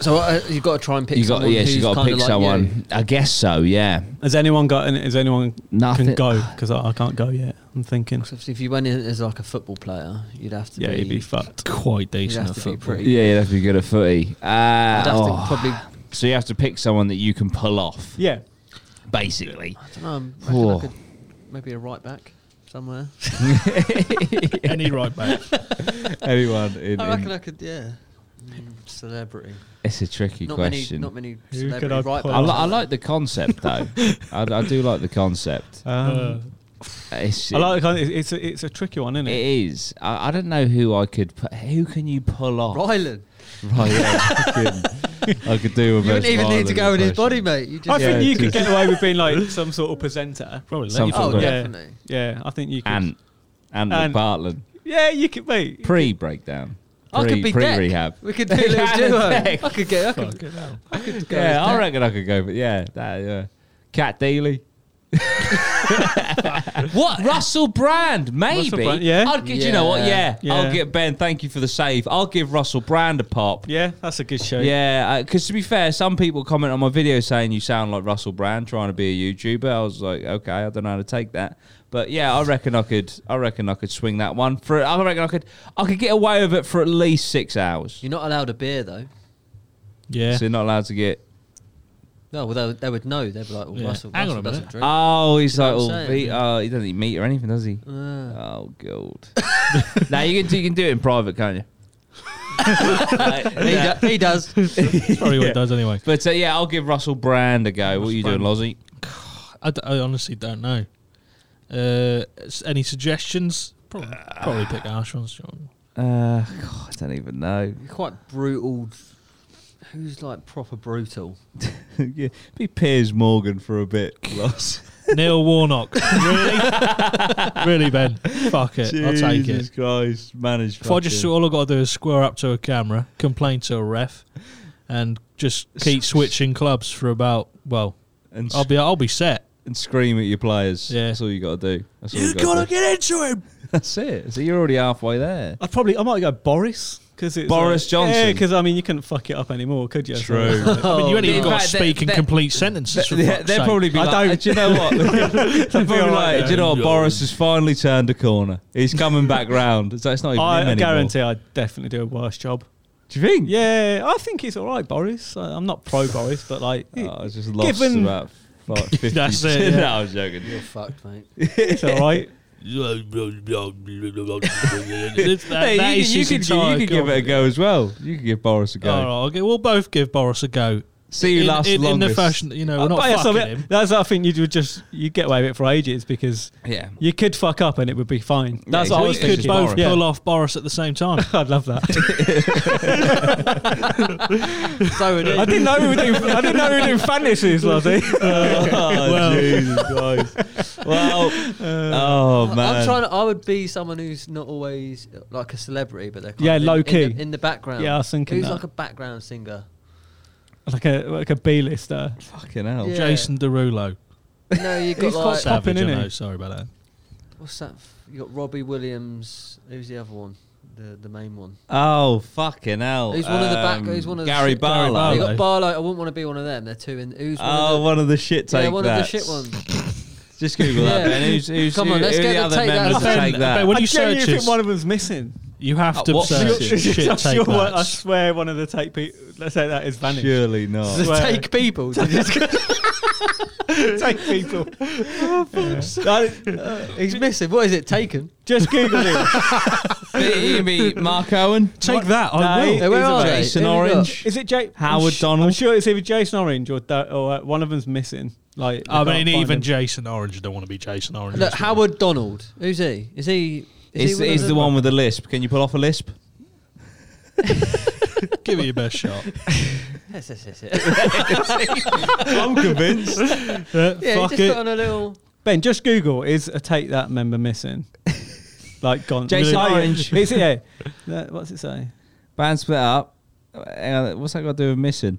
Speaker 4: So uh, you've got to try and pick.
Speaker 1: you got
Speaker 4: someone
Speaker 1: yes,
Speaker 4: who's
Speaker 1: you got to
Speaker 4: kinda
Speaker 1: pick
Speaker 4: like
Speaker 1: someone.
Speaker 4: you.
Speaker 1: I guess so. Yeah.
Speaker 2: Has anyone got? Any, has anyone
Speaker 1: Nothing-
Speaker 2: can go? Because I, I can't go yet. I'm thinking.
Speaker 4: 'Cause obviously if you went in as like a football player, you'd have to
Speaker 2: Yeah,
Speaker 4: be.
Speaker 2: you'd be fucked.
Speaker 3: Quite
Speaker 4: you'd
Speaker 3: decent
Speaker 4: have
Speaker 3: at
Speaker 4: to be
Speaker 3: football.
Speaker 4: pretty.
Speaker 1: Yeah, you have to be good at footy. Uh,
Speaker 4: I'd have
Speaker 1: oh.
Speaker 4: to probably. I
Speaker 1: So you have to pick someone that you can pull off,
Speaker 2: *laughs* Yeah.
Speaker 1: basically.
Speaker 4: don't know. I'm reckon
Speaker 1: Whoa.
Speaker 4: I could, maybe a right back
Speaker 1: *laughs*
Speaker 4: somewhere.
Speaker 3: Any right back.
Speaker 1: *laughs* Anyone? In,
Speaker 4: I
Speaker 1: in-
Speaker 4: reckon I could. Yeah. Mm, Celebrity.
Speaker 1: it's a tricky
Speaker 4: Not
Speaker 1: question.
Speaker 4: many. Not many
Speaker 2: could
Speaker 4: celebrity
Speaker 2: I
Speaker 4: right
Speaker 2: pull
Speaker 4: backs.
Speaker 1: I, li-
Speaker 4: are
Speaker 1: I
Speaker 4: there?
Speaker 1: like the concept though. I, I do like the concept.
Speaker 2: *laughs* Um,
Speaker 1: It's,
Speaker 2: I like. the kind- It's a, it's a tricky one, isn't
Speaker 1: it
Speaker 2: it?
Speaker 1: is. I, I don't know who I could. Put, who can you pull off?
Speaker 4: Ryland.
Speaker 1: Right, yeah, I, could, I could do. A
Speaker 4: You wouldn't
Speaker 1: best
Speaker 4: even need to
Speaker 1: Ryland
Speaker 4: go in his body,
Speaker 1: impression.
Speaker 4: mate. You just.
Speaker 2: I think
Speaker 1: Yeah,
Speaker 2: you could
Speaker 1: just-
Speaker 2: get away with being *laughs* like some sort of presenter.
Speaker 3: Probably
Speaker 1: Some
Speaker 3: let
Speaker 1: sort
Speaker 3: you
Speaker 1: of-
Speaker 4: Oh,
Speaker 1: Yeah.
Speaker 4: definitely.
Speaker 2: Yeah, I think you could.
Speaker 1: Ant, Ant
Speaker 2: And-
Speaker 1: McPartland.
Speaker 2: Yeah, you could be.
Speaker 1: Pre breakdown.
Speaker 4: I could be
Speaker 1: pre
Speaker 4: Deck.
Speaker 1: rehab.
Speaker 4: We could
Speaker 1: *laughs*
Speaker 4: do a little
Speaker 1: Alan
Speaker 4: duo.
Speaker 1: Deck.
Speaker 4: I could get. I could,
Speaker 3: fucking hell.
Speaker 4: I could go.
Speaker 1: Yeah,
Speaker 4: as
Speaker 1: I
Speaker 4: Deck.
Speaker 1: reckon I could go. But yeah, that, yeah. Cat
Speaker 4: *laughs*
Speaker 1: Daly. what Russell Brand? Maybe.
Speaker 2: Brand, yeah.
Speaker 1: I'd give, You know what? Yeah.
Speaker 4: Yeah.
Speaker 1: I'll
Speaker 2: Yeah.
Speaker 1: get Ben. Thank you for the save. I'll give Russell Brand a pop.
Speaker 2: Yeah, that's a good show.
Speaker 1: Yeah, because to be fair, some people comment on my video saying you sound like Russell Brand trying to be a YouTuber. I was like, okay, I don't know how to take that, but yeah, I reckon I could. I reckon I could swing that one for. I reckon I could. I could get away with it for at least six hours.
Speaker 4: You're not allowed a beer though.
Speaker 3: Yeah.
Speaker 1: So you're not allowed to get.
Speaker 4: No, well, they, they would know. They'd be like, well,
Speaker 3: Yeah.
Speaker 4: Russell,
Speaker 3: Hang on
Speaker 4: Russell
Speaker 3: a
Speaker 4: doesn't
Speaker 3: minute.
Speaker 4: drink.
Speaker 1: Oh, he's
Speaker 4: You know
Speaker 1: like,
Speaker 4: what
Speaker 1: oh,
Speaker 4: I'm saying?
Speaker 1: meat. Oh, he doesn't eat meat or anything, does *laughs* he?
Speaker 2: Ah.
Speaker 4: Uh,
Speaker 1: Oh *laughs* god. now you can do, you can do it in private, can't *laughs* you?
Speaker 4: he, do-
Speaker 2: *laughs*
Speaker 4: he does.
Speaker 3: Probably what it does anyway.
Speaker 1: But uh, yeah, I'll give Russell Brand a go. What are you doing, Lozzie?
Speaker 3: I, d- I honestly don't know. Uh, s- any suggestions? Probably, probably pick Arshon's job.
Speaker 1: Uh, God, I don't even know.
Speaker 4: Quite brutal. Who's like proper brutal?
Speaker 1: *laughs* yeah, be Piers Morgan for a
Speaker 3: *laughs*
Speaker 1: bit, Loss.
Speaker 3: Neil Warnock. really? really, Ben? Fuck it. I'll take
Speaker 1: Jesus
Speaker 3: it.
Speaker 1: Christ, manage.
Speaker 3: If I just all I've got to do is square up to a camera, complain to a ref, and just keep switching clubs for about well,
Speaker 1: and,
Speaker 3: I'll be I'll be set.
Speaker 1: and scream at your players.
Speaker 3: Yeah.
Speaker 1: that's all you got to do. That's all you got
Speaker 3: gotta
Speaker 1: to do.
Speaker 3: get into him.
Speaker 1: That's it. So you're already halfway there.
Speaker 2: I'd probably. I might go Boris because it's
Speaker 1: Boris
Speaker 2: like-
Speaker 1: Johnson.
Speaker 2: Yeah, because I mean, you couldn't fuck it up anymore, could
Speaker 1: *laughs*
Speaker 2: you?
Speaker 1: True.
Speaker 3: *laughs* I mean, you ain't
Speaker 1: yeah.
Speaker 3: even
Speaker 1: In
Speaker 3: got to
Speaker 1: fact, they-
Speaker 3: speak in
Speaker 1: they-
Speaker 3: complete sentences. For
Speaker 1: They-
Speaker 3: fuck's
Speaker 1: They're
Speaker 3: sake.
Speaker 1: *laughs* probably be
Speaker 2: I
Speaker 1: like,
Speaker 2: don't-
Speaker 1: "Uh, do you know what? *laughs*
Speaker 3: *laughs*
Speaker 1: they're probably
Speaker 2: alright
Speaker 1: like, do you
Speaker 2: then.
Speaker 1: know what? Boris has finally turned a corner. He's coming back round. So it's not even him
Speaker 2: I
Speaker 1: anymore.
Speaker 2: guarantee I'd definitely do a worse job.
Speaker 1: Do you think?
Speaker 2: Yeah, I think he's all right, Boris. I, I'm not pro Boris, but
Speaker 3: *laughs*
Speaker 2: like, uh,
Speaker 1: Oh, I was just lost
Speaker 2: Given-
Speaker 1: about like 50.
Speaker 3: That's it,
Speaker 1: *laughs*
Speaker 3: yeah.
Speaker 1: no, I was joking.
Speaker 4: You're fucked, mate.
Speaker 3: *laughs*
Speaker 2: it's all right.
Speaker 3: It's that-
Speaker 1: Hey,
Speaker 3: that
Speaker 1: you,
Speaker 3: is
Speaker 1: you,
Speaker 3: his
Speaker 1: could, you
Speaker 3: entire
Speaker 1: could give it a
Speaker 3: comedy.
Speaker 1: go as well. You could give Boris a go.
Speaker 3: All right, okay, we'll both give Boris a go.
Speaker 1: See who
Speaker 3: in,
Speaker 1: lasts
Speaker 3: in, in the
Speaker 1: longest.
Speaker 3: fashion that you know we're not
Speaker 2: But yes, I
Speaker 3: fucking
Speaker 2: mean,
Speaker 3: him.
Speaker 2: That's I think you would just you get away with it for ages because
Speaker 1: Yeah.
Speaker 2: you could fuck up and it would be fine. That's what I
Speaker 3: we
Speaker 2: was
Speaker 3: could
Speaker 2: thinking.
Speaker 3: both
Speaker 2: Yeah.
Speaker 3: pull off Boris at the same
Speaker 1: *laughs*
Speaker 3: time.
Speaker 2: I'd love that.
Speaker 3: *laughs*
Speaker 4: so it is.
Speaker 2: I didn't know we were doing. I didn't know we were doing fantasies,
Speaker 3: *laughs*
Speaker 2: Lottie. *laughs*
Speaker 1: Oh, Jesus Christ. Well, oh man.
Speaker 4: Uh,
Speaker 2: *laughs*
Speaker 4: I'm trying. To, I would be someone who's not always uh, like a celebrity, but they're kind
Speaker 2: Yeah,
Speaker 4: of in-
Speaker 2: low
Speaker 4: in,
Speaker 2: key.
Speaker 4: the, in the background.
Speaker 2: Yeah, I was thinking
Speaker 4: who's
Speaker 2: that.
Speaker 4: like a background singer.
Speaker 2: like a like a B-lister.
Speaker 1: Fucking hell.
Speaker 4: Yeah.
Speaker 3: Jason Derulo.
Speaker 4: *laughs* No, you got
Speaker 2: Oh, He's quite
Speaker 4: like
Speaker 2: sad.
Speaker 3: Savage,
Speaker 2: Popping,
Speaker 3: I
Speaker 2: innit?
Speaker 3: know. Sorry about that.
Speaker 4: what's that? f- You got Robbie Williams. Who's the other one? The the main one.
Speaker 1: Oh fucking hell!
Speaker 4: Who's one of the back?
Speaker 1: Um,
Speaker 4: Who's one of the
Speaker 1: Gary
Speaker 4: shit-
Speaker 1: Barlow?
Speaker 4: You got Barlow. I wouldn't want to be one of them. They're two. In, who's one
Speaker 1: Oh,
Speaker 4: of
Speaker 1: one of the shit
Speaker 4: the,
Speaker 1: take
Speaker 4: yeah, one
Speaker 1: that.
Speaker 4: of the shit ones.
Speaker 1: Just Google that.
Speaker 4: Yeah.
Speaker 1: Ben. Who's, who's,
Speaker 4: Come
Speaker 1: who,
Speaker 4: on, let's
Speaker 1: who
Speaker 4: get
Speaker 1: are the other
Speaker 4: the take that
Speaker 1: members
Speaker 4: as
Speaker 1: that
Speaker 4: a-
Speaker 1: take
Speaker 3: Ben,
Speaker 1: that?
Speaker 3: Ben, when
Speaker 2: I
Speaker 3: you
Speaker 2: genuinely
Speaker 3: search
Speaker 2: think
Speaker 3: it,
Speaker 2: one of them's missing.
Speaker 3: you have to
Speaker 1: what
Speaker 3: search
Speaker 1: search?
Speaker 3: it.
Speaker 2: *laughs*
Speaker 3: shit
Speaker 2: I,
Speaker 3: take
Speaker 2: swear, one- I
Speaker 3: that.
Speaker 2: swear one of the take pe- let's say that is vanished.
Speaker 1: Surely not.
Speaker 4: *laughs* The
Speaker 2: Swear.
Speaker 4: take people.
Speaker 2: take people.
Speaker 4: He's missing. What is it? Taken.
Speaker 2: Just Google it.
Speaker 1: you mean Mark Owen?
Speaker 3: Take that.
Speaker 2: No,
Speaker 3: I will.
Speaker 2: he-
Speaker 4: Yeah, where
Speaker 2: he's a
Speaker 4: are they?
Speaker 2: Jason
Speaker 4: Who you got?
Speaker 1: Orange.
Speaker 2: Is it Jake
Speaker 1: Howard
Speaker 2: I'm
Speaker 1: Donald.
Speaker 2: sure it's either Jason Orange or, Da- or uh, one of them's missing. Like
Speaker 3: I
Speaker 2: you can't
Speaker 3: mean,
Speaker 2: find
Speaker 3: even
Speaker 2: him.
Speaker 3: Jason Orange. I don't want to be Jason Orange.
Speaker 4: Look,
Speaker 3: That's what-
Speaker 4: Howard Donald. Who's he? Is he? Is,
Speaker 1: Is
Speaker 4: he
Speaker 1: is the one with the lisp? Can you pull off a lisp?
Speaker 3: *laughs* Give it your best shot.
Speaker 4: Yes, yes, yes, yes. *laughs*
Speaker 1: I'm
Speaker 2: *laughs*
Speaker 1: convinced.
Speaker 3: Uh,
Speaker 4: yeah, he
Speaker 3: fuck
Speaker 4: just
Speaker 3: it.
Speaker 4: put on a little.
Speaker 2: Ben, just Google is a take that member *laughs* missing. Like gone.
Speaker 1: Jason
Speaker 2: Like,
Speaker 1: Orange.
Speaker 2: Is it? Yeah. No, What's it say?
Speaker 1: Band split up. Hang on, what's that got to do with missing?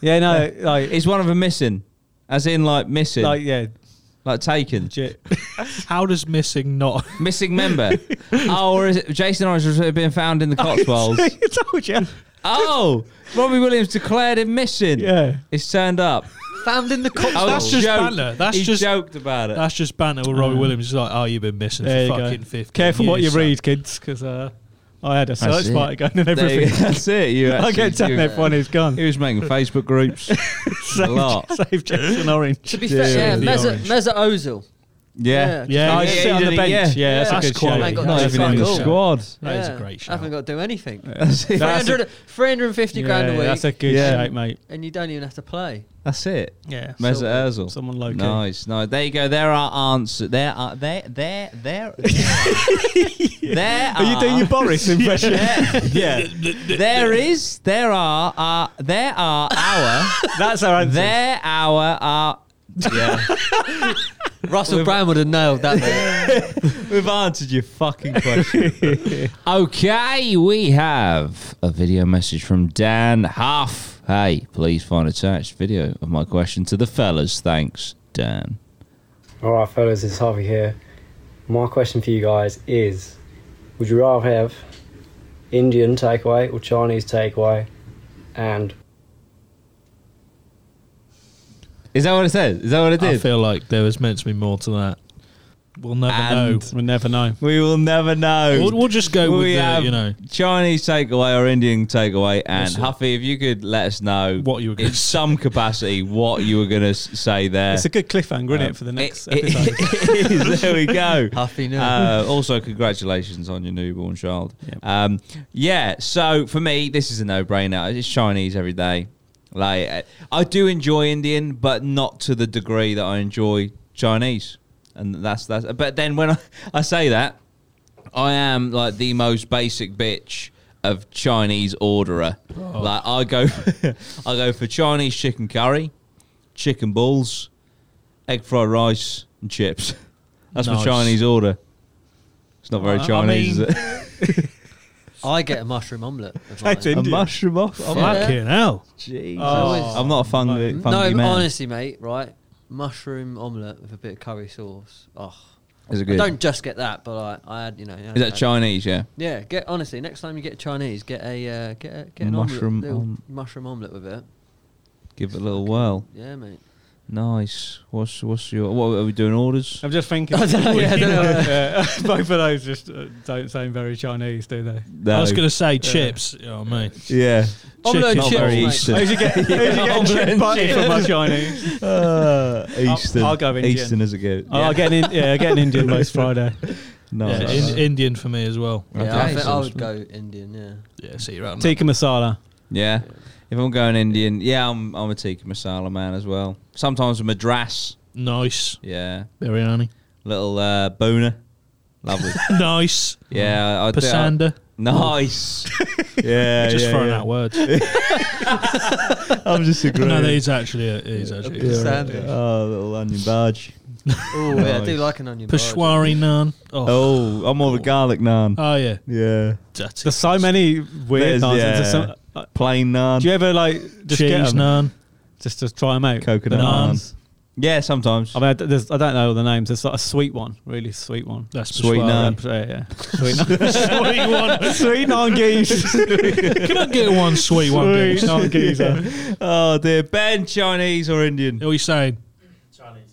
Speaker 2: Yeah, no, like,
Speaker 1: Is one of them missing? As in, like missing,
Speaker 2: like,
Speaker 1: like,
Speaker 2: yeah,
Speaker 1: taken,
Speaker 2: legit.
Speaker 3: How does missing not?
Speaker 1: missing member. *laughs* oh, or is it Jason Orange has been found in the Cotswolds?
Speaker 2: *laughs* I told you.
Speaker 1: oh, Robbie Williams declared him missing.
Speaker 2: Yeah.
Speaker 1: it's turned up.
Speaker 4: Found in the
Speaker 1: I
Speaker 4: Cotswolds.
Speaker 1: was
Speaker 3: That's just
Speaker 1: joke-
Speaker 3: banter. That's
Speaker 1: he
Speaker 3: just-
Speaker 1: joked about it.
Speaker 3: That's just banter with Robbie Williams. He's like, oh, you've been missing
Speaker 2: There you
Speaker 3: for
Speaker 2: go.
Speaker 3: fucking 15
Speaker 2: Careful what you
Speaker 3: years, son.
Speaker 2: read, kids, because uh, I had a search
Speaker 1: it.
Speaker 2: party going and
Speaker 1: There you go.
Speaker 2: everything.
Speaker 1: *laughs* That's it. You
Speaker 2: *laughs* I
Speaker 1: actually,
Speaker 2: get telling
Speaker 1: you-
Speaker 2: everyone who's gone.
Speaker 1: He was making Facebook
Speaker 2: *laughs*
Speaker 1: groups. a lot.
Speaker 2: Save Jason Orange.
Speaker 4: to be fair, yeah,
Speaker 3: The
Speaker 4: Meza,
Speaker 3: orange.
Speaker 4: Meza Ozil.
Speaker 1: Yeah.
Speaker 2: Yeah,
Speaker 3: Yeah,
Speaker 2: I
Speaker 3: yeah,
Speaker 2: sit
Speaker 1: he
Speaker 2: on
Speaker 1: did
Speaker 2: the
Speaker 1: it,
Speaker 2: bench. Yeah,
Speaker 1: yeah. Oh
Speaker 2: that's,
Speaker 3: That's
Speaker 2: a good
Speaker 3: quality.
Speaker 2: show.
Speaker 4: Ain't got
Speaker 1: Not
Speaker 4: no
Speaker 1: even in
Speaker 4: fucking
Speaker 1: the
Speaker 4: goal.
Speaker 1: squad.
Speaker 3: That is
Speaker 4: Yeah,
Speaker 3: a great
Speaker 4: I haven't
Speaker 3: shout.
Speaker 4: got to do anything.
Speaker 1: That's it.
Speaker 4: 300, 350 grand a
Speaker 2: Yeah,
Speaker 4: week,
Speaker 2: That's a good
Speaker 1: Yeah.
Speaker 2: shape, mate.
Speaker 4: and you don't even have to play.
Speaker 1: That's it.
Speaker 2: Yeah.
Speaker 1: Meza
Speaker 4: So-
Speaker 1: Erzl.
Speaker 2: someone low-key.
Speaker 1: Nice. No, there you go. There are answers. There are there there
Speaker 2: *laughs*
Speaker 1: there. there are.
Speaker 2: Are you doing
Speaker 1: *laughs*
Speaker 2: your Boris impression?
Speaker 1: There, yeah. There is. There are. Uh, there are our.
Speaker 2: *laughs* That's our answer.
Speaker 1: there our. Uh, yeah.
Speaker 4: Russell Brown would have nailed that. mate.
Speaker 1: We've answered your fucking question. *laughs* okay, we have a video message from Dan Huff. Hey, please find attached video of my question to the fellas. Thanks, Dan.
Speaker 13: Alright, fellas, it's Harvey here. My question for you guys is Would you rather have Indian takeaway or Chinese takeaway? And
Speaker 1: Is that what it says? Is that what it
Speaker 3: I
Speaker 1: did?
Speaker 3: feel like there was meant to be more to that. We'll never know.
Speaker 1: And-
Speaker 2: We'll never know.
Speaker 1: we will never know.
Speaker 3: We'll, we'll just go with the, you know.
Speaker 1: Chinese takeaway or Indian takeaway. And
Speaker 3: That's it.
Speaker 1: Huffy, if you could let us know
Speaker 3: What you were gonna
Speaker 1: in some capacity what you were going to say there.
Speaker 2: It's a good cliffhanger, isn't it, for the
Speaker 1: It-
Speaker 2: next
Speaker 1: it-
Speaker 2: episode?
Speaker 1: it *laughs* is. There we go.
Speaker 4: *laughs* Huffy now.
Speaker 1: Uh, also, congratulations on your newborn child.
Speaker 2: Yep.
Speaker 1: Um, yeah. So for me, this is a no-brainer. It's Chinese every day. Like uh, I do enjoy Indian, but not to the degree that I enjoy Chinese. And that's that's. But then when I, I say that, I am like the most basic bitch of Chinese orderer. Like I go, *laughs* I go for Chinese chicken curry, chicken balls, egg fried rice, and chips. *laughs* That's my
Speaker 3: Nice.
Speaker 1: Chinese order. It's not very
Speaker 3: I- I
Speaker 1: Chinese,
Speaker 3: mean-
Speaker 1: is it?
Speaker 4: I get a mushroom omelette. with mine. *laughs*
Speaker 2: That's Indian.
Speaker 1: mushroom off.
Speaker 4: Yeah.
Speaker 3: Fucking hell.
Speaker 1: Jesus.
Speaker 2: Oh.
Speaker 1: I'm not a fun,
Speaker 2: No,
Speaker 1: funky
Speaker 4: no,
Speaker 1: man.
Speaker 4: honestly, mate, right? Mushroom omelette with a bit of curry sauce. Oh,
Speaker 1: Is it
Speaker 4: I
Speaker 1: good?
Speaker 4: don't just get that, but like, I had, you know.
Speaker 1: Is that Chinese? Yeah.
Speaker 4: Yeah, get honestly. Next time you get Chinese, get a uh, get a, get an
Speaker 1: Mushroom
Speaker 4: omelet, little
Speaker 1: om-
Speaker 4: mushroom omelet with it.
Speaker 1: Give it a little whirl.
Speaker 4: Yeah, mate.
Speaker 1: Nice. What's what's your? What are we doing? Orders?
Speaker 2: I'm just thinking.
Speaker 4: I don't know, yeah, I don't know.
Speaker 2: *laughs* Yeah, both of those just uh, don't sound very Chinese, do they?
Speaker 1: No.
Speaker 3: I was going to say chips. You know what I mean?
Speaker 1: Yeah.
Speaker 3: Chicken
Speaker 4: Omelette and
Speaker 1: Not
Speaker 4: chips,
Speaker 1: very
Speaker 4: mate.
Speaker 1: Eastern.
Speaker 2: Who'd you get? Who'd you get chip party from my Chinese?
Speaker 1: Uh, Uh, Eastern.
Speaker 2: I'll, I'll go Indian. Oh,
Speaker 1: Eastern as it goes.
Speaker 2: I'll I'll get an in, yeah, I'll get an Indian most Friday.
Speaker 1: Nice.
Speaker 3: Yeah, in, Indian for me as well.
Speaker 4: Yeah, I, think I would go Indian. Yeah.
Speaker 3: Yeah, see you around.
Speaker 2: Tikka masala.
Speaker 1: Yeah. If I'm going Indian, yeah, I'm I'm a tikka masala man as well. Sometimes a madras.
Speaker 3: Nice.
Speaker 1: Yeah.
Speaker 3: Biryani.
Speaker 1: Little uh, boner. Lovely.
Speaker 3: nice.
Speaker 1: Yeah. I- I-
Speaker 3: Pasanda.
Speaker 1: Nice. uh, yeah.
Speaker 3: Just
Speaker 1: yeah,
Speaker 3: throwing
Speaker 1: yeah.
Speaker 3: out words.
Speaker 1: I'm just agreeing.
Speaker 3: No, that is actually a, it is actually a-
Speaker 4: Pasanda.
Speaker 1: Oh, little onion badge.
Speaker 4: Oh, yeah, I do like an onion.
Speaker 3: Peshwari naan. Oh,
Speaker 1: Oh, I'm more of a garlic naan.
Speaker 3: oh yeah.
Speaker 1: Yeah.
Speaker 3: That's
Speaker 2: There's so many weird
Speaker 1: There's-
Speaker 2: naans.
Speaker 1: yeah.
Speaker 2: There's some- uh,
Speaker 1: Plain naan.
Speaker 2: do you ever like just
Speaker 3: Cheese
Speaker 2: get 'em
Speaker 3: naan.
Speaker 2: just to try them out?
Speaker 1: Coconut
Speaker 2: The
Speaker 1: naan.
Speaker 2: naans.
Speaker 1: Yeah, sometimes.
Speaker 2: I mean, I d- there's, I don't know all the names. There's like a sweet one, really sweet one.
Speaker 3: That's
Speaker 1: Sweet
Speaker 3: Peshwari.
Speaker 2: Yeah, yeah. *laughs* Sweet naan.
Speaker 3: Sweet one.
Speaker 2: sweet naan *laughs* geese.
Speaker 3: Can I get one sweet one?
Speaker 2: Sweet
Speaker 3: please?
Speaker 1: *laughs*
Speaker 2: naan geezer.
Speaker 1: oh dear. Ben, Chinese or Indian?
Speaker 3: *laughs* What are you saying?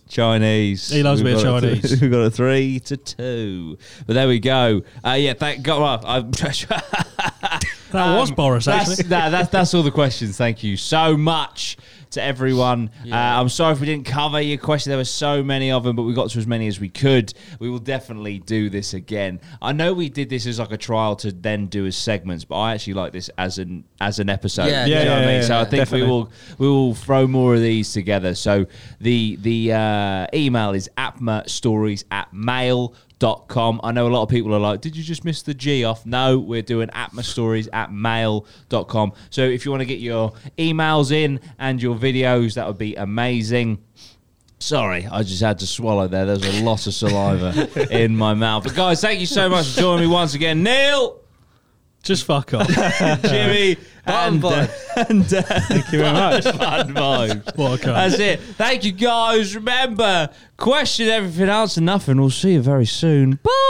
Speaker 1: Chinese.
Speaker 3: He loves a
Speaker 1: We've
Speaker 3: bit of
Speaker 1: got it- *laughs*
Speaker 3: Chinese.
Speaker 1: we've got a three to two. But there we go. Uh, yeah, thank God. Well, I, *laughs*
Speaker 3: That was
Speaker 2: Um,
Speaker 3: Boris
Speaker 1: Um, that's,
Speaker 3: actually.
Speaker 1: no, that's, that's all the questions. Thank you so much to everyone. Uh, I'm sorry if we didn't cover your question. There were so many of them, but we got to as many as we could. We will definitely do this again. I know we did this as like a trial to then do as segments, but I actually like this as an as an episode.
Speaker 4: Yeah,
Speaker 1: Do you
Speaker 4: yeah,
Speaker 1: know what I
Speaker 2: yeah,
Speaker 1: mean?
Speaker 2: yeah,
Speaker 1: so I
Speaker 2: yeah.
Speaker 1: think we
Speaker 2: Definitely.
Speaker 1: will we will throw more of these together. So the the uh, email is stories at mail. Dot com. I know a lot of people are like, did you just miss the G off? No, we're doing stories at mail.com. So if you want to get your emails in and your videos, that would be amazing. Sorry, I just had to swallow there. There's a lot of saliva
Speaker 2: *laughs*
Speaker 1: in my mouth. But guys, thank you so much for joining me once again.
Speaker 2: *laughs*
Speaker 1: Neil,
Speaker 3: Just fuck off.
Speaker 1: Jimmy, and, uh, *laughs* and uh,
Speaker 2: Thank you very much.
Speaker 1: Fun vibes.
Speaker 3: What a cunt.
Speaker 1: That's it. Thank you, guys. Remember, question everything, answer nothing. We'll see you very soon. Bye.